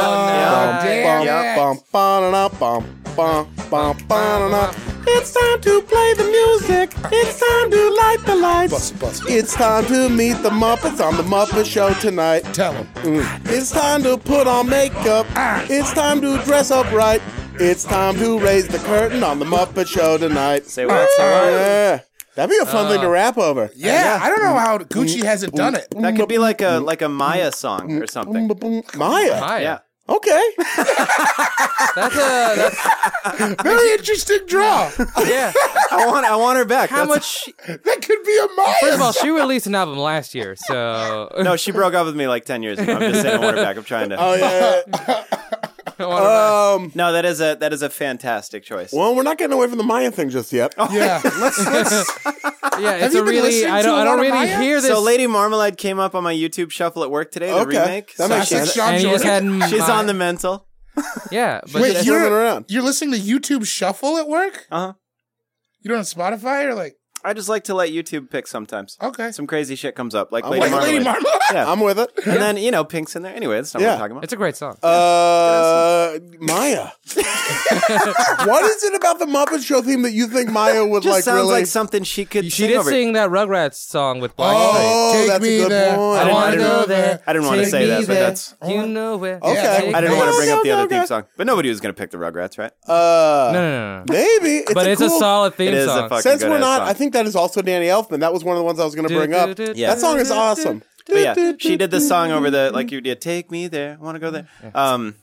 A: Bum,
D: damn
A: bum,
D: it.
A: bum, ba-da-da, bum, bum, bum, ba-da-da. It's time to play the music. It's time to light the lights.
D: Bust, bust.
A: It's time to meet the Muppets on the Muppet Show tonight.
D: Tell him.
A: It's time to put on makeup. It's time to dress up right. It's time to raise the curtain on the Muppet Show tonight.
C: Say what? Say what?
A: Yeah. That'd be a fun thing to rap over.
D: Yeah, I don't know how Gucci hasn't done it.
C: That could be like a like a Maya song or something.
A: Maya.
E: Hi.
C: Yeah.
A: Okay.
E: That's a that's,
D: Very interesting draw.
E: yeah.
C: I want I want her back.
E: How much?
C: That's-
D: That could be a Maya.
E: First of all, she released an album last year, so
C: No, she broke up with me like ten years ago. I'm just saying I want her back. I'm trying to.
A: Oh, yeah. yeah. Um,
C: No, that is a that is a fantastic choice.
A: well, we're not getting away from the Maya thing just yet.
D: yeah. Let's, let's,
E: yeah, it's
D: you
E: a
D: been
E: really
D: listening
E: I don't
D: to a
E: I
D: lot
E: don't
D: of
E: really
D: Maya?
E: hear this.
C: So Lady Marmalade came up on my YouTube shuffle at work today, the
A: Okay.
C: remake.
A: That
C: So
A: makes
C: she's-
D: sense. Sean
E: and you just had
C: She's
E: my-
C: on the mental.
E: yeah, but
D: wait,
A: moving
D: you're,
A: around.
D: you're listening to YouTube Shuffle at work?
C: Uh-huh.
D: You don't have Spotify or like?
C: I just like to let YouTube pick sometimes.
D: Okay.
C: Some crazy shit comes up, like
A: I'm
C: Lady
A: like
C: Marmalade.
D: Lady Marmalade.
C: yeah.
A: I'm with it.
C: and then you know, Pink's in there. Anyway, that's not
A: Yeah.
C: what I'm talking about.
E: It's a great song.
A: Oh, Uh, Maya. what is it about the Muppet Show theme that you think Maya would
C: just
A: like?
C: sounds
A: really?
C: like something she could.
E: she
C: sing
E: did
C: over.
E: sing that Rugrats song with Black
A: Oh,
D: Take
A: that's a
D: me
A: good
D: there.
A: point. I
D: I
C: didn't-
D: want
C: I
D: to
C: didn't-
D: go there.
C: I didn't want to
D: Take
C: say
D: me
C: that, but
D: there.
C: that's.
E: Street. You know where.
A: Okay.
D: Yeah,
E: Take
C: I didn't want
E: me.
C: to bring up the
A: Okay,
C: other theme
A: okay.
C: song, but nobody was going to pick the Rugrats, right?
A: uh,
E: No, no, no, no.
A: maybe. It's
E: but
A: a
E: it's
A: cool-
E: a solid theme
C: It is a
E: song.
C: fucking
A: Since we're
C: good-ass
A: not,
C: song.
A: I think that is also Danny Elfman. That was one of the ones I was going to bring up.
C: Yeah.
A: That song is awesome.
C: But yeah, she did this song over the like you did. Take me there, want to go there. Um,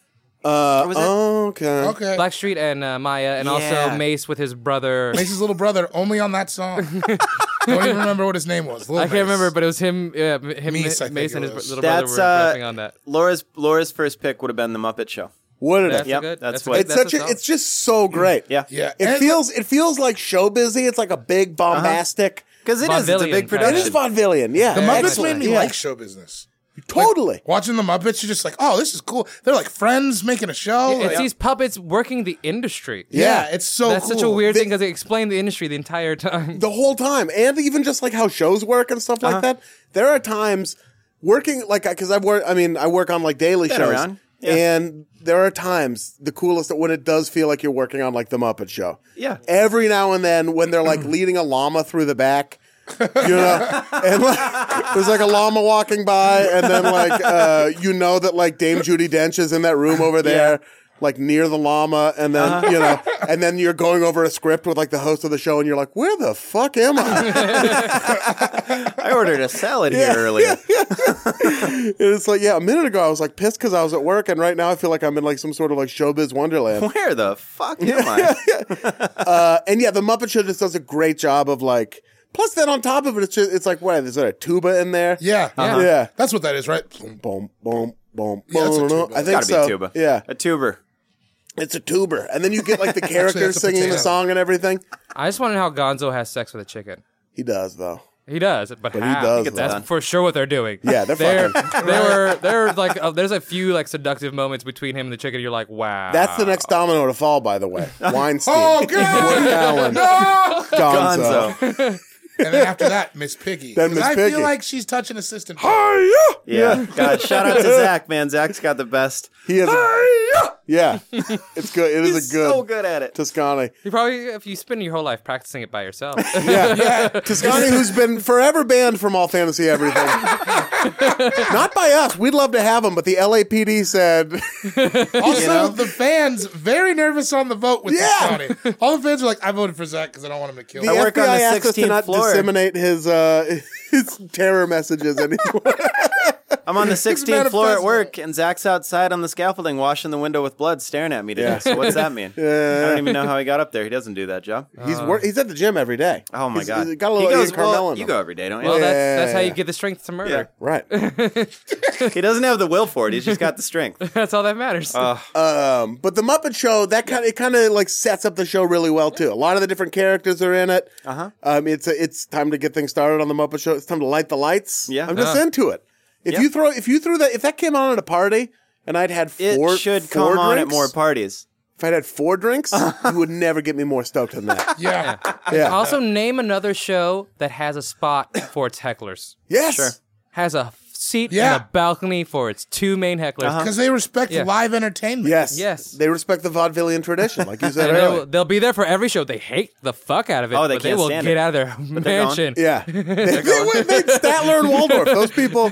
A: Uh,
C: was it?
A: okay.
D: Okay.
E: Blackstreet and uh, Maya, and
C: Yeah.
E: also Mace with his brother.
D: Mace's little brother, only on that song. Don't even remember what his name was. Little
E: I can't
D: Mace.
E: remember, but it was him. Yeah, m- him,
D: Mace, I think
E: Mace, and
D: it
E: his br-
D: was.
E: little brother
C: that's
E: were
C: uh,
E: rapping on that.
C: Laura's Laura's first pick would have been the Muppet Show.
A: What did
E: That's
A: it?
E: a
C: Yep,
E: good-
C: that's
E: that's a
C: what-
E: good-
A: It's
E: that's a
A: such. A,
E: song.
A: it's just so great.
C: Yeah,
D: Yeah.
A: It
D: and- Uh-huh.
A: feels. It feels like show busy. It's like a big bombastic.
C: because it is. It's a
E: Vaudevillian
C: big
E: kind of.
A: It
C: production.
A: is vaudevillian. Yeah.
D: The Muppets
A: Excellent.
D: made me
A: Yeah.
D: like show business.
A: Totally.
D: Watching the Muppets, you're just like, oh, this is cool. They're like friends making a show.
E: It's
D: Like,
E: these puppets working the industry.
D: yeah, it's so
E: That's
D: cool.
E: such a weird thing because they explain the industry the entire time.
A: the whole time and even just like how shows work and stuff
C: Uh-huh.
A: like that there are times working like because i've worked i mean i work on like daily
C: Been
A: shows
C: around. Yeah.
A: and there are times the coolest that when it does feel like you're working on like the muppet show
C: Yeah.
A: every now and then when they're like leading a llama through the back you know and like there's like a llama walking by and then like uh you know that like dame judy dench is in that room over there like near the llama and then
C: Uh-huh.
A: you know and then you're going over a script with like the host of the show and you're like where the fuck am i
C: I ordered a salad here earlier.
A: and it's like yeah a minute ago i was like pissed because i was at work and right now i feel like i'm in like some sort of like showbiz wonderland
C: Where the fuck am I?
A: and yeah, the Muppet Show just does a great job of like. Plus, then on top of it, it's just it's like what is there a tuba in there?
D: Yeah.
E: Uh-huh.
A: yeah.
D: That's what that is, right? Boom.
A: Boom, boom, boom, boom.
D: Yeah, it's a tuba.
A: I think
D: It's
C: Gotta
A: so.
C: be a tuba.
A: Yeah,
C: a tuber.
A: it's a tuber, and then you get like the characters
D: that's a
A: singing the
D: potato.
A: song and everything.
E: I just want to know how Gonzo has sex with a chicken.
A: He does though.
E: He does, but,
A: he
E: how?
A: does,
E: That's
C: though.
E: for sure what they're doing.
A: Yeah, they're
E: they're
A: fucking-
E: they were they're like uh, there's a few like seductive moments between him and the chicken. You're like, wow,
A: That's the next domino to fall, by the way. Weinstein,
D: Ah. Oh,
A: Woody
D: God.
A: Allen,
D: No!
A: Gonzo.
C: Gonzo.
D: and then after that, Miss Piggy.
A: Then
D: 'Cause
A: Miss
D: I
A: Piggy.
D: feel like she's touching assistant.
C: Yeah. God, shout out to Zach, man. Zach's got the best.
A: He is. A, yeah, it's good. It is
C: He's
A: a good.
C: so good at it.
A: Toscani.
E: You probably if you spend your whole life practicing it by yourself.
A: Yeah. Toscani, who's been forever banned from all fantasy everything. Not by us. We'd love to have him, but the LAPD said,
D: Also, the fans very nervous on the vote with
A: Yeah.
D: this Tony. All the fans are like, "I voted for Zach because I don't want him to kill."
A: the
D: me.
C: work
A: FBI
C: on the
A: asked us to
C: 16th
A: not
C: floor.
A: disseminate his uh, his terror messages anymore.
C: I'm on the 16th floor at
D: manifesto.
C: work, and Zach's outside on the scaffolding, washing the window with blood, staring at me today.
A: Yeah.
C: So what's that mean? I don't even know how he got up there. He doesn't do that job.
A: he's wor- he's at the gym every day.
C: Oh my
A: He's-
C: god.
A: he's got a little
C: he
A: Ian
C: goes,
A: Carmel
C: well,
A: in
C: you
A: him.
C: go every day, don't you?
E: well, that's that's how you get the strength to murder.
A: Right.
C: He doesn't have the will for it. He's just got the strength.
E: That's all that matters.
C: Uh,
A: Um, but the Muppet Show that kind of it kind of like sets up the show really well too. A lot of the different characters are in it. Uh-huh. Um, it's a, it's time to get things started on the Muppet Show. It's time to light the lights.
C: Yeah.
A: I'm just into it. If
C: Yeah.
A: you throw if you threw that if that came on at a party and I'd had
C: It
A: four
C: should come
A: four
C: on at
A: drinks,
C: more parties.
A: If I'd had four drinks, you would never get me more stoked than that.
D: yeah.
A: Yeah.
E: also, name another show that has a spot for its hecklers.
A: yes.
C: Sure.
E: Has a seat
D: Yeah.
E: and a balcony for its two main hecklers.
C: Uh-huh.
D: because they respect
E: Uh-huh. Yeah.
D: live entertainment.
A: Yes.
E: Yes.
A: They respect the vaudevillian tradition, like you said
E: And
A: earlier.
E: they'll, they'll be there for every show. They hate the fuck out of it.
C: Oh, they
E: but they
C: can't
E: will
C: stand
E: get
C: it.
E: out of their
C: they're gone.
E: mansion.
A: Yeah. they, they, went- they- Statler and Waldorf. Those people,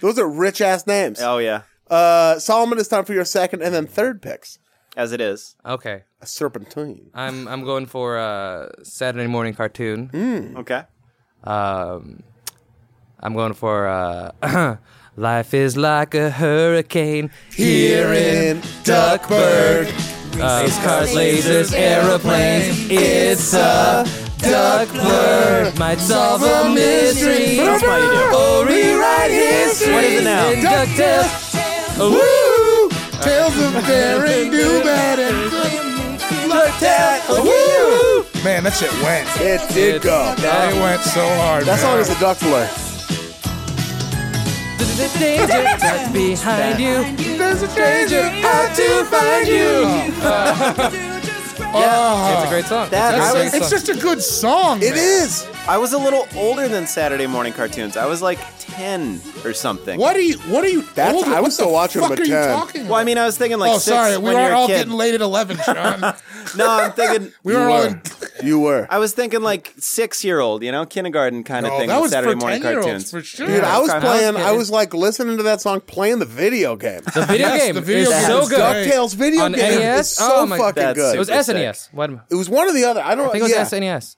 A: those are rich ass names.
C: Oh yeah.
A: Uh, Solomon, it's time for your second and then third picks.
C: As it is.
E: Okay,
A: A serpentine.
E: I'm I'm going for uh, Saturday morning cartoon.
C: Okay.
E: Um, I'm going for uh, life is like a hurricane here in Duckburg. Uh, Race cars, lasers, aeroplanes. It's a Duckburg. Might solve a mystery.
C: That's why you do.
E: Or rewrite history.
C: What is it now?
E: In DuckTales.
D: Woo! Tales of daring, do better. Woo! Man, that shit went.
A: It did go.
D: It went so hard.
A: That song
D: man.
A: is the duck blur.
E: There's a danger that's behind you.
D: There's a danger out to find you.
E: It's a great song.
C: That-
E: It's a
C: I
D: Ah.
E: great
C: was-
E: song.
D: it's just a good song.
A: It
D: man.
A: is.
C: I was a little older than Saturday morning cartoons. I was like 10 or something.
D: What are you? What are you?
A: That's-
D: older-
A: I
D: what
A: was still
D: the
A: watching
D: fuck
A: them
D: are
A: at
D: you
A: 10.
D: talking
C: Well, I
D: about?
C: mean, I was thinking like
D: oh,
C: six
D: sorry. We
C: when you're
D: were
C: a
D: all
C: kid.
D: getting late at eleven, Sean.
C: No, I'm thinking.
D: We were
A: You
D: all.
A: were.
D: In,
A: You were.
C: I was thinking like six year old, you know, kindergarten kind of
D: oh,
C: thing.
D: that
C: with
D: was
C: Saturday
D: for
C: morning
D: ten-year-olds
C: cartoons.
D: for sure.
A: Dude, I was
E: Kinda
A: playing.
E: like
A: I
E: it.
A: was like listening to that song, playing the video game.
E: The video
D: Yes,
E: game
D: the video
E: is
D: game
E: so
D: is
E: good.
D: great.
A: DuckTales video
E: On
A: game
E: NES?
A: is so
E: Oh my-
A: fucking
C: That's
A: good.
E: It was
C: Super sick.
E: SNES. What am-
A: It was one or the other. I don't.
E: I think it was E
A: yeah,
E: SNES.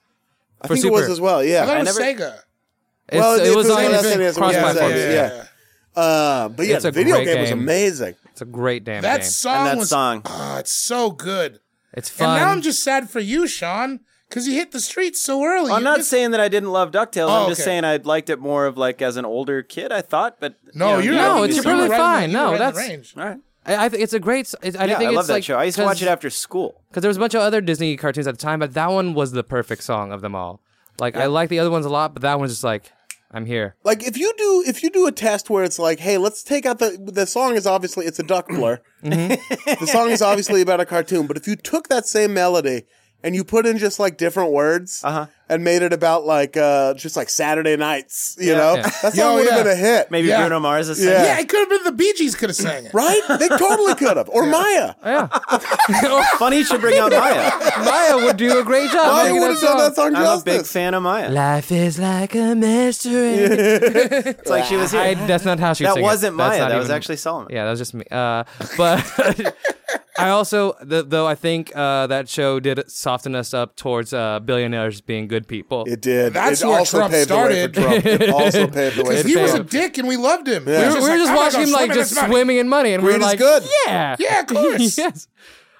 A: I
E: for
A: think it was
E: Super.
A: as well. Yeah.
D: I thought
C: I
D: it was
C: never-
D: Sega.
A: Well, if
E: It's- it was
A: it was
E: on E
A: on SNES, it was
E: cross
A: on
E: platforms.
A: SNES,
E: Yeah.
A: yeah. Uh, but yeah,
E: It's
A: the
E: a
A: video
E: great
A: game, was
E: game.
A: amazing.
E: It's a great damn
D: That
E: game.
D: song
C: And that
D: was.
C: song.
D: Ah, it's so good.
E: It's fun.
D: And now I'm just sad for you, Sean, because you hit the streets so early.
C: I'm
D: You
C: not
D: missed-
C: saying that I didn't love DuckTales.
D: Oh,
C: I'm just
D: okay.
C: saying I liked it more of like as an older kid, I thought, but.
D: No,
C: you
D: you're
C: know, you
D: not.
E: No,
C: know,
E: it's
D: you
C: you
D: were
E: perfectly
D: right in the-
E: fine.
D: you were
E: No,
D: right in the
E: that's-
D: range.
C: All right.
E: I, I think it's a great. s- It, I
C: Yeah,
E: think
C: I
E: it's
C: love that
E: like,
C: show. I used to watch it after school.
E: because there was a bunch of other Disney cartoons at the time, but that one was the perfect song of them all. Like I like the other ones a lot, but that one's just like I'm here.
A: Like if you do if you do a test where it's like, hey, let's take out the the song is obviously it's a duck blur.
E: Mm-hmm.
A: the song is obviously about a cartoon, but if you took that same melody and you put in just like different words
C: Uh-huh.
A: and made it about like uh just like Saturday nights, you know,
E: Yeah.
A: that
D: Yo,
A: song would have
D: yeah.
A: been a hit.
C: Maybe
D: Yeah.
C: Bruno Mars is
A: Yeah.
D: Yeah, it could have been the Bee Gees could have sang it.
A: Right? They totally could have. Or Maya.
E: Yeah,
C: Funny you should bring out Maya.
E: Oh, Maya would do a great job.
A: Maya
E: making
A: would have done that song
C: I'm a
A: justice.
C: big fan of Maya.
E: Life is like a mystery.
C: It's like she was here.
E: I, that's not how she.
C: that
E: sing it.
C: wasn't
E: That's
C: Maya.
E: not
C: That was
E: even-
C: actually Solomon.
E: Yeah, that was just me. Uh, but I also, th- though, I think uh, that show did soften us up towards uh, billionaires being good people.
A: It did.
D: That's
A: it
D: where
A: also
D: Trump
A: paved
D: started.
A: the way for Trump. It also paved the way
D: Because
A: for
D: he was a
A: Trump.
D: dick and we loved him.
A: Yeah.
E: we were just
D: like, "Oh
E: watching
D: "I'm
E: him
D: gonna
E: like
D: go swim in
E: just
D: this money."
E: swimming in money, and we
A: Greed
E: were
A: is
E: like,
A: good.
E: "Yeah,
D: Yeah, of course.
E: yes."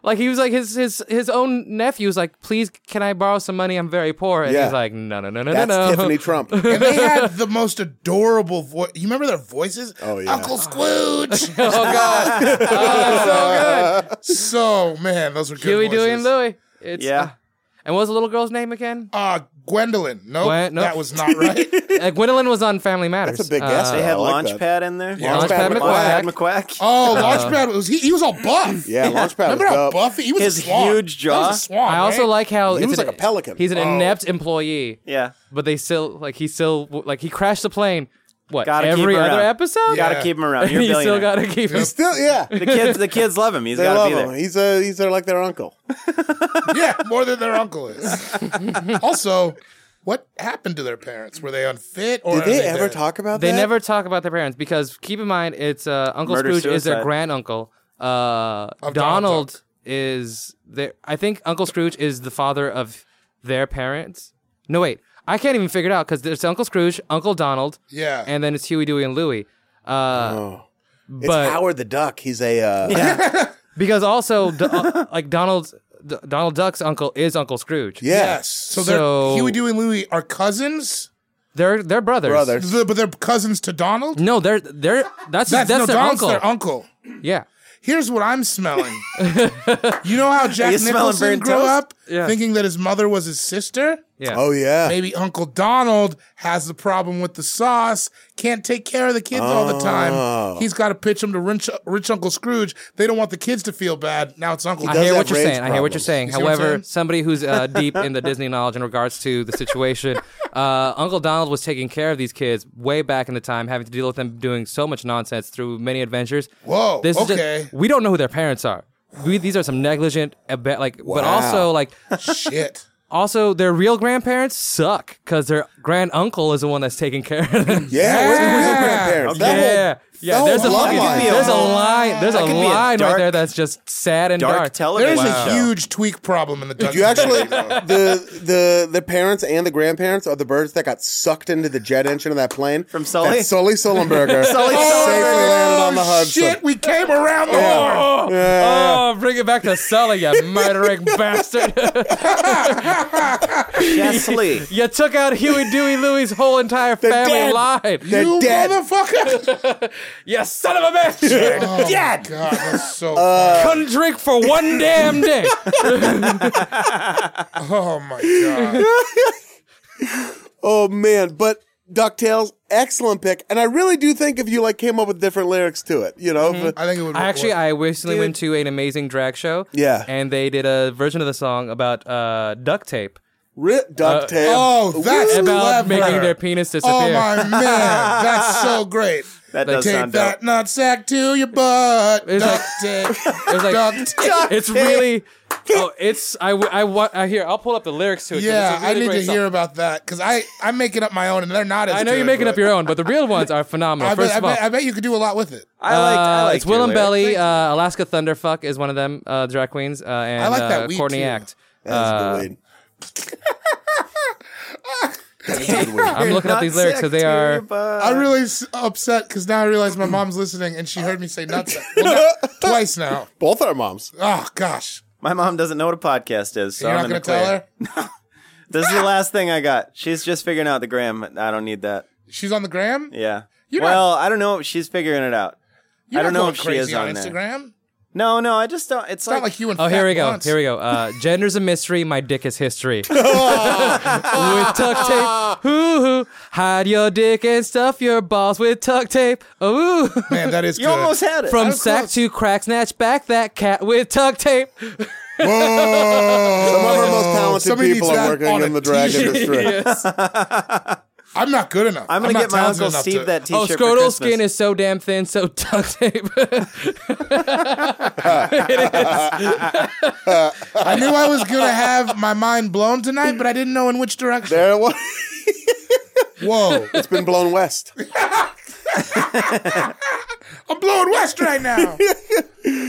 E: Like he was like his his his own nephew was like, "Please, can I borrow some money? I'm very poor." And
A: Yeah.
E: he's like, "No, no, no, no,
A: That's
E: no, no."
A: Tiffany Trump.
D: And they had the most adorable voice. You remember their voices?
A: Oh, yeah.
D: Uncle Squooge.
E: oh God, oh, that's so good.
D: so man, those were good.
E: Huey,
D: voices.
E: Dewey, and Louie. It's,
C: Yeah.
E: uh, and what was the little girl's name again?
D: Uh, Gwendolyn. Nope,
E: Gwen- nope.
D: that was not right.
E: Uh, Gwendolyn was on Family Matters.
A: big guess,
E: Uh,
C: They
A: Yeah,
C: had
A: I like that.
C: Launchpad in there.
A: Launchpad
E: Launchpad
C: Launchpad
E: McQuack.
C: McQuack.
D: Oh,
C: Uh,
D: Launchpad was he? He was all buff.
A: Yeah, Launchpad was
D: Remember how
A: dope.
D: buff he he was?
C: His
D: a swan.
C: huge jaw.
D: That was a swan,
E: I also
D: right?
E: like how
A: He
E: it's
A: was
E: an-
A: like a pelican.
E: He's an
D: Oh.
E: inept employee,
C: Yeah.
E: but they still like he still like he crashed the plane. What
C: Gotta keep
E: every
C: him
E: other
C: around.
E: episode?
D: Yeah.
C: Gotta keep him around. You're a
E: you still
C: billionaire.
E: gotta keep him.
A: Still, yeah.
C: the kids, the kids love him. He's
A: They
C: gotta
A: love
C: be
A: him.
C: there.
A: He's a he's their, like their uncle.
D: yeah, more than their uncle is. also, what happened to their parents? Were they unfit? Or
A: Did
D: are
A: they ever
D: dead?
A: talk about
E: They
A: that?
E: never talk about their parents because keep in mind it's uh, Uncle
C: Murder,
E: Scrooge is their
C: suicide.
E: grand uncle. Uh,
D: Of Donald
E: Donald
D: Duck.
E: is their. I think Uncle Scrooge is the father of their parents. No wait, I can't even figure it out because there's Uncle Scrooge, Uncle Donald,
D: Yeah.
E: and then it's Huey, Dewey, and Louie. Uh,
A: It's
E: but
A: Howard the Duck. He's a uh, yeah.
E: because also Do- uh, like Donald's D- Donald Duck's uncle is Uncle Scrooge.
D: yes. So,
E: So-
D: they're Huey, Dewey, and Louie are cousins,
E: they're they're brothers.
A: brother.
D: The- but they're cousins to Donald.
E: No, they're they're that's that's,
D: no,
E: their
D: Donald's
E: uncle.
D: their uncle.
E: Yeah,
D: Here's what I'm smelling. you know how Jack
C: you smelling
D: Nicholson
C: burnt
D: grew
C: toast?
D: up
E: Yeah.
D: thinking that his mother was his sister?
E: yeah.
A: Oh yeah.
D: Maybe Uncle Donald has the problem with the sauce, can't take care of the kids all the
A: Oh.
D: time. He's got to pitch them to rich, rich Uncle Scrooge. They don't want the kids to feel bad. Now it's Uncle
A: He
E: I
A: does
E: hear
A: have
E: what you're saying.
A: rage
E: I hear what you're
A: problems.
E: saying.
D: You see what I'm
E: However,
D: saying?
E: somebody who's uh, deep in the Disney knowledge in regards to the situation, uh, Uncle Donald was taking care of these kids way back in the time, having to deal with them doing so much nonsense through many adventures.
D: Whoa,
E: This is just-
D: okay.
E: we don't know who their parents are. We, these are some negligent, a bit, like, but also like,
D: Shit.
E: also their real grandparents suck because their grand uncle is the one that's taking care of them.
A: yeah. Where's
D: Yeah.
A: where's your grandparents?
E: Yeah,
A: That
E: yeah.
A: whole
E: There's a
A: bloodline.
E: fucking- there's a line. There's a
C: That could be a
E: line right
C: dark-
E: there that's just sad and
C: Dark,
E: dark.
C: television.
D: There's a
C: show.
D: huge tweak problem in the Did
A: whole, you actually the the the parents and the grandparents are the birds that got sucked into the jet engine of that plane
C: From Sully?
A: That Sully Sullenberger
C: Sully
A: safely landed on the Hudson.
D: Oh, Shit, we came around the horn.
E: Oh, oh, bring it back to Sully, you murdering bastard.
C: Yes, Lee.
E: you took out Huey, Dewey, Louie's whole entire family
A: dead.
E: line.
A: They're
D: You
A: Oh, dead.
D: motherfucker!
E: You son of a bitch.
D: Oh my God, that's so.
A: Uh,
E: Couldn't drink for one damn day.
D: funny. oh my God!
A: Oh man, but Ducktales, excellent pick, and I really do think if you like came up with different lyrics to it, you know. if-
D: I think it would.
E: I actually,
D: work.
E: I recently went to an amazing drag show.
A: Yeah.
E: And they did a version of the song about uh, duct tape.
A: Rip duct
E: Uh,
A: tape.
D: Oh, that's
E: about
D: clever.
E: making their penis disappear.
D: Oh my man, that's so great.
C: That does
D: Tape
C: sound
D: that
C: dope.
D: nut sack to your butt.
E: It's
D: Duct tape.
E: It's like-
D: Duct tape.
E: it's really. Oh, it's I w- I wa- I hear. I'll pull up the lyrics to it. 'cause
D: Yeah,
E: it's a
D: I
E: really
D: need
E: great
D: to
E: song.
D: hear about that because I I'm making up my own and they're not as.
E: I know you're making up your own, but the real ones are phenomenal.
D: I bet,
E: First
D: I,
E: of all,
D: bet, I bet you could do a lot with it.
C: I liked, I
E: Uh,
C: liked
E: it's Will and
C: your lyric.
E: Belly. Uh, Alaska Thunderfuck is one of them uh, drag queens, uh, and
D: I like that
E: uh,
D: weed,
E: Courtney
D: too.
E: Act.
D: Uh,
A: That is a good
E: I'm looking up these lyrics, so they are.
D: I'm really s- upset because now I realize my mom's listening and she heard me say nuts well, not- twice now.
A: Both our moms.
D: Oh gosh,
C: My mom doesn't know what a podcast is, so
D: you're
C: I'm
D: not
C: in the
D: gonna tell
C: clear.
D: her.
C: This is the last thing I got. She's just figuring out the gram. I don't need that.
D: She's on the gram.
C: Yeah.
D: You're
C: well, I don't know. She's figuring it out.
D: You're
C: I don't
D: not
C: know
D: going
C: if she
D: crazy
C: is
D: on,
C: on there.
D: Instagram.
C: No, no. I just don't. It's,
D: It's not like you and
E: Oh,
D: Fat
E: here we go.
D: Blunts.
E: Here we go. Uh, gender's a mystery. My dick is history.
D: Oh.
E: with tuck tape. Hoo hoo. Hide your dick and stuff your balls with tuck tape. Oh, Ooh.
D: Man, that is
C: you
D: good.
C: almost had it.
E: From
D: was
E: sack
D: close.
E: to crack, snatch back that cat with tuck tape.
D: Whoa.
A: Some of our most talented
D: Oh, Somebody needs
A: people are
D: that
A: working
D: on a
A: in the drag
D: t-shirt.
A: industry.
D: I'm not good enough.
C: I'm gonna
D: not
C: get my
D: talented
C: uncle
D: enough
C: Steve
D: to-
C: that T-shirt.
E: Oh,
C: for
E: scrotal
C: Christmas.
E: skin is so damn thin, so tuck tape.
D: I knew I was gonna have my mind blown tonight, but I didn't know in which direction.
A: There it was.
D: Whoa,
A: It's been blown west.
D: I'm blowing west right now.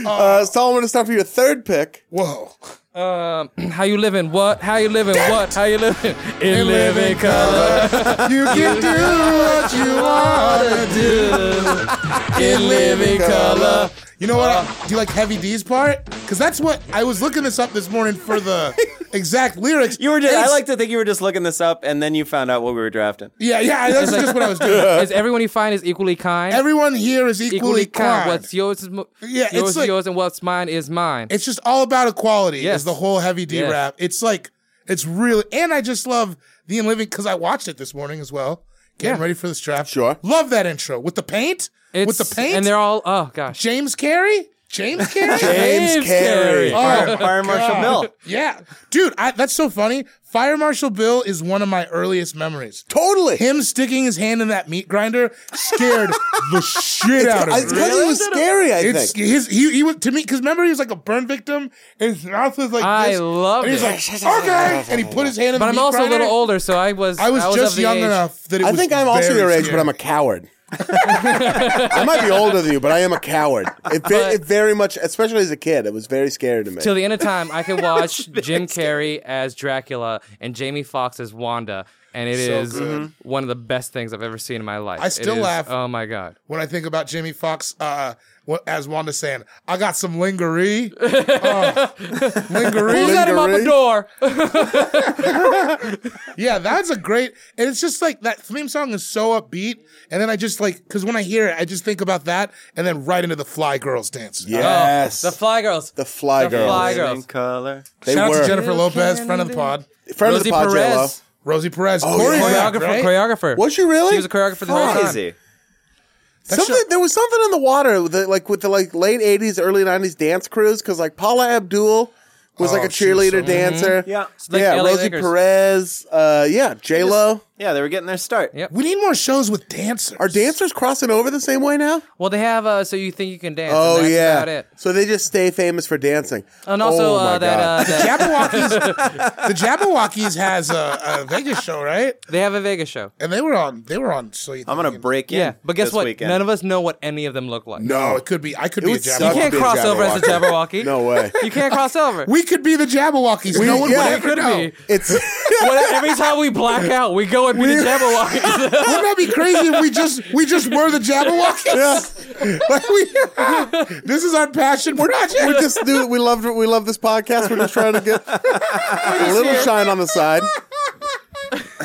A: Uh, Solomon, it's time for your third pick.
D: Whoa,
E: um, how you living? What? How you living? what? How you living? In, living color.
D: you can do what you wanna
E: In living color.
D: You know what? I, do you like Heavy D's part? Because that's what I was looking this up this morning for the exact lyrics.
C: You were just. I
D: It's-
C: like to think you were just looking this up, and then you found out what we were drafting.
D: Yeah, yeah. That's just what I was doing.
E: Is everyone you find is equally kind?
D: Everyone here is equally,
E: equally kind.
D: kind.
E: What's yours is mo-
D: Yeah, it's
E: yours is
D: like-
E: yours, and what's mine is mine.
D: It's just all about equality.
E: Yes.
D: Is the whole heavy D
E: Yes.
D: rap. It's like it's really, and I just love the in living because I watched it this morning as well. Getting
E: Yeah.
D: ready for this draft.
A: Sure.
D: Love that intro with the paint. with
E: It's-
D: the paint.
E: and they're all oh gosh.
D: James Carey. James Carey.
A: James Carey.
D: Oh, my
C: Fire Marshal
D: God.
C: Bill.
D: Yeah, dude, I, that's so funny. Fire Marshal Bill is one of my earliest memories.
A: Totally.
D: Him sticking his hand in that meat grinder scared the shit out of
A: It's
D: me.
A: because he was scary, I
D: It's
A: think.
D: his. He, he was to me because remember he was like a burn victim. And his mouth was like
E: I
D: this,
E: loved
D: and he's
E: it.
D: like okay, and he put his hand in.
E: But
D: the
E: I'm
D: meat
E: also a
D: grinder.
E: little older, so I was
D: I was,
E: of
D: just
E: the
D: young
E: age-
D: enough that it
A: I
D: was
A: think I'm also
D: very
A: your age,
D: scary.
A: but I'm a coward. I might be older than you, but I am a coward. It, ve- it very much, especially as a kid, it was very scary to me.
E: Till the end of time, I can watch Jim Carrey as Dracula and Jamie Foxx as Wanda, and it is
A: Mm-hmm.
E: one of the best things I've ever seen in my life.
D: I
E: It
D: still
E: is-
D: laugh.
E: Oh my god!
D: when I think about Jamie Foxx, uh, what, as Wanda saying, I got some lingerie. Oh, lingerie.
E: Who's that him up the
A: Lingerie?
E: door?
D: Yeah, that's a great. And it's just like that theme song is so upbeat. And then I just like, because when I hear it, I just think about that and then right into the Fly Girls Uh, dance.
A: yes.
E: Oh, the Fly Girls.
A: The Fly Girls.
E: Fly Girls.
C: In color.
A: They
D: Shout out
A: were.
D: to Jennifer Lopez, friend of the pod.
A: Friend
E: Rosie
A: of the pod,
E: Perez.
A: JLo.
D: Rosie Perez,
A: Oh,
D: Corey's
A: yeah.
D: back,
E: choreographer.
D: right?
E: Choreographer.
A: Was she really?
E: She was a choreographer the whole time.
C: Crazy.
D: That's
A: Something,
D: your-
A: there was something in the water, with the, like with the like late '80s, early '90s dance crews, because like Paula Abdul was like a
D: Oh, she was
A: cheerleader
D: so-
A: dancer.
C: Yeah.
E: Mm-hmm. like
A: yeah,
E: LA
A: Rosie
E: Lakers.
A: Perez. Uh, yeah, J Lo.
C: Yeah, they were getting their start.
E: Yep.
D: We need more shows with dancers.
A: Are dancers crossing over the same way now?
E: Well, they have uh, so you think you can dance.
A: Oh
E: and that's
A: yeah.
E: about it.
A: So they just stay famous for dancing.
E: And also
A: Oh, my
E: uh, that,
A: God.
E: uh, that
D: Jabberwockies, the Jabberwockies has a, a Vegas show, right?
E: they have a Vegas show.
D: And they were on. They were on. So you
C: I'm gonna break in.
E: Yeah, but guess
C: this
E: what?
C: Weekend.
E: None of us know what any of them look like.
D: No, Oh, it could be. I could be a
A: would suck.
D: Jabberwocky.
E: you can't
A: Be a
E: cross over as a Jabberwocky.
A: no way.
E: you can't cross over.
D: We could be the Jabberwockies. no one
A: yeah,
D: would
A: we
D: ever
E: could
D: know.
E: be.
A: It's
E: What- every time we black out, we go and be the Jabberwocky.
D: Wouldn't that be crazy if we just we just were the Jabberwockies? Like we, this is our passion project.
A: we just do. We loved. We love this podcast. We're just trying to get a little shine on the side.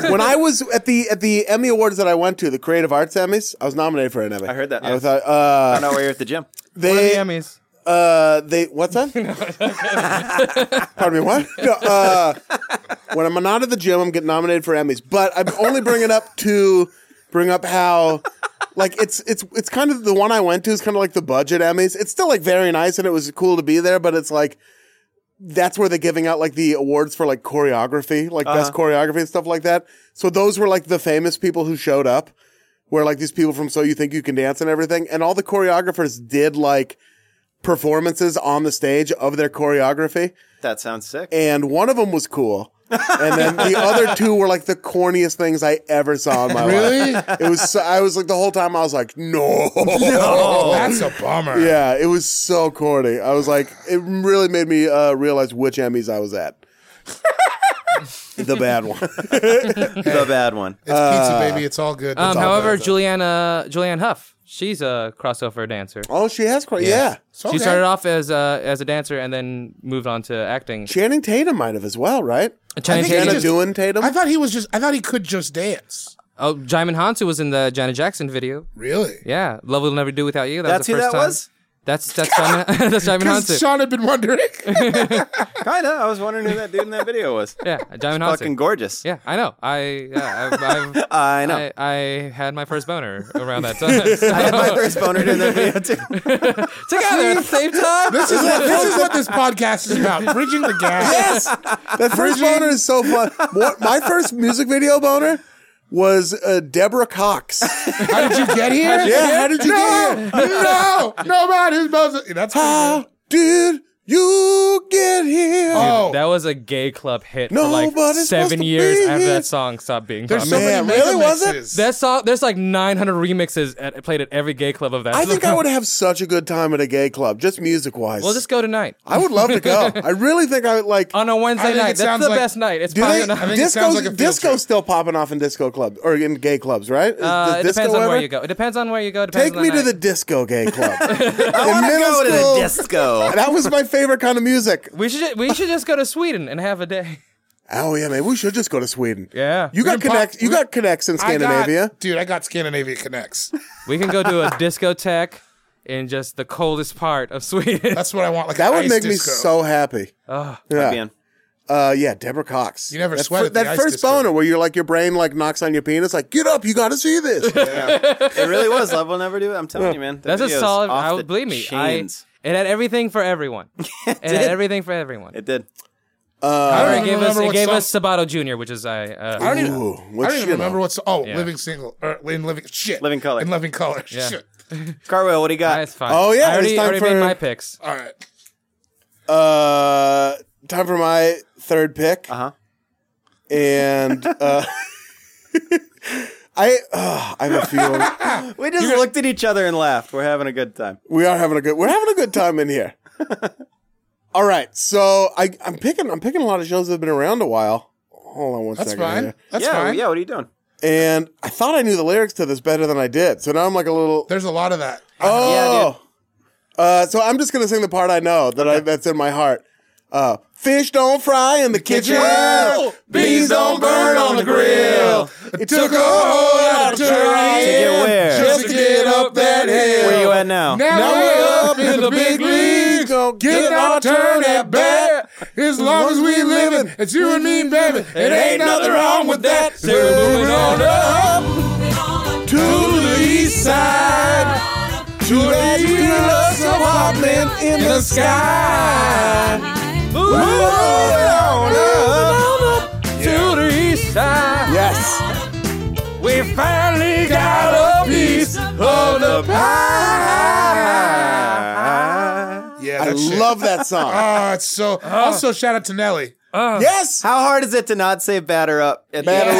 A: When I was at the at the Emmy Awards that I went to, the Creative Arts Emmys, I was nominated for an Emmy.
C: I heard that.
A: I thought uh,
C: I know where you're at the gym.
A: they
E: One of the Emmys.
A: Uh, they what's that? Pardon me, what? No, uh, when I'm not at the gym, I'm getting nominated for Emmys. But I'm only bringing up to bring up how like it's it's it's kind of the one I went to is kind of like the budget Emmys. It's still like very nice and it was cool to be there, but it's like that's where they're giving out like the awards for like choreography, like best choreography and stuff like that. So those were like the famous people who showed up, where like these people from So You Think You Can Dance and everything, and all the choreographers did like performances on the stage of their choreography,
C: That sounds sick.
A: and one of them was cool. and then the other two were like the corniest things I ever saw in my
D: Really?
A: life. It was, so, I was like, the whole time I was like, no.
D: Oh, that's a bummer.
A: Yeah, it was so corny. I was like, it really made me uh, realize which Emmys I was at. the bad one.
C: the bad one.
D: It's
A: Uh,
D: pizza, baby. It's all good.
E: Um,
D: It's all
E: however,
D: good.
E: Juliana Julianne Huff, she's a crossover dancer.
A: oh, she has cried. Yeah.
D: It's okay.
E: She started off as a as a dancer and then moved on to acting.
A: Channing Tatum might have as well, right?
E: Channing
D: I think he
A: Jenna
E: Tatum.
D: just-
A: doing Tatum?
D: I thought he was just. I thought he could just dance.
E: Oh, Jaimin Hansu was in the Janet Jackson video.
D: Really?
E: Yeah, Love Will Never Do Without You. That
C: That's
E: was the
C: who
E: first
C: that
E: time.
C: was?
E: That's that's Jaimin, that's Jaimin
D: Because
E: Hansu.
D: Sean had been wondering.
C: Kinda. I was wondering who that dude in that video was.
E: yeah, Jaimin Hansu.
C: Fucking gorgeous.
E: yeah, I know. I yeah, I've, I've,
C: I know.
E: I, I had my first boner around that time. So-
C: I had my first boner in that video too.
E: together at the same time.
D: this is what this is what this podcast is about: bridging the gap.
A: that first boner is so fun. What, my first music video boner was uh, Deborah Cox.
D: How did you get here?
A: Yeah, how did you
D: no, no, nobody's supposed to. That's pretty
A: How did you get here?
D: good. Oh,
E: That was a gay club hit for like
A: Nobody's supposed
E: seven
A: to
E: years
A: be
E: after
A: here.
E: that song stopped being
D: there's so
E: popular.
D: many
A: Man,
D: mega
A: really, was it?
D: mixes.
E: That song, there's like 900 remixes at, played at every gay club of that.
A: I
E: song.
A: think I would have such a good time at a gay club, just music wise.
E: We'll just go tonight
A: I would love to go. I really think I would like.
E: on a Wednesday
D: think it
E: night. That's
D: sounds
E: the
D: like-
E: best night. It's
A: Do
E: probably
A: they,
E: not.
D: think it
A: disco's,
D: sounds like a field
A: disco's
D: trip.
A: still popping off in disco clubs or in gay clubs, right? Is-
E: Uh,
A: does
E: it depends
A: disco
E: on where
A: ever-
E: you go. It depends on where you go. Depends
A: Take
E: on
A: me to
E: night.
A: the disco gay club. I
C: I wanna go to the disco.
A: That was my favorite kind of music.
E: We should we should just go to Sweden and have a day.
A: Oh yeah, man, we should just go to Sweden.
E: Yeah.
A: you got
D: can pop-
A: connects. You got connects in
D: I got-
A: Scandinavia.
D: dude. I got Scandinavia connects.
E: We can go to a discotheque in just the coldest part of Sweden.
D: That's what I want. Like
A: That
D: an
A: would
D: ice
A: make me
D: disco.
A: so happy. yeah,
C: Man,
A: uh, yeah, Deborah Cox.
D: You never
A: that
D: sweat at the
A: that
D: ice
A: first
D: disco.
A: boner where you're like your brain like knocks on your penis, like get up, you got to see this.
C: It really was. Love will never do it. I'm telling you, man. That
E: That's a
C: video is
E: solid.
C: off
E: I
C: the
E: would believe me. I,
C: chains.
E: it had everything for everyone. it had everything for everyone.
C: It did.
D: I don't
E: Or it
D: even
E: gave us
D: remember
E: it
D: what
E: gave
D: song-
E: us Sabato Jr., which is I. Uh,
D: I don't even.
A: Ooh,
D: I
A: which,
D: don't even
A: you
D: remember
A: know.
D: what's. Oh, living single or in living shit.
C: Living Colour.
D: In living color. Shit.
C: Carwell, what do you got?
E: That's fine.
A: Oh, yeah,
E: I already,
A: it's time
E: already
A: for-
E: made my picks.
D: All right.
A: Uh, time for my third pick.
C: Uh-huh.
A: And uh, I, uh, I have a few.
C: We just looked at each other and laughed. We're having a good time.
A: we are having a good. We're having a good time in here. All right, so I, I'm picking. I'm picking a lot of shows that have been around a while. Hold on one second.
D: That's fine.
A: here.
D: That's
C: yeah,
D: fine.
C: yeah. What are you doing?
A: And I thought I knew the lyrics to this better than I did. So now I'm like a little.
D: There's a lot of that.
A: Oh. uh, so I'm just gonna sing the part I know that I, that's in my heart. Uh, fish don't fry in the, kitchen.
D: kitchen.
A: Bees don't burn on the grill.
D: It took a whole lot of trying
C: To get where?
D: just to get up that hill.
C: Where you at now?
D: Now, we're up in the big leagues,
A: Gonna
D: getting our turn at bat. As long as we living, it's you and me, baby. It ain't nothing wrong with that. So we're moving on up to the east side, to that eagles of Hoplin in the sky. Moving on up to the east side.
A: Yes.
D: We finally got a piece of the pie. Yeah,
A: I love that song.
D: Oh, it's so. Also, shout out to Nelly.
A: yes.
C: How hard is it to not say batter up? At the
A: Batter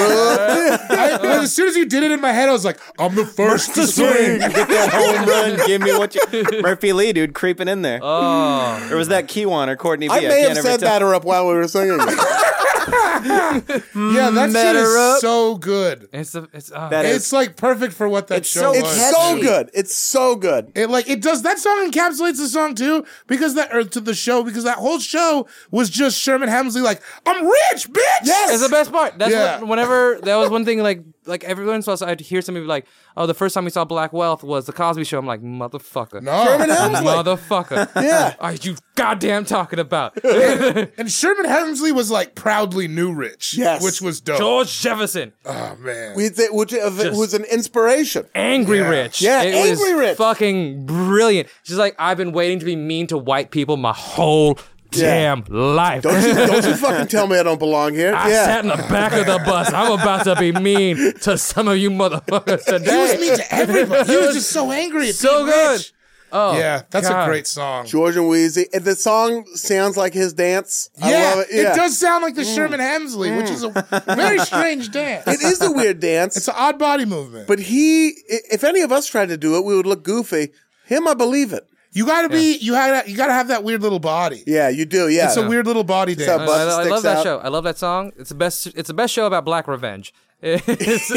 C: end?
D: I- well, as soon as you did it in my head, I was like, "I'm the first to swing."
C: Get that home run. Give me what you. Murphy Lee, dude, creeping in there.
E: Oh,
C: Or was that Kiwan or Courtney B?
A: I may
C: can't
A: have
C: ever
A: said
C: tell.
A: batter up while we were singing. it.
D: yeah, that shit
C: Matter
D: is
C: up.
D: so good.
E: it's a, it's oh.
C: That is
D: It's like perfect for what that
C: It's
D: show was.
C: so
A: it's so
C: Catchy.
A: good. It's so good.
D: It like it does that song encapsulates the song too because that or to the show because that whole show was just Sherman Hemsley like I'm rich bitch
E: It's the best part. That's
D: Yeah.
E: what, whenever that was one thing. Like like everyone's else, I'd hear somebody be like, "Oh, the first time we saw Black Wealth was the Cosby Show." I'm like, "Motherfucker,
D: No.
A: Sherman Hemsley.
E: motherfucker,
A: Yeah.
E: are you goddamn talking about
D: and Sherman Hemsley was like proudly new rich
A: Yes.
D: which was dope
E: George Jefferson,
D: oh man
A: We did- Which uh, was an inspiration.
E: Angry Rich?
A: Yeah,
E: it was
A: Angry Rich.
E: fucking brilliant. She's like, I've been waiting to be mean to white people my whole damn life.
A: Don't you, don't you fucking tell me I don't belong here.
E: I
A: yeah.
E: sat in the back of the bus. I'm about to be mean to some of you motherfuckers
D: He
E: today.
D: was mean to everybody. He was just so angry at
E: So
D: being
E: good.
D: rich. Oh, yeah, that's
E: God.
D: a great song.
A: George and Wheezy. And the song sounds like his dance.
D: Yeah,
A: I love it. Yeah. Mm.
D: does sound like the Sherman Hemsley, which is a very strange dance.
A: It is a weird
D: It's
A: dance.
D: an odd body movement.
A: But he, i- if any of us tried to do it, we would look goofy. Him, I believe it.
D: you gotta be, you gotta, you gotta have that weird little body.
A: Yeah, you do. Yeah.
D: It's a weird little body dance.
E: I,
A: a bus
E: I- I love
A: sticks
E: that
A: out.
E: show. I love that song. It's the best. It's the best show about black revenge. It's-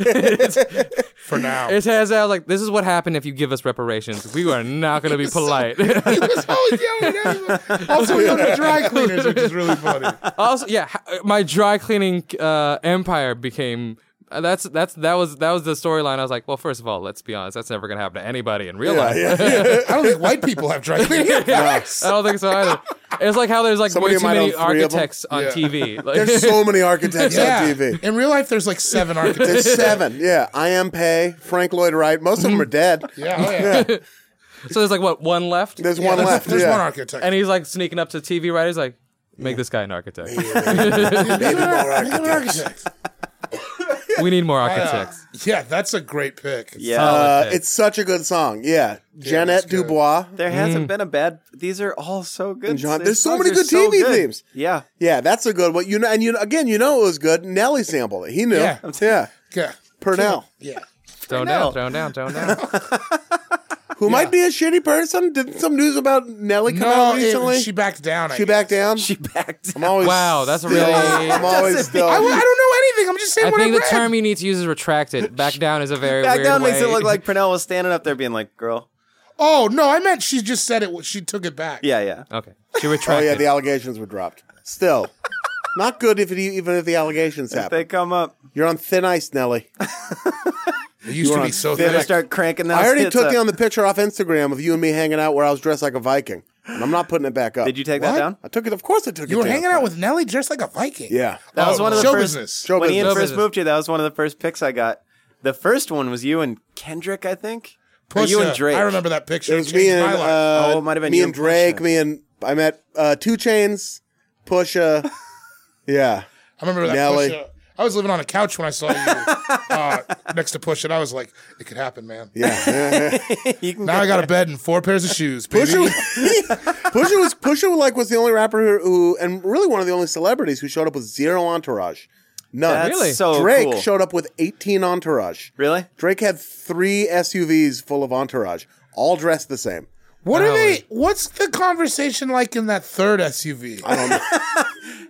E: it's-
D: for now.
E: it has out like this is what happened if you give us reparations. We are not going to be polite.
D: he was always yelling at everyone. Also, he owned the dry cleaners, which is really funny.
E: also, yeah, h- uh, my dry cleaning uh, empire became. uh, That's that's that was that was the storyline. I was like, well, first of all, let's be honest, that's never gonna happen to anybody in real life.
D: I don't think white people have dry cleaning.
A: Uh,
E: I don't think so either. It's like how there's like
A: Somebody
E: way too
A: might
E: many
A: own three of 'em.
E: architects on
D: Yeah.
E: TV. Like,
A: There's so many architects
D: Yeah.
A: on TV.
D: In real life, there's like seven architects.
A: There's seven. Yeah. I am Pei, Frank Lloyd Wright. Most of them are dead.
D: Yeah, oh, yeah.
E: so there's like what one left,
A: There's one
D: There's-
A: left.
D: There's
A: yeah.
D: one architect.
E: and he's like sneaking up to TV writers like, make this guy an architect.
D: Maybe more architects.
E: we need more architects.
D: Yeah, that's a great pick.
C: Yeah.
E: Oh.
A: Uh, it's such a good song. Yeah. Jeanette
D: it's good.
A: Dubois.
C: there hasn't
E: Mm.
C: been a bad. These are all so good.
A: And John-
C: These
A: there's so
C: songs
A: many
C: are
A: good TV themes.
C: Yeah.
A: Yeah, that's a good one. You know, and you know, again, you know it was good. Nelly sampled it. He knew.
D: Yeah.
A: yeah.
D: Yeah.
A: Purnell,
D: Yeah.
E: Throw down, throw down, throw down.
A: who might be a shitty person. Did some news about Nelly come
D: No,
A: out
D: it-
A: recently?
D: she backed down. I
A: She backed down.
C: She backed.
A: I'm always
E: Wow, that's
A: still-
E: really-
A: I'm always still.
D: I, I don't know anything. I'm just saying
E: I
D: what
E: think
D: I
E: the
D: read.
E: term you need to use is retracted. Back down is a very
C: Back
E: weird
C: down
E: way.
C: makes it look like Purnell was standing up there being like, girl.
D: oh no, I meant she just said it. She took it back.
C: Yeah, yeah.
E: okay. She
A: oh
E: retracted.
A: yeah, the allegations were dropped. Still, not good if it, e- even if the allegations
C: They
A: happen.
C: come up.
A: You're on thin ice, Nelly.
D: It used to
A: were
D: be
A: on
D: so
C: They
D: thick.
C: start cranking those
A: I already
C: hits
A: took
C: up.
A: down the picture off Instagram of you and me hanging out where I was dressed like a Viking, and I'm not putting it back up.
C: Did you take
D: What?
C: that down?
A: I took it. Of course, I took it.
D: You were
A: down.
D: hanging out with Nelly dressed like a Viking.
A: Yeah.
C: That was
D: Oh,
C: one of the
D: show
C: first.
D: business.
A: Show
C: when Ian
A: business.
C: first
E: business.
C: moved here, that was one of the first picks I got. The first one was you and Kendrick, I think. Or
D: Pusha.
C: you and Drake.
D: I remember that picture.
A: It
D: It
A: was me
D: changed
A: and
D: my life.
A: uh,
C: Oh, it might have been
A: me
C: you
A: and
C: and
A: Drake.
C: Pusha.
A: Me and I met uh, Two Chains, Pusha. yeah,
D: I remember that
A: Nelly.
D: Pusha. I was living on a couch when I saw you uh, next to Push It. I was like, it could happen, man.
A: yeah.
D: Now I got a bed and four pairs of shoes. Baby.
A: Pusha, Pusha was Pusha like was the only rapper who, and really one of the only celebrities who showed up with zero entourage. None.
C: That's
E: Really?
C: so
A: Drake
C: cool.
A: showed up with 18 entourage.
C: Really?
A: Drake had three SUVs full of entourage, all dressed the same.
D: What are they? What's the conversation like in that third SUV?
A: I don't know.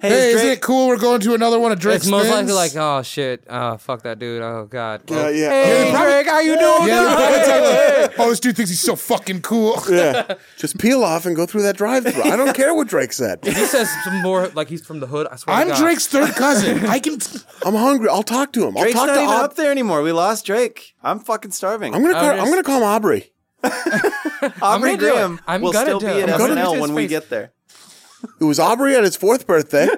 C: Hey,
D: Hey,
C: is
D: isn't
C: Drake-
D: it cool? We're going to another one of Drake's.
E: it's most likely
D: things?
E: like, oh shit, oh fuck that dude, oh god.
A: Yeah, yeah.
E: Hey
D: Yeah, probably-
E: Drake, how you doing?
D: Yeah, they're probably- oh, this dude thinks he's so fucking cool.
A: Just peel off and go through that drive-through. I don't care what Drake said.
E: He says some more like he's from the hood. I swear. to
D: I'm
E: God.
D: Drake's third cousin. I can.
A: I'm hungry. I'll talk to him. I'll
C: Drake's
A: talk
C: not
A: to
C: even
A: Aub-
C: up there anymore. We lost Drake. I'm fucking starving.
A: I'm gonna call,
E: just-
A: I'm gonna call him Aubrey.
C: Aubrey
E: gonna do it.
C: Graham
E: I'm
C: will
E: gonna
C: still
E: do
C: be
E: it.
C: at
E: I'm gonna
C: SNL
E: do his
C: when we
E: face.
C: get there.
A: It was Aubrey at his fourth birthday.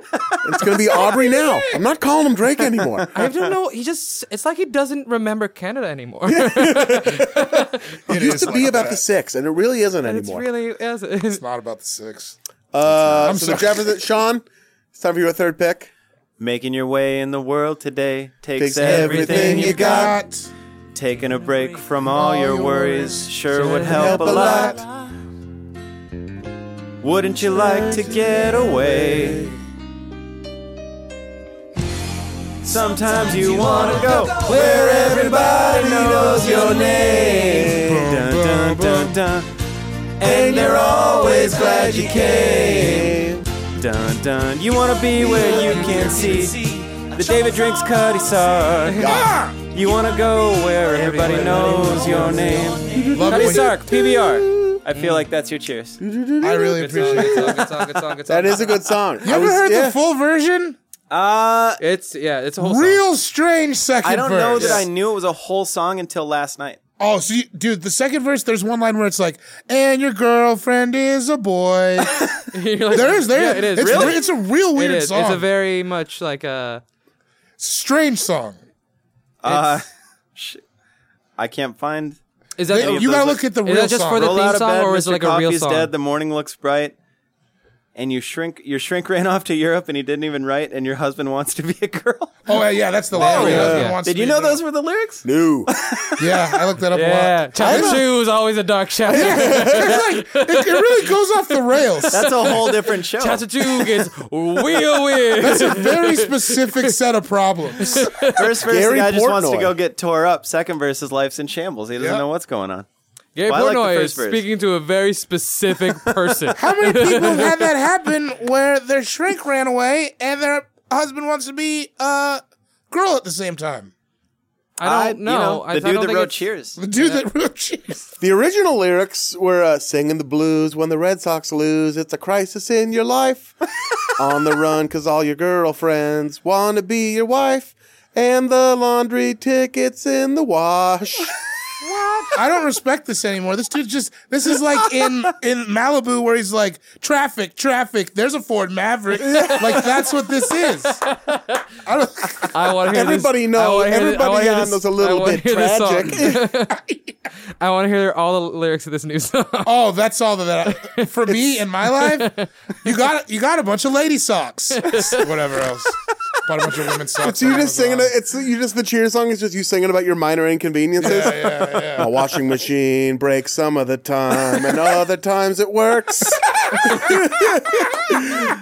A: It's gonna be Aubrey now. I'm not calling him Drake anymore.
E: I don't know. He just—it's like he doesn't remember Canada anymore.
D: It
A: used to
D: is
A: be
D: like
A: about
D: that.
A: the six, and it really isn't
E: it's
A: anymore.
E: really is.
D: It's not about the six.
A: uh,
D: I'm
A: so
D: sorry.
A: the Jefferson, Sean, it's time for your third pick.
C: Making your way in the world today takes,
A: Takes
C: everything,
A: everything
C: you
A: you
C: got.
A: got.
C: Taking a break from all your worries sure would help a lot. Wouldn't you like to get away? Sometimes you want to go where everybody knows your name. Dun, dun, dun, dun. And they're always glad you came. Dun, dun. You want to be where you can see the David Drinks Cuddy Sark. You want to go where everybody knows your name.
D: Love
C: Cuddy
D: when you-
C: Sark, PBR. I feel like that's your cheers.
D: I really appreciate it.
A: That is a good song.
D: You ever heard the full version?
C: Uh,
E: It's yeah. It's a whole
D: Real strange second
C: I don't
D: verse.
C: know that I knew it was a whole song until last night.
D: Oh, so you, dude, the second verse, there's one line where it's like, "And your girlfriend is a boy."
E: Song. You're like-
D: there is, there
E: yeah,
D: is.
E: it is.
D: It's,
E: really?
D: it's a real
E: It
D: weird
E: is.
D: song.
E: It's a very much like a.
D: strange song.
C: Uh, sh- I can't find.
E: Is that
D: They-
E: the,
D: you gotta
C: those-
D: look at the
E: is
D: real
E: that just
D: song.
E: for the
C: Roll
E: theme
C: out of
E: song
C: bed,
E: or
C: Mr.
E: is it like a real
C: Coffee's
E: song?
C: dead. The morning looks bright. and you shrink your shrink ran off to Europe and he didn't even write and your husband wants to be a girl.
D: Oh yeah, yeah, that's the line. Your husband wants
C: Did
D: to
C: you
D: be
C: know
D: a girl.
C: those were the lyrics?
A: No.
D: Yeah, I looked that up a
E: Yeah,
D: lot.
E: chapter two is always a dark chapter.
D: It's like, it, it really goes off the rails.
C: That's a whole different show.
E: chapter two gets real
D: That's
E: weird.
D: a very specific set of problems.
C: First verse,
A: Gary
C: the guy just wants to
A: Portnoy.
C: go get tore up. Second verse, his life's in shambles. He doesn't
D: Yeah.
C: know what's going on.
E: Gary
C: Well, I like the
E: Portnoy is
C: first verse.
E: speaking to a very specific person.
D: How many people have had that happen where their shrink ran away and their husband wants to be a girl at the same time?
E: I don't
C: you
E: know. I,
C: the
E: I don't
C: dude that
E: think
C: wrote
E: it's-
C: Cheers.
D: The dude that wrote cheese.
A: The original lyrics were uh, singing the blues when the Red Sox lose. It's a crisis in your life. On the run because all your girlfriends want to be your wife. And the laundry tickets in the wash.
D: I don't respect this anymore. This dude just this is like in in Malibu where he's like traffic, traffic. There's a Ford Maverick. Like that's what this is. I don't.
E: I want to hear
A: Everybody
E: this. Oh,
A: know-
E: I wanna hear this- I
A: everybody
E: wanna hear
A: on
E: this- Oh,
A: those a little
E: I wanna
A: bit
E: hear this song.
A: tragic.
E: I want to hear all the lyrics of this new song.
D: Oh, that's all that I, for me in my life. You got you got a bunch of lady socks. Whatever else. Bought a bunch of women's socks.
A: So you just singing it. It's you just the cheer song is just you singing about your minor inconveniences.
D: yeah, yeah.
A: My washing machine breaks some of the time, and other times it works.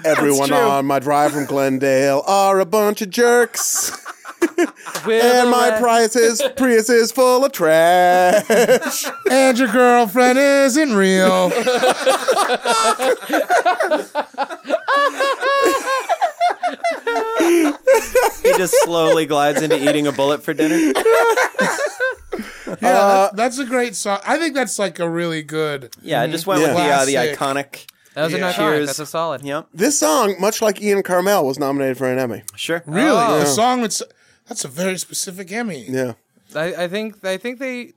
A: Everyone on my drive from Glendale are a bunch of jerks, and my Prius is Prius is full of trash.
D: And your girlfriend isn't real.
C: He just slowly glides into eating a bullet for dinner.
D: Yeah,
A: Uh,
D: that- that's a great song. I think that's like a really good.
C: Yeah, I just went
A: Yeah.
C: with the uh, the
D: Classic.
C: iconic.
E: That was an
D: Yeah.
E: iconic.
C: Cheers.
E: That's a solid.
C: Yep,
A: This song, much like Ian Carmel, was nominated for an Emmy.
C: sure.
D: Really, Oh, the song that's that's a very specific Emmy.
A: Yeah,
E: I, I think I think they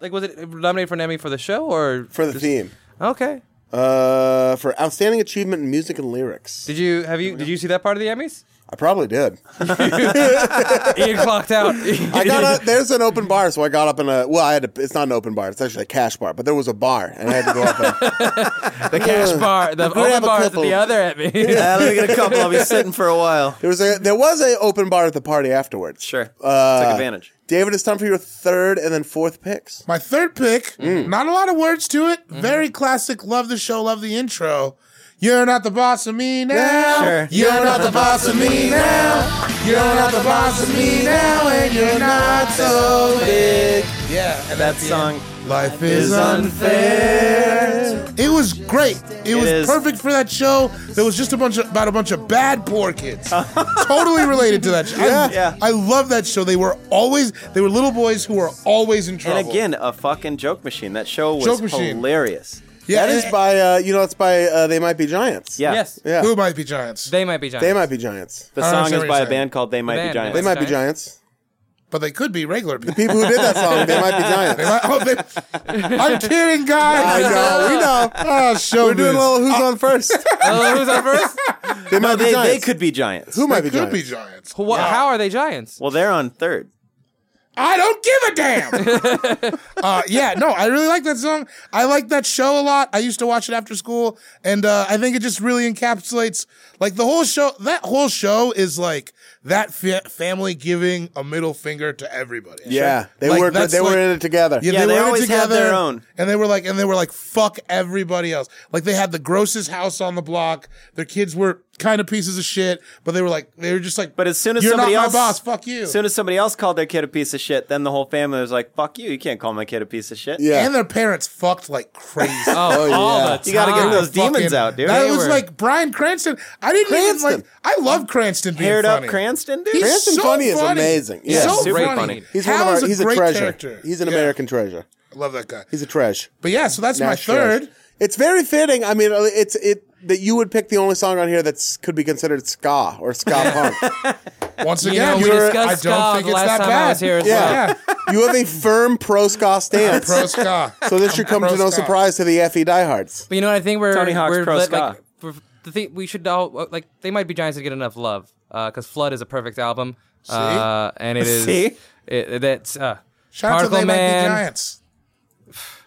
E: like was it nominated for an Emmy for the show or
A: for the theme,
E: okay.
A: uh, for outstanding achievement in music and lyrics.
E: Did you have you did you see that part of the Emmys?
A: I probably did.
E: Ian clocked out.
A: I got up. There's an open bar, so I got up in a. Well, I had to. It's not an open bar. It's actually a cash bar, but there was a bar, and I had to go up. And,
E: the cash bar, the
A: Grab
E: open
A: a
E: bar is at
A: couple.
E: the other Emmy.
C: Uh, let me get a couple. I'll be sitting for a while.
A: there was a there was a open bar at the party afterwards.
C: Sure.
A: Uh,
C: Took advantage.
A: David, it's time for your third and then fourth picks.
D: My third pick, not a lot of words to it. Very classic. Love the show. Love the intro. You're not the boss of me now.
C: Sure.
D: You're not the boss of me now. You're not the boss of me now, and you're not so big. Yeah, and
C: That song.
D: Life is unfair. It was great. It, was
C: is.
D: perfect for that show. There was just a bunch of, about a bunch of bad poor kids. totally related to that show. I,
C: Yeah.
D: I love that show. They were always they were little boys who were always in trouble.
C: And again, a fucking joke machine. That show was
D: Joke machine.
C: hilarious.
D: yeah,
A: That is
D: and-
A: by uh, you know it's by uh, they might be giants.
C: Yeah.
E: yes,
A: yeah.
D: who might be giants,
E: they might be giants.
A: They might be giants.
C: The
D: I
C: song
D: understand what
C: is by
D: you're
C: a
D: saying.
C: band called They Might
E: band.
C: Be Giants.
A: They might be giants.
D: but they could be regular people.
A: People who did that song, they might be giants.
D: They might- oh, they- I'm kidding,
A: I
D: guys.
A: know. We know.
D: Oh, show
A: We're doing a little who's on first.
E: Oh, who's on first?
A: They might
C: No,
A: be
C: they,
A: giants.
C: they could be giants.
A: Who might be
D: could
A: giants?
D: be giants.
E: Wha- How are they giants?
C: Well, they're on third.
D: I don't give a damn. uh, yeah, no, I really like that song. I like that show a lot. I used to watch it after school, and uh, I think it just really encapsulates like the whole show. That whole show is like that fa- family giving a middle finger to everybody.
A: Yeah, they
D: Like,
A: were
D: that's
A: they were
D: like-
A: in it together.
D: Yeah,
C: Yeah,
D: they,
C: they
D: were in it
C: always had
D: together,
C: their own.
D: and they were like, and they were like, fuck everybody else. Like they had the grossest house on the block. Their kids were kind of pieces of shit, but they were like, they were just like,
C: But as soon as
D: you're
C: somebody
D: not
C: else-
D: my boss, fuck you.
C: As soon as somebody else called their kid a piece of shit, then the whole family was like, "Fuck you! You can't call my kid a piece of shit."
A: Yeah.
D: and their parents fucked like crazy.
E: Oh, all
A: yeah.
E: the time.
C: You gotta get those demons
D: fucking-
C: out, dude.
D: That
E: They
D: was
E: were-
D: like Brian Cranston. I didn't even
A: Cranston.
D: like. I love Cranston being
C: Paired up
D: funny.
C: Cranston, dude.
D: He's
A: Cranston
D: so
A: funny is amazing. Yeah.
D: so
C: Super
D: funny.
C: funny.
A: He's one of
D: Hal
A: our,
D: is
A: he's a,
D: great
A: treasure.
D: character.
A: He's an
D: Yeah.
A: American treasure.
D: I love that guy.
A: He's a trash.
D: But yeah, so that's my
A: Nash trash.
D: third.
A: It's very fitting. I mean, it's it that you would pick the only song on here that's could be considered ska or ska punk.
D: Once
E: You know,
D: again,
E: we
D: you're- I
E: discussed
D: don't
E: Scott
D: think
E: the
D: it's
E: last
D: that
E: time
D: bad.
E: I was here as well.
A: Yeah. You have a firm pro ska stance.
D: Pro ska.
A: so this should come to no
D: pro-ska.
A: surprise to the FE diehards.
E: But you know what I think we're
C: Tony Hawk's
E: we're
C: Pro
E: let-
C: Ska.
E: like for, the thing we should all uh, like they might be giants that get enough love because Flood is a perfect album uh, and it is
C: See?
E: it, that's uh,
D: Shout out to
E: Particle
D: they might be
E: Man
D: giants.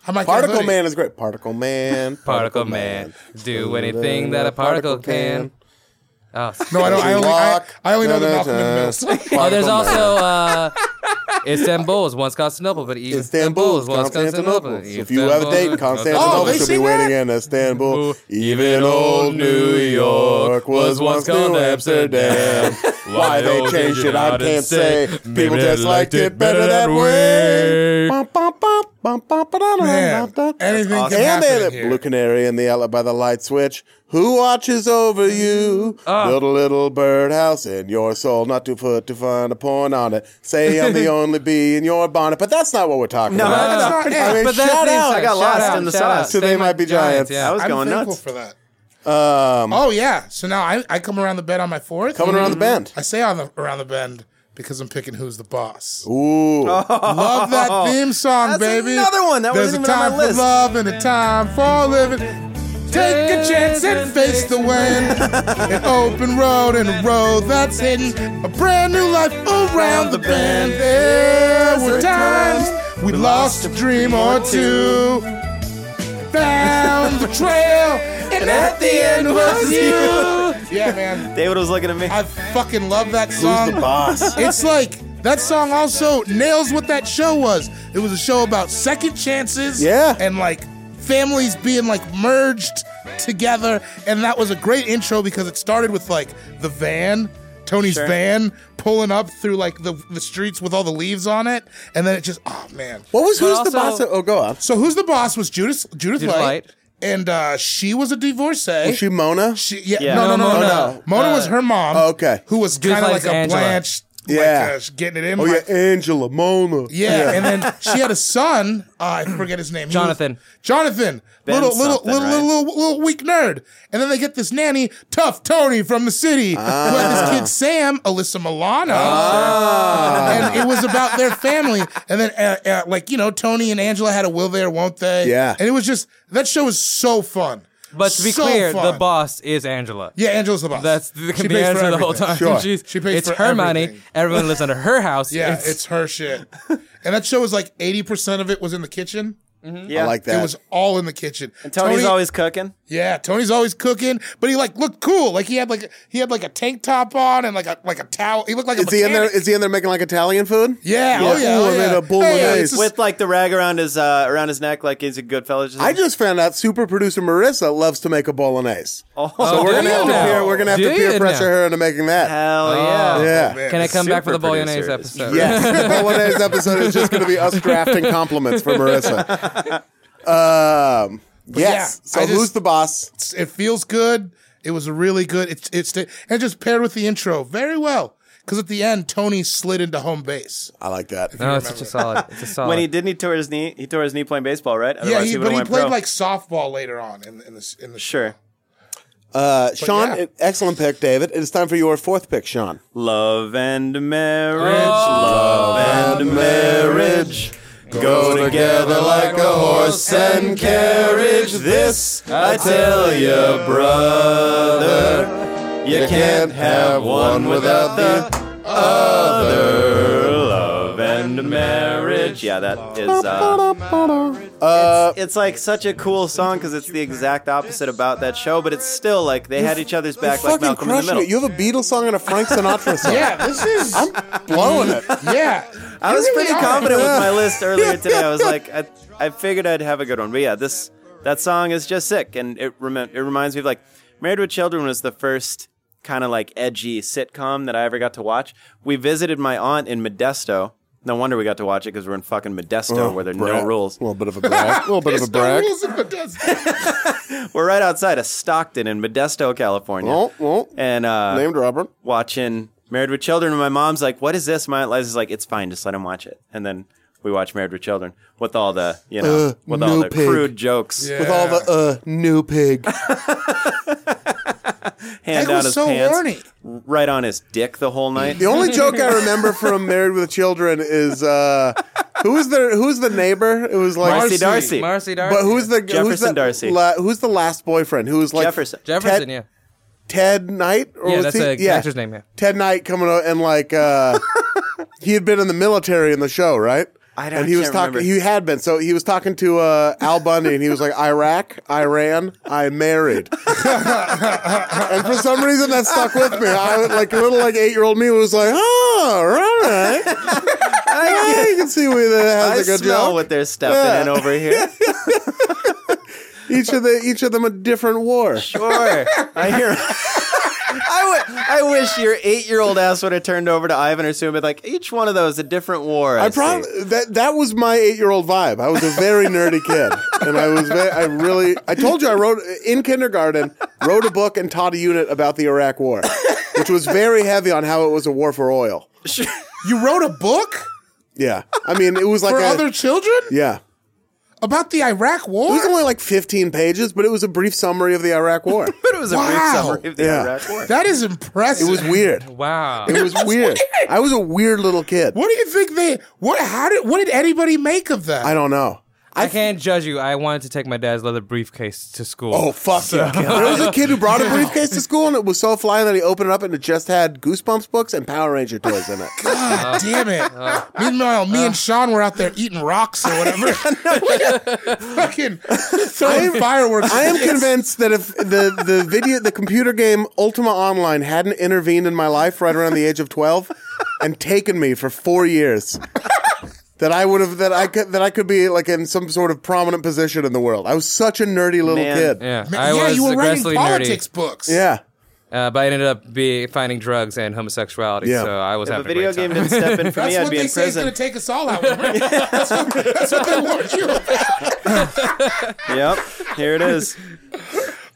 D: I might get a
A: Particle
D: hoodie.
A: Man is great. Particle Man.
E: Particle Man. Do anything that a particle can. Oh,
D: No, I don't. I only, I, I only know the Malcolm in the Middle song.
E: oh there's also uh, Istanbul is once Constantinople, but
A: Istanbul
E: Istanbul
A: is
E: is once
A: Constantinople.
E: Constantinople.
A: if you have a date, in
D: Oh,
A: Constantinople
D: they
A: should be
D: sing
A: waiting
D: that?
A: in Istanbul. Even old New York was once called Amsterdam. Why they changed it, I can't say. People just liked it better that way. Bum, bum, bum, bum, bum, ba-da-da,
D: Man,
A: da-da.
D: anything
C: awesome.
D: can
A: And
D: happen
A: then
D: in
A: a blue
D: here.
A: canary in the outlet by the light switch. Who watches over you? Build a little birdhouse in your soul, not too put to find a point on it. Say I'm the only bee in your bonnet, but that's not what we're talking
C: No,
A: about.
C: that's
D: not it.
A: I mean,
C: But that's
A: shout
C: the
A: out.
C: inside. I got
E: Shout
C: lost
E: out,
C: in the
E: shout
C: sauce.
E: out.
A: So they
E: Stay
A: might
E: Might
A: be giants.
E: yeah.
C: I was
D: I'm
C: going
D: thankful
C: nuts.
D: for that.
A: Um,
D: Oh yeah. So now I, I come around the bend on my fourth.
A: coming around the bend.
D: I say on the around the bend because I'm picking who's the boss.
A: Ooh.
D: Love that theme song,
C: That's
D: baby.
C: another one. That
D: There's
C: wasn't
D: a
C: even on my
D: time
C: list.
D: for love and a time for living. Take a chance and face the wind. An open road and a road that's hidden. A brand new life around the bend. There were times we lost a dream or two. Found the trail, and at the end was you. Yeah, man.
C: David was looking at me.
D: I fucking love that song.
A: Who's the boss?
D: It's like that song also nails what that show was. It was a show about second chances.
A: Yeah.
D: And like families being like merged together. And that was a great intro because it started with like the van. Tony's van pulling up through like the, the streets with all the leaves on it, and then it just oh man.
A: What was who's the
E: also-
A: boss? Of, oh, go on.
D: So who's the boss? Was Judith Judith,
E: Judith
D: Light,
E: Light.
D: and uh, she was a divorcee.
A: Was she Mona?
D: She, yeah,
C: Yeah.
D: No, no,
E: No,
D: no, no, no.
E: Mona.
D: Mona was her mom.
A: Oh, okay.
D: Who was
E: Just
D: kind of
E: like
D: like a
E: Angela.
D: Blanche.
A: Yeah.
D: Like, uh, she getting it in.
A: oh, yeah,
D: like,
A: Angela Mona.
D: yeah. And then she had a son. Uh, I forget his name. He was-
E: Jonathan.
D: Jonathan.
C: Ben
D: little, little,
C: something,
D: little,
C: right?
D: little, little, little weak nerd. And then they get this nanny, tough Tony from the city, who had this kid Sam, Alyssa Milano. And it was about their family. And then, uh, uh, like you know, Tony and Angela had a will they or won't they?
A: Yeah.
D: And it was just that show was so fun.
E: But to be
D: So
E: clear, the
D: fun.
E: boss is Angela.
D: Yeah, Angela's the boss.
E: That's the,
D: She
E: the
D: pays for
E: answer the whole
D: everything.
E: time.
D: Sure.
E: She's,
D: She pays
E: it's
D: for
E: her money.
D: everything.
E: Everyone lives under her house.
D: Yeah, it's, her shit. and that show was like 80% of it was in the kitchen.
C: yeah.
A: I like that.
D: It was all in the kitchen. And
C: Tony's always cooking.
D: Yeah, Tony's always cooking, but he like looked cool. Like he had like he had like a tank top on and like a like a towel. He looked like a
A: is he in there?
D: mechanic.
A: Is he in there making like Italian food?
D: yeah, oh yeah,
A: Ooh,
D: oh,
A: I
D: yeah.
A: made a
D: Hey,
A: bolognese.
D: it's a-
C: With like the rag around his uh, around his neck, like he's a good fellow.
A: I just found out super producer Marissa loves to make a bolognese.
C: oh,
E: Oh,
A: We're
E: do
A: gonna
E: you
A: have to
E: now?
A: peer, we're gonna have
E: Do
A: to
E: you
A: peer
E: now?
A: pressure her into making that.
C: hell
E: Oh.
C: yeah.
A: Yeah.
D: man.
E: Can I come back for
C: Super
E: the bolognese
C: producer.
E: episode?
A: Yes, the bolognese episode is just going to be us drafting compliments for Marissa. Um, yes.
D: yeah,
A: so
D: I
A: who's
D: just-
A: the boss?
D: It's- it feels good. It was really good. It's it's and it just paired with the intro very well because at the end Tony slid into home base.
A: I like that.
E: No, it's such a solid. It's a solid.
C: When he didn't, he tore his knee. He tore his knee playing baseball, right?
D: yeah,
C: Otherwise,
D: he,
C: he
D: but
C: would've
D: he
C: went
D: played
C: pro.
D: like softball later on in in the in the
C: sure.
A: Uh, Sean,
D: yeah.
A: excellent pick, David. It is time for your fourth pick, Sean.
C: Love and marriage, love and marriage go together like a horse and carriage. This I tell you, brother, you can't have one without the other. Love and marriage. Yeah, that is. Uh,
A: Uh,
C: it's like such a cool song because it's the exact opposite about that show, but it's still like they had each other's back, like
A: fucking
C: Malcolm in the
A: crushing
C: Middle.
A: it. You have a Beatles song and a Frank Sinatra song.
D: Yeah, this is
A: blowing it.
D: yeah.
C: I was
D: You really
C: pretty
D: are.
C: confident with my list earlier
A: Yeah.
C: today. I was like, I, I figured I'd have a good one. But yeah, this that song is just sick, and it rem- it reminds me of like Married with Children was the first kind of like edgy sitcom that I ever got to watch. We visited my aunt in Modesto. No wonder we got to watch it because we're in fucking Modesto
D: Oh,
C: where there are no
A: Brag.
C: rules.
A: A little bit of a brag. A little bit of a
D: There's no
A: brag.
D: rules in Bethesda.
C: We're right outside of Stockton in Modesto,
D: Oh.
C: California.
A: Well, well,
C: and uh,
A: Named Robert.
C: watching Married with Children. And my mom's like, "What is this?" My aunt Liza's like, "It's fine, just let him watch it." And then we watch Married with Children with all the you know
A: Uh,
C: with all
A: no
C: the
A: pig.
C: crude jokes.
D: Yeah.
A: With all the uh, new pig.
C: Hand
D: Egg
C: down
D: was
C: his
D: so
C: pants,
D: horny.
C: right on his dick the whole night.
A: The only joke I remember from Married with Children is uh, who is the who's the neighbor? It was like
C: Marcy Darcy.
E: Marcy Darcy.
A: But who's the who's
C: Jefferson
A: the,
C: Darcy.
A: La, who's the last boyfriend? Who was like
C: Jefferson.
E: Jefferson?
A: Ted,
E: yeah.
A: Ted Knight. Or
E: Yeah,
A: was
E: that's
A: Oh, he?
E: a actor's name, yeah.
A: Ted Knight coming out and like uh, he had been in the military in the show, right?
C: I don't.
A: and he was
C: can't
A: talking.
C: remember.
A: He had been. So he was talking to uh, Al Bundy, and he was like, "Iraq, Iran, I married." and for some reason, that stuck with me. I was- like little like eight year old me was like, "Oh, all right, yeah, you can see where that
C: I
A: has a good
C: smell
A: joke."
C: what they're stuffing
A: Yeah.
C: in over here.
A: each of the each of them a different war.
C: Sure. I hear. I would. I wish your eight-year-old ass would have turned over to Ivan or Sue and been like, each one of those a different war. I,
A: I probably that that was my eight year old vibe. I was a very nerdy kid, and I was very, I really I told you I wrote in kindergarten wrote a book and taught a unit about the Iraq War, which was very heavy on how it was a war for oil.
D: You wrote a book
A: Yeah, I mean it was like
D: for
A: a,
D: other children
A: yeah.
D: about the Iraq
A: It
D: War.
A: was only like 15 pages, but it was a brief summary of the Iraq War.
C: But it was a brief
D: Wow.
C: summary of the
A: Yeah.
C: Iraq War.
D: That is
A: It
D: impressive.
A: was weird.
E: Wow.
A: It was weird. I was a weird little kid.
D: what do you think they? What? How did? What did anybody make of that?
A: I don't know.
E: I can't judge you. I wanted to take my dad's leather briefcase to school.
A: Oh fuck yeah! There was a kid who brought a briefcase to school, and it was so flying that he opened it up, and it just had Goosebumps books and Power Ranger toys in it.
D: God damn it.
A: Uh.
D: Meanwhile, me and Sean were out there eating rocks or whatever. Fucking throwing fireworks.
A: I am convinced that if the the video the computer game Ultima Online hadn't intervened in my life right around the age of twelve and taken me for four years, that I would have that I could that I could be like in some sort of prominent position in the world. I was such a nerdy little
C: Man.
A: kid.
E: Yeah,
D: Man,
E: I
D: yeah,
E: was
D: you were writing
E: aggressively
D: politics
E: nerdy,
D: books.
A: Yeah.
E: uh, but I ended up be finding drugs and homosexuality.
A: Yeah.
E: So I was
C: If a
E: having
C: video
E: a great
C: game
E: time.
C: didn't step in for
D: That's
C: me, I'd
D: what
C: be
D: they
C: in
D: say is going
C: prison.
D: to take us all out. remember? that's, what, that's what they warned you about.
C: Yep, here it is.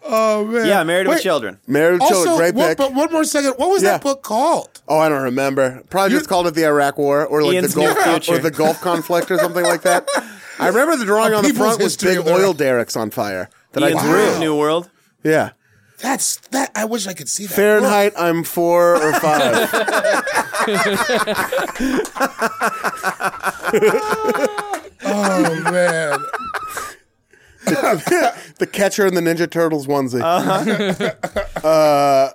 D: Oh, man.
C: Yeah, Married with
D: Wait,
C: Children.
A: Married with Children,
D: Also,
A: great
D: one,
A: pick.
D: but one more second. What was
A: Yeah.
D: that book called?
A: Oh, I don't remember. Probably just called it the Iraq War or like
C: Ian's
A: the
C: Near
A: Gulf
C: Future.
A: or the Gulf conflict or something like that. I remember the drawing
D: A
A: on the
D: people's
A: front was
D: history
A: big
D: of the-
A: oil derricks on fire that
C: Ian's
A: I
C: Rude
A: drew.
C: New World.
A: Yeah.
D: That's that. I wish I could see that.
A: Fahrenheit, I'm four or five.
D: Oh, man.
A: the Catcher and the Ninja Turtles onesie. Uh-huh.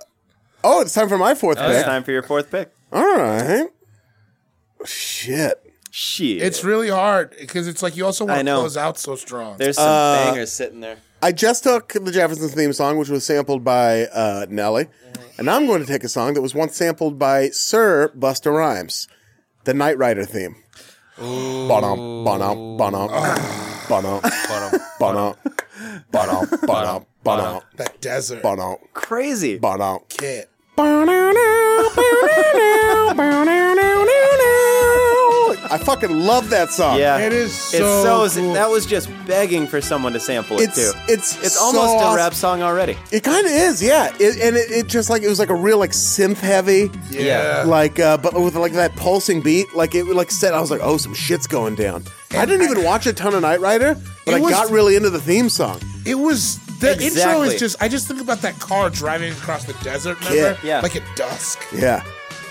A: oh, it's time for my fourth
C: It's
A: pick.
C: time for your fourth pick.
A: All right. Shit.
C: Shit.
D: It's really hard because it's like you also want
C: I
D: to
C: know.
D: close out so strong.
C: There's some bangers sitting there.
A: I just took the Jeffersons theme song, which was sampled by uh, Nelly, and I'm going to take a song that was once sampled by Sir Busta Rhymes, the Knight Rider theme. Ba-dum, ba-dum, ba-dum, Ah. ba-dum, ba-dum, ba-dum, ba-dum, ba-dum,
D: that desert.
A: ba-dum,
C: Crazy.
A: ba-dum.
D: Kid.
A: I fucking love that song.
C: Yeah,
D: It is
C: it's
D: so cool.
C: that was just begging for someone to sample it
A: It's
C: too.
A: it's
C: It's
A: so
C: almost a
A: awesome.
C: rap song already.
A: It kind of is, yeah. It, and it, it just like it was like a real like synth heavy,
D: Yeah.
A: like uh, but with like that pulsing beat. Like it like said, I was like, oh, some shit's going down. I didn't even watch a ton of Knight Rider, but
D: It
A: I
D: was-
A: got really into the theme song.
D: It was the intro
C: Exactly.
D: is just I just think about that car driving across the desert, remember?
C: Yeah. Yeah.
D: Like at dusk.
A: Yeah,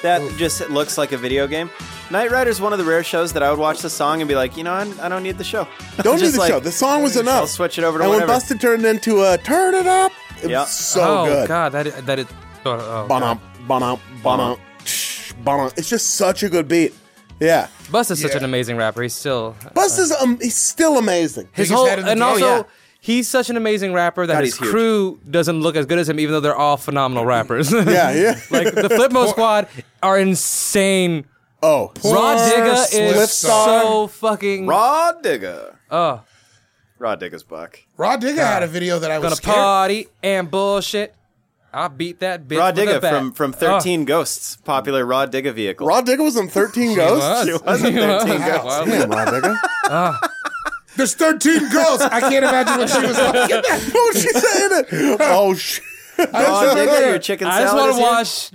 C: That just looks like a video game. Knight Rider is one of the rare shows that I would watch the song and be like, you know, I'm, I don't need the show.
A: don't need
C: Just
A: the
C: like,
A: show. The song was
C: I'll
A: enough.
C: switch it over to
A: and when
C: whatever.
A: Busted turned into a turn it up, it
C: Yeah.
A: was so
E: oh
A: good.
E: god, that is, that is. Oh, oh, God.
A: Bonum, bonum, bonum, tsh, bonum. It's just such a good beat. Yeah,
E: Bus is such
D: Yeah.
E: an amazing rapper. He's still
A: Bus is um, he's still amazing.
E: his
D: Biggest
E: whole
D: head in the
E: and
D: game.
E: also
D: Oh, yeah.
E: he's such an amazing rapper that
C: God,
E: his
C: he's huge.
E: crew doesn't look as good as him, even though they're all phenomenal rappers.
A: Yeah, yeah.
E: like the Flipmo Squad are insane.
A: Oh,
E: Raw Digga
D: Slip
E: is
D: Star.
E: so fucking.
C: Raw Digger.
E: Oh,
C: Raw Digger's buck.
D: Raw Digga had a video that I
E: gonna
D: was scared.
E: party and bullshit. I beat that bitch.
C: Raw
E: with a
C: Digger
E: bat.
C: from, from
E: Oh.
C: 13 Ghosts, popular Raw Digger vehicle.
A: Rod Digger was on Thirteen
E: He
A: Ghosts.
E: was.
C: wasn't
E: He
C: 13
E: was.
C: girls.
E: Wow.
A: Damn, Rod Digger.
D: There's 13 girls. I can't imagine what she was like. in that.
A: oh, she said it. Oh, sh-
C: Raw Digger, your chicken
E: I just want
C: salad is
E: to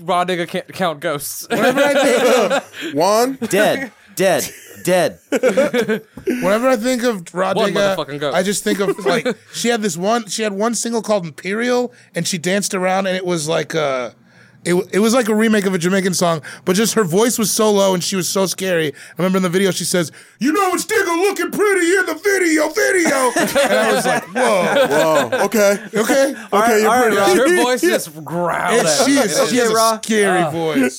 C: here?
E: watch Raw Digga can't count ghosts.
D: Whenever I think
A: one.
C: Dead, dead, dead.
D: of, whenever I think of Raw
E: One motherfucking
D: Digga,
E: goat.
D: I just think of like she had this one. She had one single called Imperial, and she danced around, and it was like uh It, w- it was like a remake of a Jamaican song, but just her voice was so low and she was so scary. I remember in the video she says, "You know it's Digga looking pretty in the video, video," and I was like, "Whoa,
A: Whoa. Okay.
D: okay."
A: Okay, you're
C: all
A: pretty
C: right, Rod.
E: Her voice just growled.
D: And
E: at
D: she
E: me.
D: is she has
C: Raw.
D: a
E: Uh,
D: scary voice.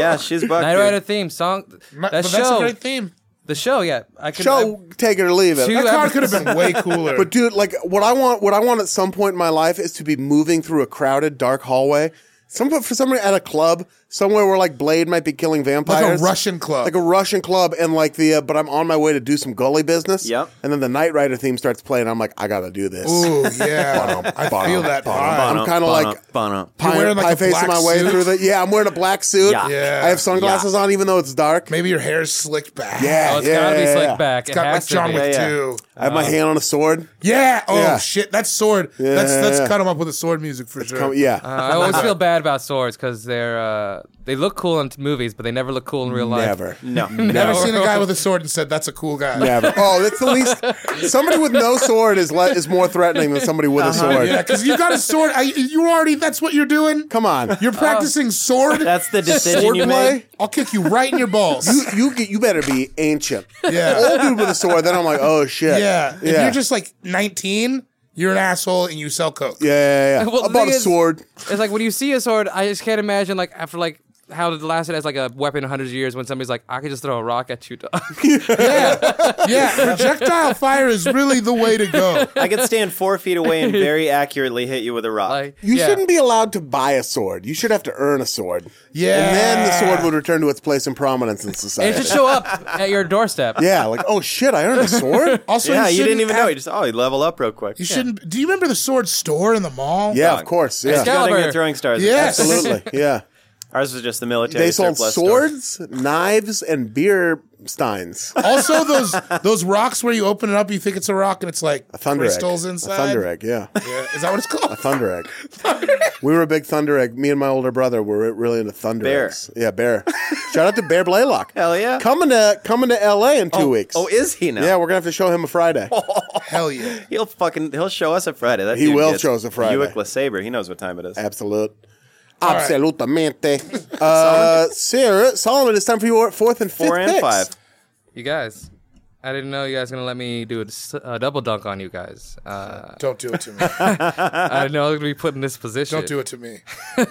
C: Yeah, she's buck.
E: Night
C: dude.
E: Rider theme song.
D: My-
E: that
D: but
E: show.
D: that's a great theme.
E: The show, yeah. I could,
A: Show, take it or leave it.
E: Two
D: That car could have been way cooler.
A: But dude, like what I want, what I want at some point in my life is to be moving through a crowded, dark hallway. Some for some reason at a club somewhere where like Blade might be killing
D: like a
A: vampires,
D: Russian club.
A: like a Russian club, and like the uh, but I'm on my way to do some gully business.
C: Yep.
A: And then the Knight Rider theme starts playing. I'm like, I gotta do this.
D: Ooh, yeah. I feel that vibe.
A: I'm kinda like-
C: Bono.
A: Pie,
D: wearing, like, a
A: pie-facing
D: black
A: my way
D: suit?
A: through the. Yeah, I'm wearing a black suit.
C: Yeah.
D: Yeah.
A: I have sunglasses on even though it's dark.
D: Maybe your hair's slicked back.
A: Yeah,
E: Oh, it's
A: yeah,
E: gotta be
A: yeah,
E: slick
A: yeah.
E: back.
D: It's
E: It
D: got like
E: has to
D: John
E: be.
D: Wick
C: Yeah, yeah.
D: 2.
A: I
C: Uh,
A: have my hand on a sword.
D: Yeah. Oh
A: Yeah.
D: shit. That's sword.
A: Yeah,
D: let's
A: yeah,
D: let's
A: yeah.
D: cut him up with the sword music for sure.
A: Come- yeah.
E: Uh, I always feel bad about swords because they're uh, they look cool in t- movies, but they never look cool in real life.
A: Never.
C: No.
D: Never seen a guy with a sword and said that's a cool guy.
A: Never. Oh, that's the least. Somebody with no sword is le- is more threatening than somebody with a sword.
D: Uh-huh. Yeah, because you got a sword. I, you already. That's what you're doing.
A: Come on.
D: You're practicing sword.
C: That's the decision you
D: swordplay?
C: made.
D: I'll kick you right in your balls.
A: you you get you better be ancient.
D: yeah.
A: Old dude with a sword. Then I'm like, oh shit.
D: Yeah. If
A: Yeah.
D: you're just like 19, you're an asshole and you sell coke.
A: yeah, yeah, yeah.
E: Well,
A: I
E: the
A: bought a
E: thing is-
A: sword.
E: It's like when you see a sword, I just can't imagine like after like how it lasted as like a weapon hundred years when somebody's like, I could just throw a rock at you, dog.
D: Yeah. yeah. Projectile fire is really the way to go.
C: I could stand four feet away and very accurately hit you with a rock.
E: like
A: You
E: yeah.
A: shouldn't be allowed to buy a sword. You should have to earn a sword.
D: Yeah.
A: And then the sword would return to its place and prominence in society.
E: It should show up at your doorstep.
A: yeah, like, oh shit, I earned a sword?
D: Also,
C: yeah, you didn't
D: shouldn't
C: even
D: have-
C: know. You just oh, you level up real quick.
D: You shouldn't. Do you remember the sword store in the mall?
A: yeah, of course. Yeah.
E: got-
C: Building
E: Excalibur.
C: and throwing stars.
D: Yes.
A: Absolutely. Yeah.
C: Ours was just the military.
A: They sold
C: surplus
A: swords, knives, and beer steins.
D: Also, those those rocks where you open it up, you think it's a rock, and it's like
A: A thunder
D: crystals
A: egg.
D: inside.
A: A thunder egg, yeah.
D: Yeah. Is that what it's called?
A: Thunder egg. we were a big thunder egg. Me and my older brother were really into thunder
C: Bear.
A: eggs. Yeah, bear. Shout out to Bear Blaylock.
C: Hell yeah.
A: Coming to coming to LA in two weeks.
C: Oh, is he now? Oh.
A: yeah, we're gonna have to show him a Friday.
D: Hell yeah.
C: He'll fucking he'll show us a Friday. That
A: He
C: dude
A: will
C: gets
A: show us a Friday.
C: Buick LeSabre. He knows what time it is.
A: Absolute. Absolutamente. Uh, Sarah, Solomon, it's time for your fourth and fifth
C: Four and
A: picks.
C: five.
E: You guys, I didn't know you guys were gonna let me do a, s- a double dunk on you guys. Uh,
D: Don't do it to me.
E: I didn't know I was gonna be put in this position.
D: Don't do it to me.
E: I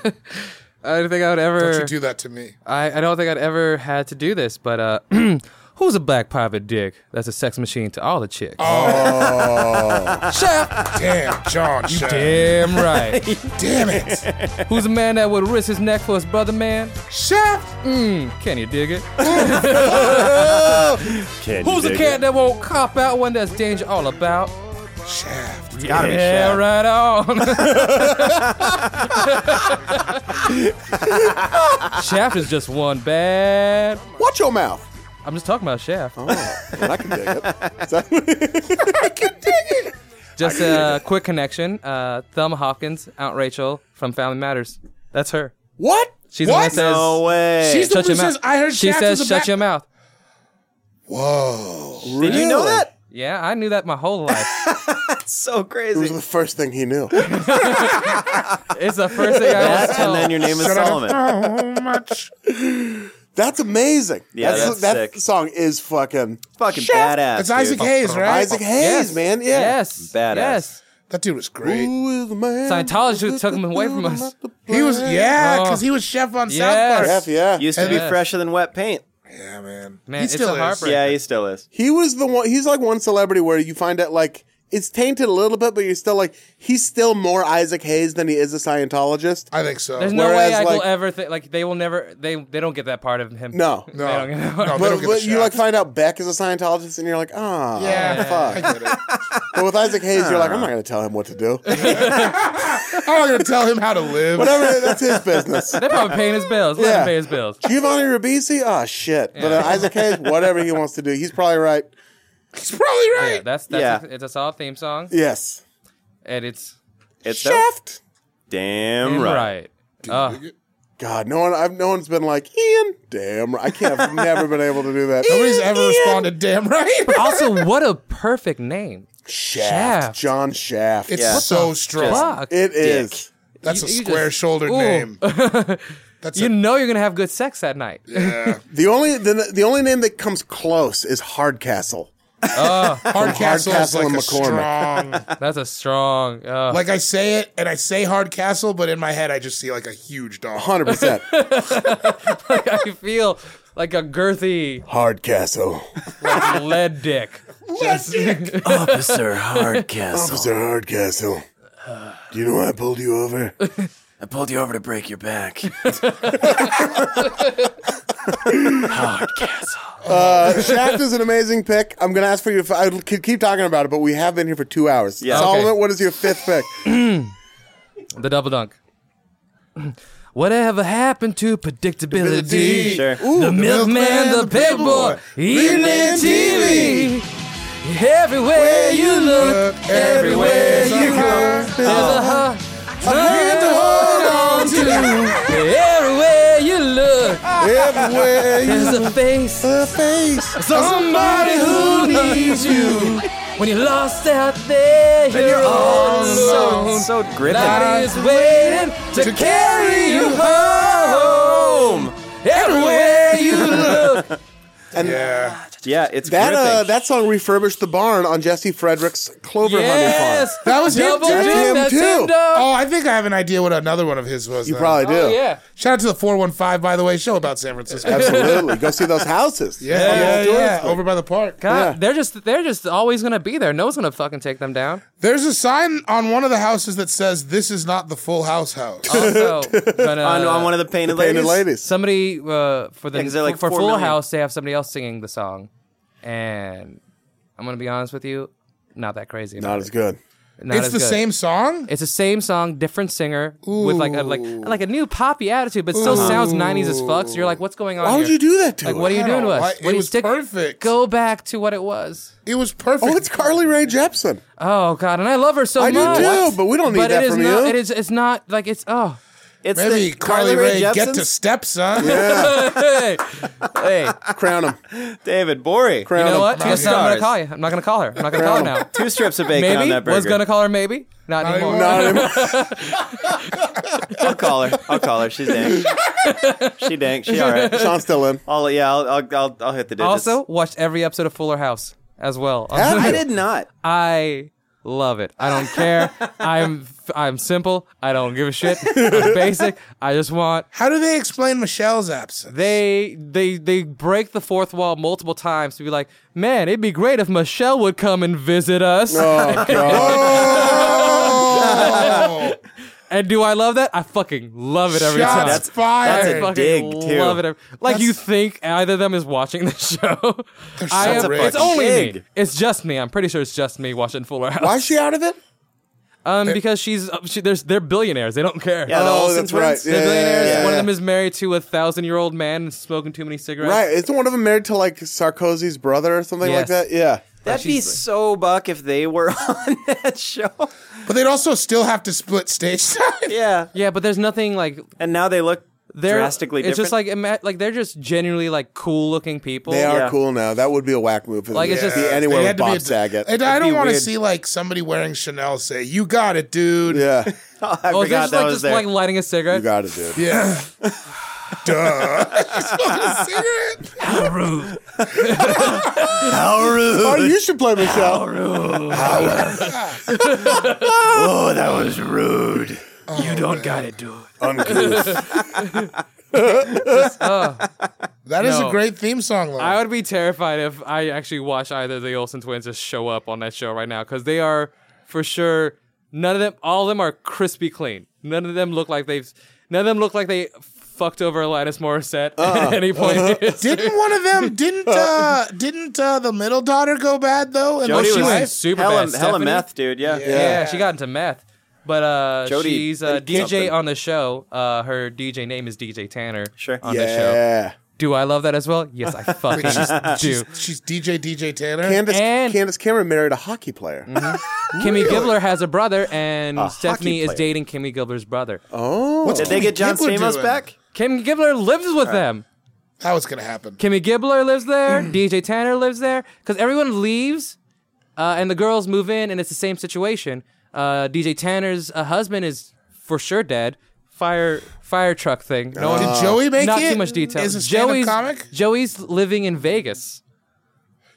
E: didn't think I would ever.
D: Don't you do that to me.
E: I, I don't think I'd ever had to do this, but uh, who's a black private dick that's a sex machine to all the chicks?
D: Oh. Damn, John. You
E: Damn right.
D: Damn it.
E: who's a man that would risk his neck for his brother man?
D: Chef.
E: Can you dig it? who's a cat that won't cop out when there's danger all about?
D: Shaft.
C: Gotta be
E: Yeah,
C: Shaft.
E: right on. Shaft is just one bad.
A: Watch your mouth.
E: I'm just talking about Shaft.
A: I can dig it. Is that- I can dig it.
E: Just a quick connection. Uh, Thelma Hopkins, Aunt Rachel from Family Matters. That's her.
D: What?
E: She's the one
D: what?
E: that says,
C: No way.
D: She's the
E: "Shut
D: one
E: your
D: who
E: mouth."
D: says, I heard
E: she
D: Shaft
E: says,
D: was a
E: "Shut
D: back-"
E: your mouth."
D: Whoa.
A: Did
C: you know that?
E: Yeah, I knew that my whole life.
C: so
A: It was
C: crazy.
A: the first thing he knew.
E: it's the first thing I was
C: That and
E: told.
C: then your name is Solomon.
D: Oh, much.
A: That's amazing.
C: Yeah, that's
A: that
C: sick.
A: song is fucking
C: Fucking badass.
D: That's Isaac
C: dude.
D: Hayes, right?
A: Isaac Hayes, man. Yeah.
E: Yes.
C: Badass.
E: Yes.
D: That dude was great.
A: Who is the man?
E: Scientology took him away from us.
D: He was, yeah, because
E: Oh.
D: he was chef on
E: Yes.
D: South
A: F, yeah.
C: Used to be
E: Yeah.
C: fresher than wet paint.
D: Park. Yeah, man.
E: Man,
D: he
E: it's
D: still
E: a
D: is.
E: heartbreak.
C: Yeah, he still is.
A: He was the one. He's like one celebrity where you find out like it's tainted a little bit, but you're still like he's still more Isaac Hayes than he is a Scientologist.
D: I think so.
E: There's no
A: Whereas,
E: way I
A: like-
E: will ever think like they will never they they don't get that part of him.
A: No,
D: no.
E: They don't get that
D: No,
E: part.
D: they
A: but,
D: don't get
A: but
D: the
A: you like
D: shaft.
A: find out Beck is a Scientologist, and you're like, ah,
D: yeah, I
A: fuck.
D: get it.
A: But with Isaac Hayes, you're like,
E: Ah.
A: I'm not going to tell him what to do.
D: I'm not gonna tell him how to live.
A: Whatever, that's his business.
E: They're probably paying his bills. Let
A: Yeah.
E: him pay his bills.
A: Giovanni Ribisi, ah, shit. But uh, Isaac Hayes, whatever he wants to do, he's probably right.
D: He's probably right.
E: Yeah, that's that's
C: Yeah.
E: it's a solid theme song,
A: Yes,
E: and it's
C: It's
A: Shaft.
C: damn
E: right.
C: right.
E: Uh,
A: God, no one, I've, no one's been like Ian. Damn, right. I can't. I've never been able to do that.
D: Nobody's ever
A: Ian.
D: responded. Damn right.
E: also, what a perfect name.
A: Shaft.
E: Shaft.
A: John Shaft.
D: It's
C: Yeah.
D: so strong.
E: Fuck.
A: It is.
D: That's
E: You-
D: a
E: you just-
D: square shouldered
E: Ooh.
D: name. That's
E: you
D: a,
E: know you're gonna have good sex that night.
D: yeah.
A: The only the, the only name that comes close is Hardcastle.
D: Hardcastle is
A: Hardcastle
D: like
A: and
D: a
A: McCormick.
D: strong.
E: That's a strong. Uh,
D: like I say it and I say Hardcastle, but in my head I just see like a huge dog.
A: Hundred percent.
E: I feel like a girthy
A: Hardcastle.
E: like lead dick.
C: Officer Hardcastle,
A: Officer Hardcastle. Do you know why I pulled you over?
C: I pulled you over to break your back. Hardcastle.
A: Uh, Shaft is an amazing pick. I'm going to ask for your. I could keep talking about it, but we have been here for two hours.
C: Yeah.
A: Solomon,
E: Okay.
A: what is your fifth pick?
E: The double dunk. Whatever happened to predictability?
C: Sure.
E: the milkman, the pig boy, evening TV. Everywhere you look, everywhere you go, there's a heart trying to hold on to. Everywhere you look,
A: Everywhere you
E: there's a face,
A: the face.
E: somebody who needs you. When you're lost out there, you're all alone.
C: So, so gripping.
E: Somebody is waiting to carry you home. Everywhere you look.
D: Yeah.
C: Yeah, it's
A: That
C: gripping.
A: uh, that song refurbished the barn on Jesse Frederick's Clover Hunting Farm.
E: yes.
D: That was him
E: Double
D: too?
E: dip,
D: That's
A: him
E: that's
A: too.
E: him, dog.
D: Oh, I think I have an idea what another one of his was.
A: You
D: then.
A: probably do.
E: Oh, yeah.
D: Shout out to the 415, by the way, show about San Francisco.
A: Absolutely. Go see those houses.
D: Yeah, yeah, yeah, over by the park.
A: Yeah.
E: God, they're just they're just always gonna be there. No one's gonna fucking take them down.
D: There's a sign on one of the houses that says, "This is not the Full House house."
E: Also, gonna,
C: on, on one of the painted,
A: uh, Painted
C: ladies.
A: ladies.
E: somebody uh, for the
C: 'cause they're like
E: for
C: four
E: Full
C: million.
E: House, they have somebody else singing the song, and I'm gonna be honest with you, not that crazy.
A: Not as good.
E: Not
D: it's
E: as
D: the
E: good.
D: same song.
E: It's the same song, different singer with like a like like a new poppy attitude, but still sounds '90s as fuck. So you're like, what's going on?
A: Why would
E: here?
A: you do that to
E: Like,
A: her?
E: what are you
D: I
E: doing to
D: don't
E: us?
D: know.
E: What
D: It
E: do you
D: was perfect.
E: Go back to what it was.
D: It was perfect.
A: Oh, it's Carly Rae Jepsen.
E: Oh God, and I love her so
A: I do
E: much.
A: too, What? but we don't need
E: But
A: that
E: it is
A: from
E: not,
A: you.
E: It is. It's not like it's. Oh,
C: It's
D: Maybe
C: the
D: Carly Rae get
C: Jepsen's-
D: to stepson.
E: hey, hey.
A: Crown him.
C: David Bory.
E: You
A: Crown
E: know
A: him.
E: what? Guess what I'm gonna
C: Stars.
E: call you. I'm not gonna call her. I'm not gonna call her now.
C: Two strips of bacon on
E: Maybe
C: that burger.
E: was gonna call her. Maybe not, anymore.
D: anymore.
A: Not anymore.
C: I'll call her. I'll call her. She's dank. she dank. She all right.
A: Sean's still in.
C: I'll, yeah, I'll, I'll, I'll, I'll hit the digits.
E: Also, watched every episode of Fuller House as well.
C: I did not.
E: I love it. I don't care. I'm I'm simple. I don't give a shit. I'm basic. I just want
D: How do they explain Michelle's absence?
E: they they they break the fourth wall multiple times to be like, man, it'd be great if Michelle would come and visit us.
A: Oh, God.
D: Oh,
E: And do I love that? I fucking love it every time.
D: shots
C: That's-
D: fired.
C: that's a
E: fucking
C: dig, too.
E: Love it. every- Like you
D: That's-
E: think either of them is watching the show. I
D: so
E: am,
D: rich.
E: it's only me.
C: Dig.
E: It's just me. I'm pretty sure it's just me watching Fuller House.
A: Why is she out of it?
E: Um, because she's she, there's they're billionaires. They don't care.
C: Yeah, the
A: Oh,
C: Olsen
A: that's right.
C: twins.
A: Yeah,
E: They're billionaires.
C: yeah,
E: One
C: yeah.
E: of them is married to a thousand year old man and smoking too many cigarettes.
A: Right. Isn't one of them married to like Sarkozy's brother or something like
E: Yes.
A: that? Yeah.
C: That'd be so buck if they were on that show.
D: But they'd also still have to split stage time.
C: Yeah.
E: Yeah, but there's nothing like
C: And now they look
E: they're
C: drastically
E: It's
C: different.
E: just like ima- like they're just genuinely like cool looking people.
A: They are
C: Yeah.
A: cool now. That would be a whack move. for them
E: Like, it's
A: to
E: just-
A: be
E: Yeah,
A: anywhere
D: They
A: with
D: had to be
A: Bob
D: a-
A: Sagat.
D: And I don't
C: be
D: want to
C: weird.
D: see like somebody wearing Chanel say, "You got it, dude."
A: yeah.
C: I
E: Oh, they're
C: forgot
E: just
C: that
E: like
C: was
E: just
C: there.
E: like lighting a
A: You
E: cigarette.
A: got it, dude.
D: Yeah. Duh. Smoking a cigarette.
A: Oh, you should play Michelle.
C: oh, that was rude. you don't got it, dude.
A: Uncouth.
D: That is
E: No.
D: a great theme song. Though.
E: I would be terrified if I actually watch either of the Olsen twins just show up on that show right now because they are for sure none of them. All of them are crispy clean. None of them look like they've. None of them look like they fucked over Alanis Morissette
C: Uh.
E: at any point. in history.
D: didn't one of them? Didn't uh, didn't uh, the middle daughter go bad though? And
C: Jody
D: she
C: was
D: went-
E: went super
C: hella,
E: bad.
C: hella
E: Stephanie?
C: meth, dude. Yeah.
E: Yeah. she got into meth. But uh,
C: Jody
E: she's a
C: did
E: DJ
C: something.
E: on the show. Uh, her DJ name is DJ Tanner.
C: Sure.
E: On the show.
A: yeah.
E: Do I love that as well? Yes, I fucking do.
D: She's DJ DJ Taylor.
A: Candace,
E: And-
A: Candace Cameron married a hockey player.
E: Kimmy Gibbler has a brother, and Stephanie is
C: player.
E: dating Kimmy Gibbler's brother.
A: Oh.
C: Did they get John
D: People do
C: Stamos
D: it.
C: back?
E: Kim Gibbler lives with them.
D: How it's gonna happen?
E: Kimmy Gibbler lives there.
D: Mm.
E: DJ Tanner lives there. Because everyone leaves, uh, and the girls move in, and it's the same situation. Uh, DJ Tanner's uh, husband is for sure dead. Fire fire truck thing. No one,
D: Did Joey Uh, make
E: not
D: it?
E: too much detail.
D: Is a stand-up
E: Joey's
D: comic?
E: Joey's living in Vegas,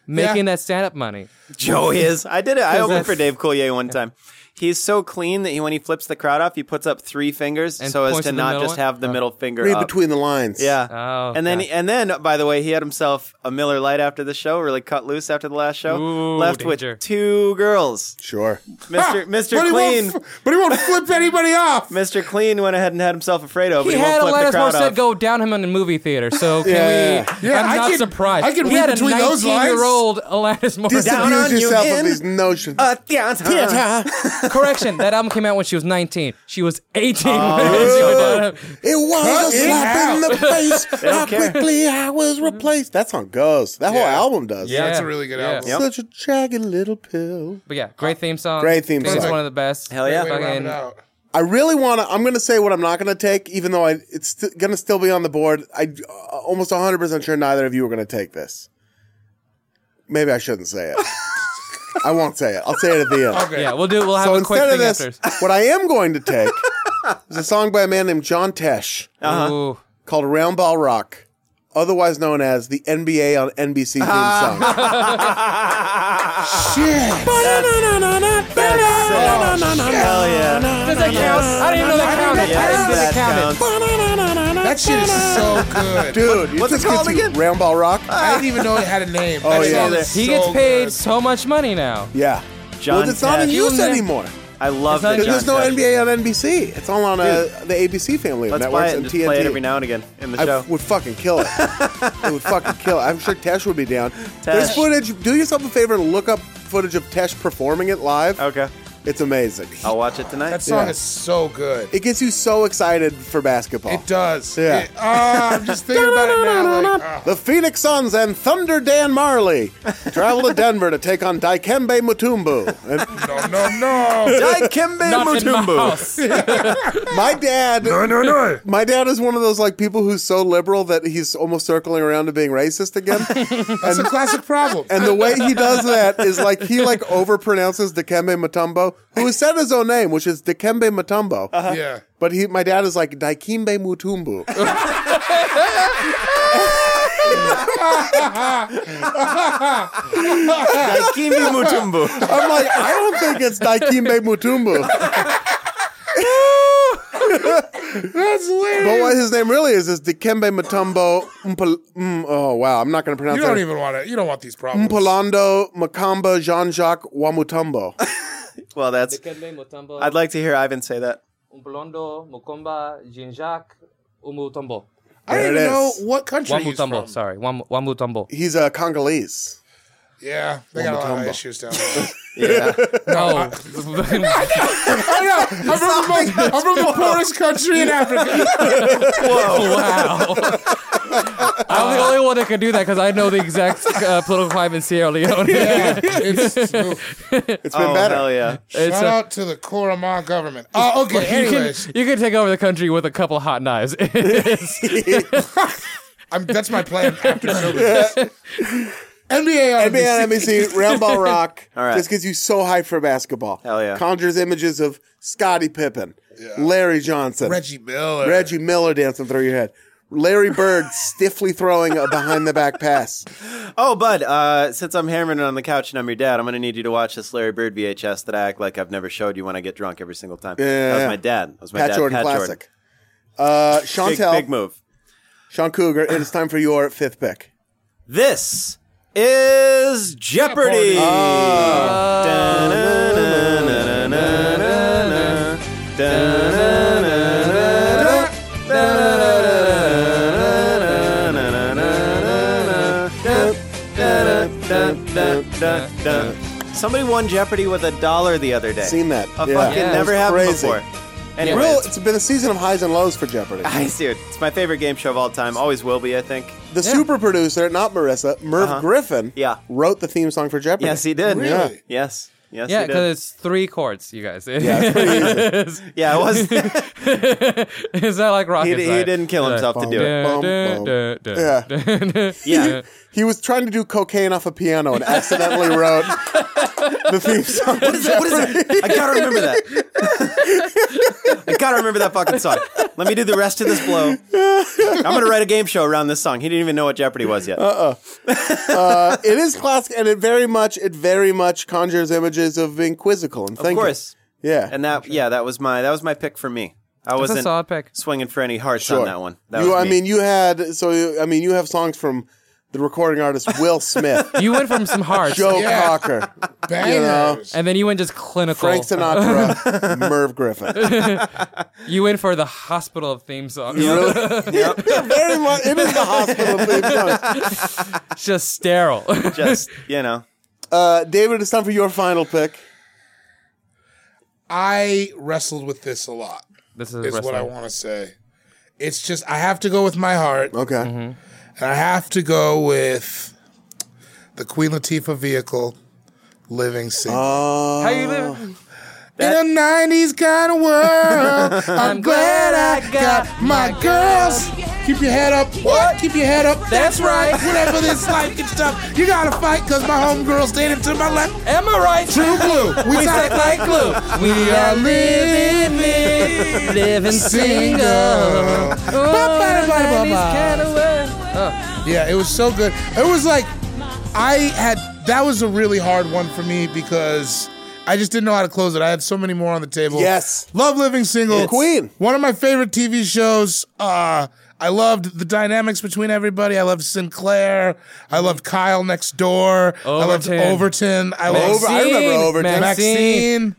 E: making
D: Yeah.
E: that stand up money.
C: Joe Oh, is. I did it. I opened
E: that's-
C: for Dave Coulier one time. he's so clean that he, when he flips the crowd off, he puts up three fingers
E: And
C: so as
E: points
C: to
E: to the
C: not
E: middle
C: just
E: one?
C: have the middle finger
A: Read
C: up.
A: between the lines.
C: yeah.
E: Oh,
C: and then
E: gotcha.
C: and then by the way, he had himself a Miller Light after the show. Really cut loose after the last show.
E: Ooh,
C: Left
E: danger.
C: with two girls.
A: Sure.
C: Mister Mister Clean.
D: Won't, f- but Ah, he won't flip anybody off.
C: Mr. Clean went ahead and had himself a Fredo, but
E: he
C: he
E: had
C: won't flip
E: Alanis
C: the crowd
E: Morissette
C: off.
E: go down him in the movie theater, so can
A: Yeah.
E: we?
D: Yeah,
E: I'm
D: I
E: not
D: can-
E: surprised.
D: I can
E: we
D: read
E: had a
D: between those
E: 19-year-old Alanis Morissette.
C: Down on
A: Disabuse
C: you
A: yourself
C: in-
A: of these notions.
C: Uh, theater.
E: Correction, that album came out when she was 19. She was 18 when she went down him.
A: It was
D: Cut
A: a
D: it
A: slap
D: out.
A: in the face. How
C: care.
A: quickly I was replaced. That song goes. That whole
D: Yeah.
A: album does.
D: Yeah, it's a
E: Yeah.
D: really good
E: Yeah.
D: album.
C: Yep.
A: Such a jagged little pill.
E: But yeah, great theme song.
A: Great theme
E: I think It's
A: song.
E: one of the best.
C: Hell yeah.
D: Way to round
E: Fucking-
D: it out.
A: I really want to. I'm going to say what I'm not going to take, even though I, it's st- going to still be on the board. I uh, almost 100 percent sure neither of you are going to take this. Maybe I shouldn't say it. I won't say it. I'll say it at the end.
D: Okay.
E: Yeah, we'll do. We'll have
A: So
E: a quick
A: instead
E: thing
A: of this,
E: after.
A: what I am going to take is a song by a man named John Tesh
E: Ooh.
A: called "Round Ball Rock," otherwise known as the NBA on NBC theme
E: Ah.
A: song.
C: Hell yeah.
E: Does that count? I didn't even know that counted. I didn't know
C: Yes,
E: that
C: that
E: counted.
C: counts.
D: That shit is so good.
A: Dude, you
C: what's it
A: just get
C: called
A: to
C: again? Ah.
A: Round Ball Rock.
D: I didn't even know it had a name.
A: Oh,
D: That
A: yeah.
D: shit is
E: He
D: so
E: gets paid
D: good.
E: so much money now.
A: Yeah.
C: John
A: well, it's not in
C: Tesh.
A: use
E: You'll ne-
A: anymore.
C: I love
E: It's
C: that.
E: not-
C: John
A: There's no
C: Tesh.
A: NBA on NBC. It's all on uh, the ABC family of
C: Let's
A: networks
C: buy it and
A: and
C: just
A: TNT.
C: play it every now and again in the
A: I
C: show.
A: f- would fucking kill it. it would fucking kill it. I'm sure Tesh would be down. There's
C: Tesh.
A: footage. Do yourself a favor and look up footage of Tesh performing it live.
C: okay.
A: It's amazing.
C: I'll watch it tonight.
D: That song
A: Yeah.
D: is so good.
A: It gets you so excited for basketball.
D: It does.
A: Yeah.
D: It- ah, I'm just thinking about it now. Like, ah.
A: The Phoenix Suns and Thunder Dan Marley travel to Denver to take on Dikembe Mutombo. And
D: no, no, no.
C: Dikembe
E: Not in my house.
A: my dad
D: no, no.
A: My dad is one of those like people who's so liberal that he's almost circling around to being racist again.
D: That's a classic problem.
A: and the way he does that is like he like overpronounces Dikembe Mutombo, who has said his own name, which is Dikembe Mutombo.
D: yeah.
A: But he, my dad is like Dikembe Mutumbu.
C: Dikembe Mutumbu.
A: I'm like, I don't think it's Dikembe Mutumbu.
D: That's hilarious.
A: But what his name really is is Dikembe Mutombo. Mpal- mm, oh wow, I'm not going to pronounce
D: you don't
A: it.
D: even want to. You don't want these problems.
A: Mm, Mpalando Makamba Jean-Jacques Wamutombo.
C: Well, that's. I'd like to hear Ivan say that.
D: I don't even
A: There it
D: know
A: is.
D: what country he's
E: Wamutumbo,
D: from.
E: sorry, Wam- Wamutumbo.
A: He's a Congolese.
D: Yeah, they got a lot of
A: Wamutumbo.
D: issues down there.
C: Yeah.
E: No,
D: I know. I'm from, the most, I'm from the poorest country in Africa.
E: wow. I'm the only one that can do that because I know the exact uh, political climate in Sierra Leone.
D: It's, oof.
A: It's been
C: oh,
A: better.
C: hell yeah.
E: It's
D: shout
E: a-
D: out to the Koroma government. Oh, okay.
E: you, can,
D: Anyways,
E: you can take over the country with a couple hot knives.
D: I'm, that's my plan after show business. NBA on
A: NBA on NBC, Round Ball Rock.
C: All right.
A: Just gets you so hyped for basketball.
C: Hell yeah.
A: Conjures images of Scottie Pippen, Larry Johnson,
D: Reggie Miller.
A: Reggie Miller dancing through your head, Larry Bird stiffly throwing a behind the back pass.
C: Oh, bud, uh, since I'm hammering it on the couch and I'm your dad, I'm going to need you to watch this Larry Bird VHS that I act like I've never showed you when I get drunk every single time. that was
A: yeah.
C: my dad. That was my
A: Pat
C: dad.
A: Jordan
C: Pat
A: classic. Uh,
C: Jordan.
A: Chantel,
C: Big, big move.
A: Sean Cougar, it is time for your fifth pick.
C: This is Jeopardy. Da-na-na-na-na-na-na. Da-na-na-na-na. Da-na-na-na-na-na-na-na-na. Somebody won Jeopardy with a dollar the other day.
A: Seen that.
C: A
A: Yeah.
C: fucking
E: Yeah,
C: never
A: it's
C: happened
A: crazy.
C: before. Anyway,
A: Real, it's been a season of highs and lows for Jeopardy.
C: I see it. It's my favorite game show of all time. Always will be, I think.
A: The super producer, not Marissa, Merv Griffin,
C: Uh-huh. Yeah.
A: wrote the theme song for Jeopardy.
C: Yes, he did.
D: Really?
C: Yes. Yes,
E: yeah,
C: he did.
E: because it's three chords, you guys.
C: yeah, it was. he,
E: It's not like rocket
C: he
E: science.
C: didn't kill himself to do it.
E: Dun,
A: Bum,
E: dun, dun, dun, dun.
C: Yeah.
A: He was trying to do cocaine off a piano and accidentally wrote the theme song. What is
C: What is that? I gotta remember that. I gotta remember that fucking song. Let me do the rest of this blow. I'm gonna write a game show around this song. He didn't even know what Jeopardy was yet.
D: Uh,
A: It is classic, and it very much, it very much conjures images of being quizzical and
C: of course.
A: Yeah.
C: And that yeah, that was my that was my pick for me. I
E: That's a
C: wasn't
E: solid pick.
C: swinging for any hearts on that one. That
A: you,
C: was
A: I
C: me.
A: mean, you had so you- I mean, you have songs from the recording artist Will Smith,
E: You went from some hearts,
A: Joe
D: Yeah.
A: Cocker,
D: Bangers.
E: and then you went just clinical.
A: Frank Sinatra, Merv Griffin.
E: You went for the hospital of theme songs.
A: Very much, it is the hospital theme song.
E: just sterile.
C: just you know,
A: Uh, David, it's time for your final pick.
D: I wrestled with this a lot.
E: this
D: Is
E: is
D: what I
E: wrestling.
D: want to say. It's just I have to go with my heart,
A: Okay.
D: and I have to go with the Queen Latifah vehicle, "Living Single."
E: How you living?
D: In a 90s kind of world, I'm glad I got my girls. Keep your head up. What? Keep your head up. That's right. Whatever this life gets tough, you gotta fight because my homegirl standing to my left.
E: Am I right?
D: True blue. We tight like glue. We are living,
E: living Oh,
D: single. Ba-ba-da-ba-ba-ba. Yeah, it was so good. It was like I had that was a really hard one for me because I just didn't know how to close it. I had so many more on the table.
A: Yes.
D: Love Living Single.
A: It's- Queen.
D: One of my favorite TV shows. Uh I loved the dynamics between everybody. I loved Sinclair. I loved Kyle next door. I loved
E: Overton.
D: Overton. I
A: Over-
D: loved
A: I remember Overton.
E: Maxine,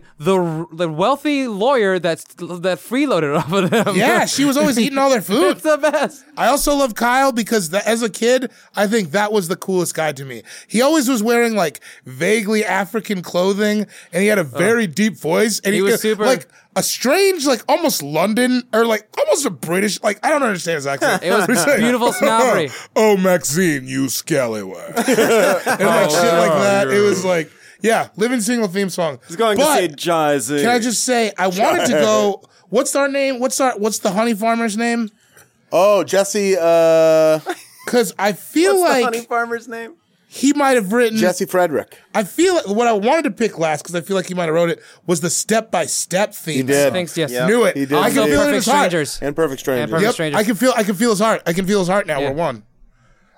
E: Maxine, the the wealthy lawyer that's that freeloaded off of them.
D: Yeah, she was always eating all their food.
E: it's the best.
D: I also love Kyle because the, as a kid, I think that was the coolest guy to me. He always was wearing like vaguely African clothing and he had a very deep voice and
E: He was super-
D: like a strange, like almost London or like almost a British, like I don't understand his accent.
E: It was
D: He's like,
E: beautiful snobbery.
D: oh, Maxine, you scallywag. and like shit
E: Oh,
D: like that. It was like, yeah, Living Single theme song.
C: it's going
D: But-
C: to see Jazzy.
D: Can I just say, I wanted to go, what's our name? What's our, what's the honey farmer's name?
A: Oh, Jesse, uh,
D: Cause I feel
C: What's the
D: like
C: honey farmer's name?
D: he might have written.
A: Jesse Frederick.
D: I feel like what I wanted to pick last because I feel like he might have wrote it was the step by step theme. He
A: did.
E: Thanks. Yes.
C: Yeah.
D: Knew it.
A: He did.
D: I can
E: So
D: feel it in
E: perfect
D: his heart.
E: strangers.
A: And Perfect Stranger.
E: And Perfect-
D: Yep.
E: Strangers.
D: I can feel. I can feel his heart. I can feel his heart now.
E: Yeah.
D: We're one.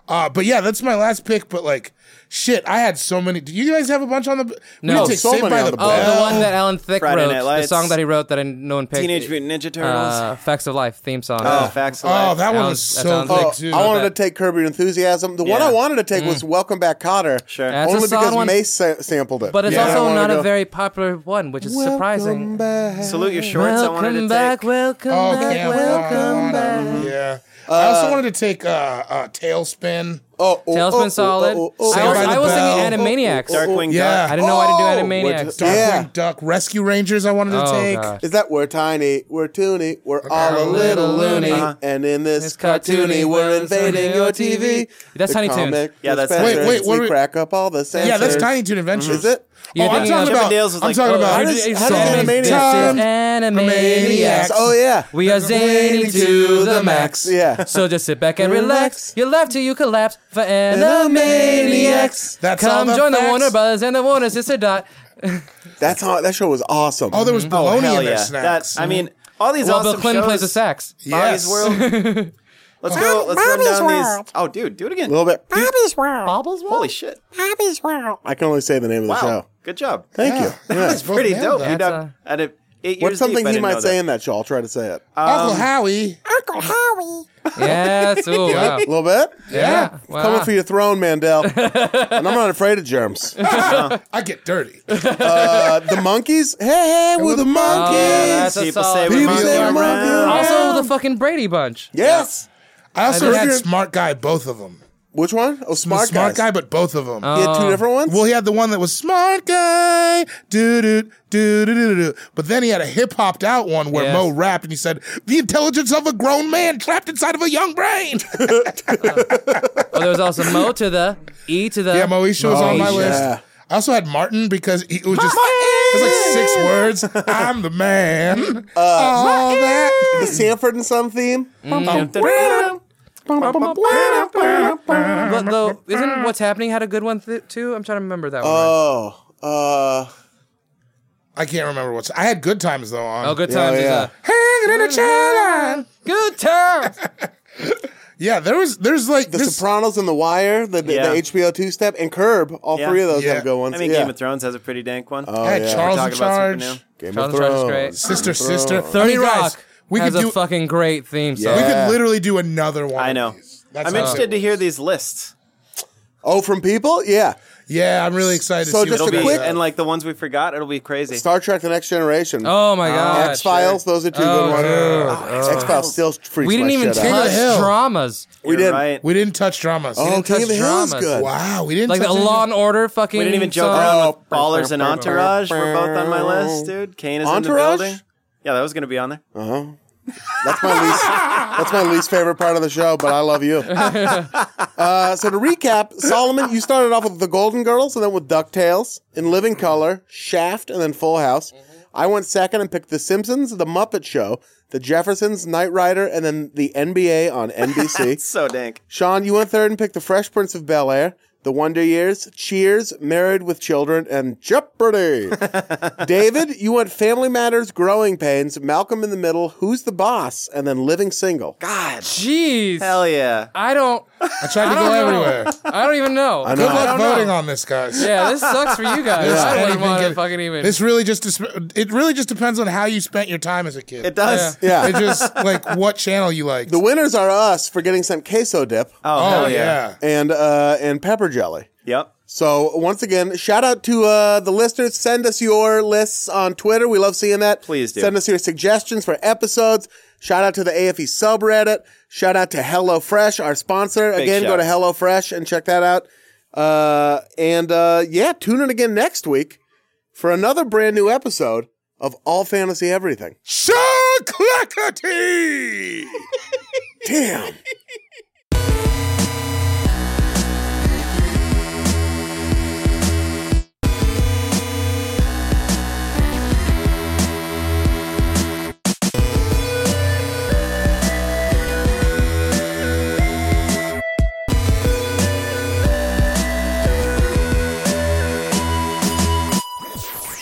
D: Uh, but yeah, that's my last pick. But like, shit, I had so many. Do you guys have a bunch on the? we
E: No.
D: didn't take
A: So
D: Saved
A: many
D: by
A: on the
E: Oh,
A: Well-
E: the one that Alan Thicke
C: Friday
E: wrote,
C: Night
E: the
C: Lights.
E: song that he wrote that I, no one picked.
C: Teenage Mutant Ninja Turtles.
E: uh, Facts of Life theme song.
C: oh, facts. of
D: Bell. Oh,
C: life.
D: that one
E: Alan-
D: was
E: that's
D: so
E: Alan
D: big
A: Oh,
E: Thicke.
D: too.
A: I wanted
E: That-
A: to take Curb Your Enthusiasm. The one
C: Yeah.
A: I wanted to take was Welcome Back, Cotter.
C: Sure.
E: Mm. That's a
A: Only
E: solid
A: because
E: one.
A: Mace sa- sampled it.
E: But it's
D: Yeah. I
E: also
D: wanna
E: not a
A: go-
E: very popular one, which is surprising.
C: Salute your shorts. I wanted to
E: Welcome back,
C: take.
E: welcome
D: Oh,
E: back,
D: Camp
E: welcome back.
D: Fire. Yeah. I also wanted to take uh, uh, Tailspin.
A: Oh, oh,
E: Tailspin
A: oh, oh,
E: solid.
A: oh, oh, oh,
E: I
D: Saved
E: was,
D: by the
E: I was thinking
D: Bell.
E: Animaniacs.
C: Darkwing
D: Oh, Yeah.
C: Duck.
E: I didn't know I
A: Oh,
E: didn't do
A: what-
E: Animaniacs.
D: Darkwing
A: Yeah.
D: Duck, Rescue Rangers. I wanted to
E: Oh,
D: take.
E: God.
A: Is that we're tiny, we're toony, we're all a little loony, and in this
E: It's Uh-huh. cartoony,
A: cartoony, we're invading your TV.
E: That's
A: The
E: Tiny Toons.
A: comic
C: Yeah,
A: was
C: that's Tiny
A: better.
D: Toons. Wait, wait, what
A: We
D: are we-
A: crack up all the sensors. Mm-hmm.
D: Yeah, that's Tiny Toon Adventures.
A: Is it?
E: You're
D: oh, I'm
E: thinking
D: talking
E: of-
D: about.
C: Chippendales was
D: I'm
C: like,
D: talking
C: oh,
D: about.
A: how does- how does
D: Time-
A: Animaniacs-
D: time-
E: Animaniacs.
D: Animaniacs.
A: Oh yeah.
E: We are zany to the max.
A: Yeah.
E: So just sit back and relax.
A: Relax.
E: You'll laugh till you collapse for Animaniacs.
D: That's
E: Come
D: all the
E: join the
D: facts.
E: Warner Brothers and the Warner Sister Dot.
A: That's how that show was awesome.
D: Oh, there was
C: Oh,
D: bologna
C: hell
D: in their
C: yeah. That,
D: snacks.
C: I mean, all these
E: Well,
C: awesome
E: Bill Clinton
C: shows.
E: plays the sax.
D: yes.
C: World. Let's go. Let's run down these. Oh, dude, do it again.
A: a little bit.
H: Bobby's World.
C: Holy shit!
H: Bobby's World.
A: I can only say the name of the
C: Wow,
A: show.
C: good job.
A: Thank you. Yeah.
D: That's
C: Pretty dope. You
E: that.
C: know, at a, eight
A: What's
C: years
A: something
C: deep, I
A: he
C: didn't know
A: might say
C: that.
A: in that show? I'll try to say it.
D: Uncle Howie.
H: Uncle Howie.
E: Yes. Ooh, wow.
A: A little bit.
E: Yeah. Wow.
A: Coming for your throne, Mandel. and I'm not afraid of germs.
D: I get dirty.
A: Uh, the monkeys. Hey, hey, we're the monkeys.
E: that's a
C: People
E: solid
C: say
E: one.
C: we're
A: People
C: monkey
A: say we're
C: around.
A: monkey around.
E: Also, the fucking Brady Bunch.
A: yes.
D: I also
A: I
D: had
A: know.
D: Smart Guy, both of them.
A: Which one? Oh, smart, guys.
D: smart Guy, but both of them.
E: Oh.
A: He had two different ones.
D: Well, he had the one that was smart guy, do do do do do do. But then he had a hip hopped out one where
E: Yes.
D: Mo rapped and he said, "The intelligence of a grown man trapped inside of a young brain."
E: Oh, there was also Mo to the E to the.
D: yeah, Moesha was on my
A: Moesha.
D: list. I also had Martin because he, it was just it was like six words. I'm the man. All that.
A: the Sanford and Son theme.
E: But though, isn't what's happening had a good one th- too? I'm trying to remember that one.
A: Oh, uh,
D: I can't remember what's. I had good times though on.
E: Oh, good times.
A: yeah.
E: is a-
D: Hanging in a chair line.
E: Good times.
D: Yeah, there was there's like
A: The
D: this.
A: Sopranos and The Wire, the, the-
C: Yeah.
A: the HBO two step, and Curb. All
C: Yeah.
A: three of those
D: Yeah.
A: have good ones.
C: I mean,
A: yeah.
C: Game of Thrones has a pretty dank one.
A: Oh,
D: had
A: yeah.
D: Charles in
C: Talking about
D: charge.
C: something new.
A: Game
E: Charles
A: of
E: in Charge is
A: Thrones.
E: great.
D: Sister, sister. I
E: 30
D: mean,
E: Rock
D: guys, we
E: has
D: could do.
E: a fucking great theme song.
D: we
A: Yeah.
D: could literally do another one.
C: I
D: of
C: know.
D: these. That's
A: uh,
C: I'm
D: how
C: interested
D: simple
C: to
D: it
C: hear
D: is.
C: these lists.
A: Oh, from people, yeah.
D: Yeah, I'm really excited.
A: So
D: to see
A: just
D: what
C: It'll
A: a
D: they
C: be
A: quick-
D: have.
C: and like the ones we forgot. It'll be crazy.
A: Star Trek: The Next Generation.
E: Oh my god.
A: X Files. Those are two
E: Oh,
A: good ones.
E: dude. Oh,
A: X Files still freaks
E: we didn't
A: my
E: even
A: shit out.
D: King of the
E: touch
D: Hill.
E: dramas.
A: We
C: You're
A: didn't.
C: Right.
D: we didn't touch dramas.
A: Oh,
E: didn't
A: King of
E: touch
A: the Hill is
E: dramas.
A: good.
D: Wow, we didn't
E: Like the
D: touch
E: Law and Order fucking.
C: We didn't even joke
E: song.
C: around with
A: Oh.
C: Ballers and Entourage. We're both on my list, dude. Kane is
A: Entourage?
C: in the building. Yeah, that was going to be on there.
A: That's my least. that's my least favorite part of the show, but I love you. uh, so to recap, Solomon, you started off with The Golden Girls, and then with Ducktales, In Living Color, Shaft, and then Full House. I went second and picked The Simpsons, The Muppet Show, The Jeffersons, Knight Rider, and then the NBA on NBC.
C: So dank.
A: Sean, you went third and picked The Fresh Prince of Bel Air. The Wonder Years, Cheers, Married with Children, and Jeopardy! David, you went Family Matters, Growing Pains, Malcolm in the Middle, Who's the Boss, and then Living Single.
C: God.
E: Jeez.
C: Hell yeah.
E: I don't.
D: I tried to
E: I
D: go
E: don't know.
D: everywhere.
E: I don't even know.
A: I know.
D: Good
A: I
D: luck
A: don't
D: voting on this, guys.
E: Yeah, this sucks for you guys.
D: This
E: I wouldn't
D: anything
E: want to
D: can-
E: fucking even.
D: This really just disp- it really just depends on how you spent your time as a kid.
C: It does.
A: Oh, Yeah.
D: It just like what channel you like.
A: The winners are us for getting sent queso dip
C: Oh,
D: oh
C: hell
D: yeah.
A: and uh, and pepper jelly.
C: Yep.
A: So once again, shout out to uh, the listeners. Send us your lists on Twitter. We love seeing that.
C: Please do.
A: Send us your suggestions for episodes. Shout out to the AFE subreddit. Shout out to HelloFresh, our sponsor. again, go
C: shout.
A: to HelloFresh and check that out. Uh, and uh, yeah, tune in again next week for another brand new episode of All Fantasy Everything.
D: Chocolatey!
A: Damn.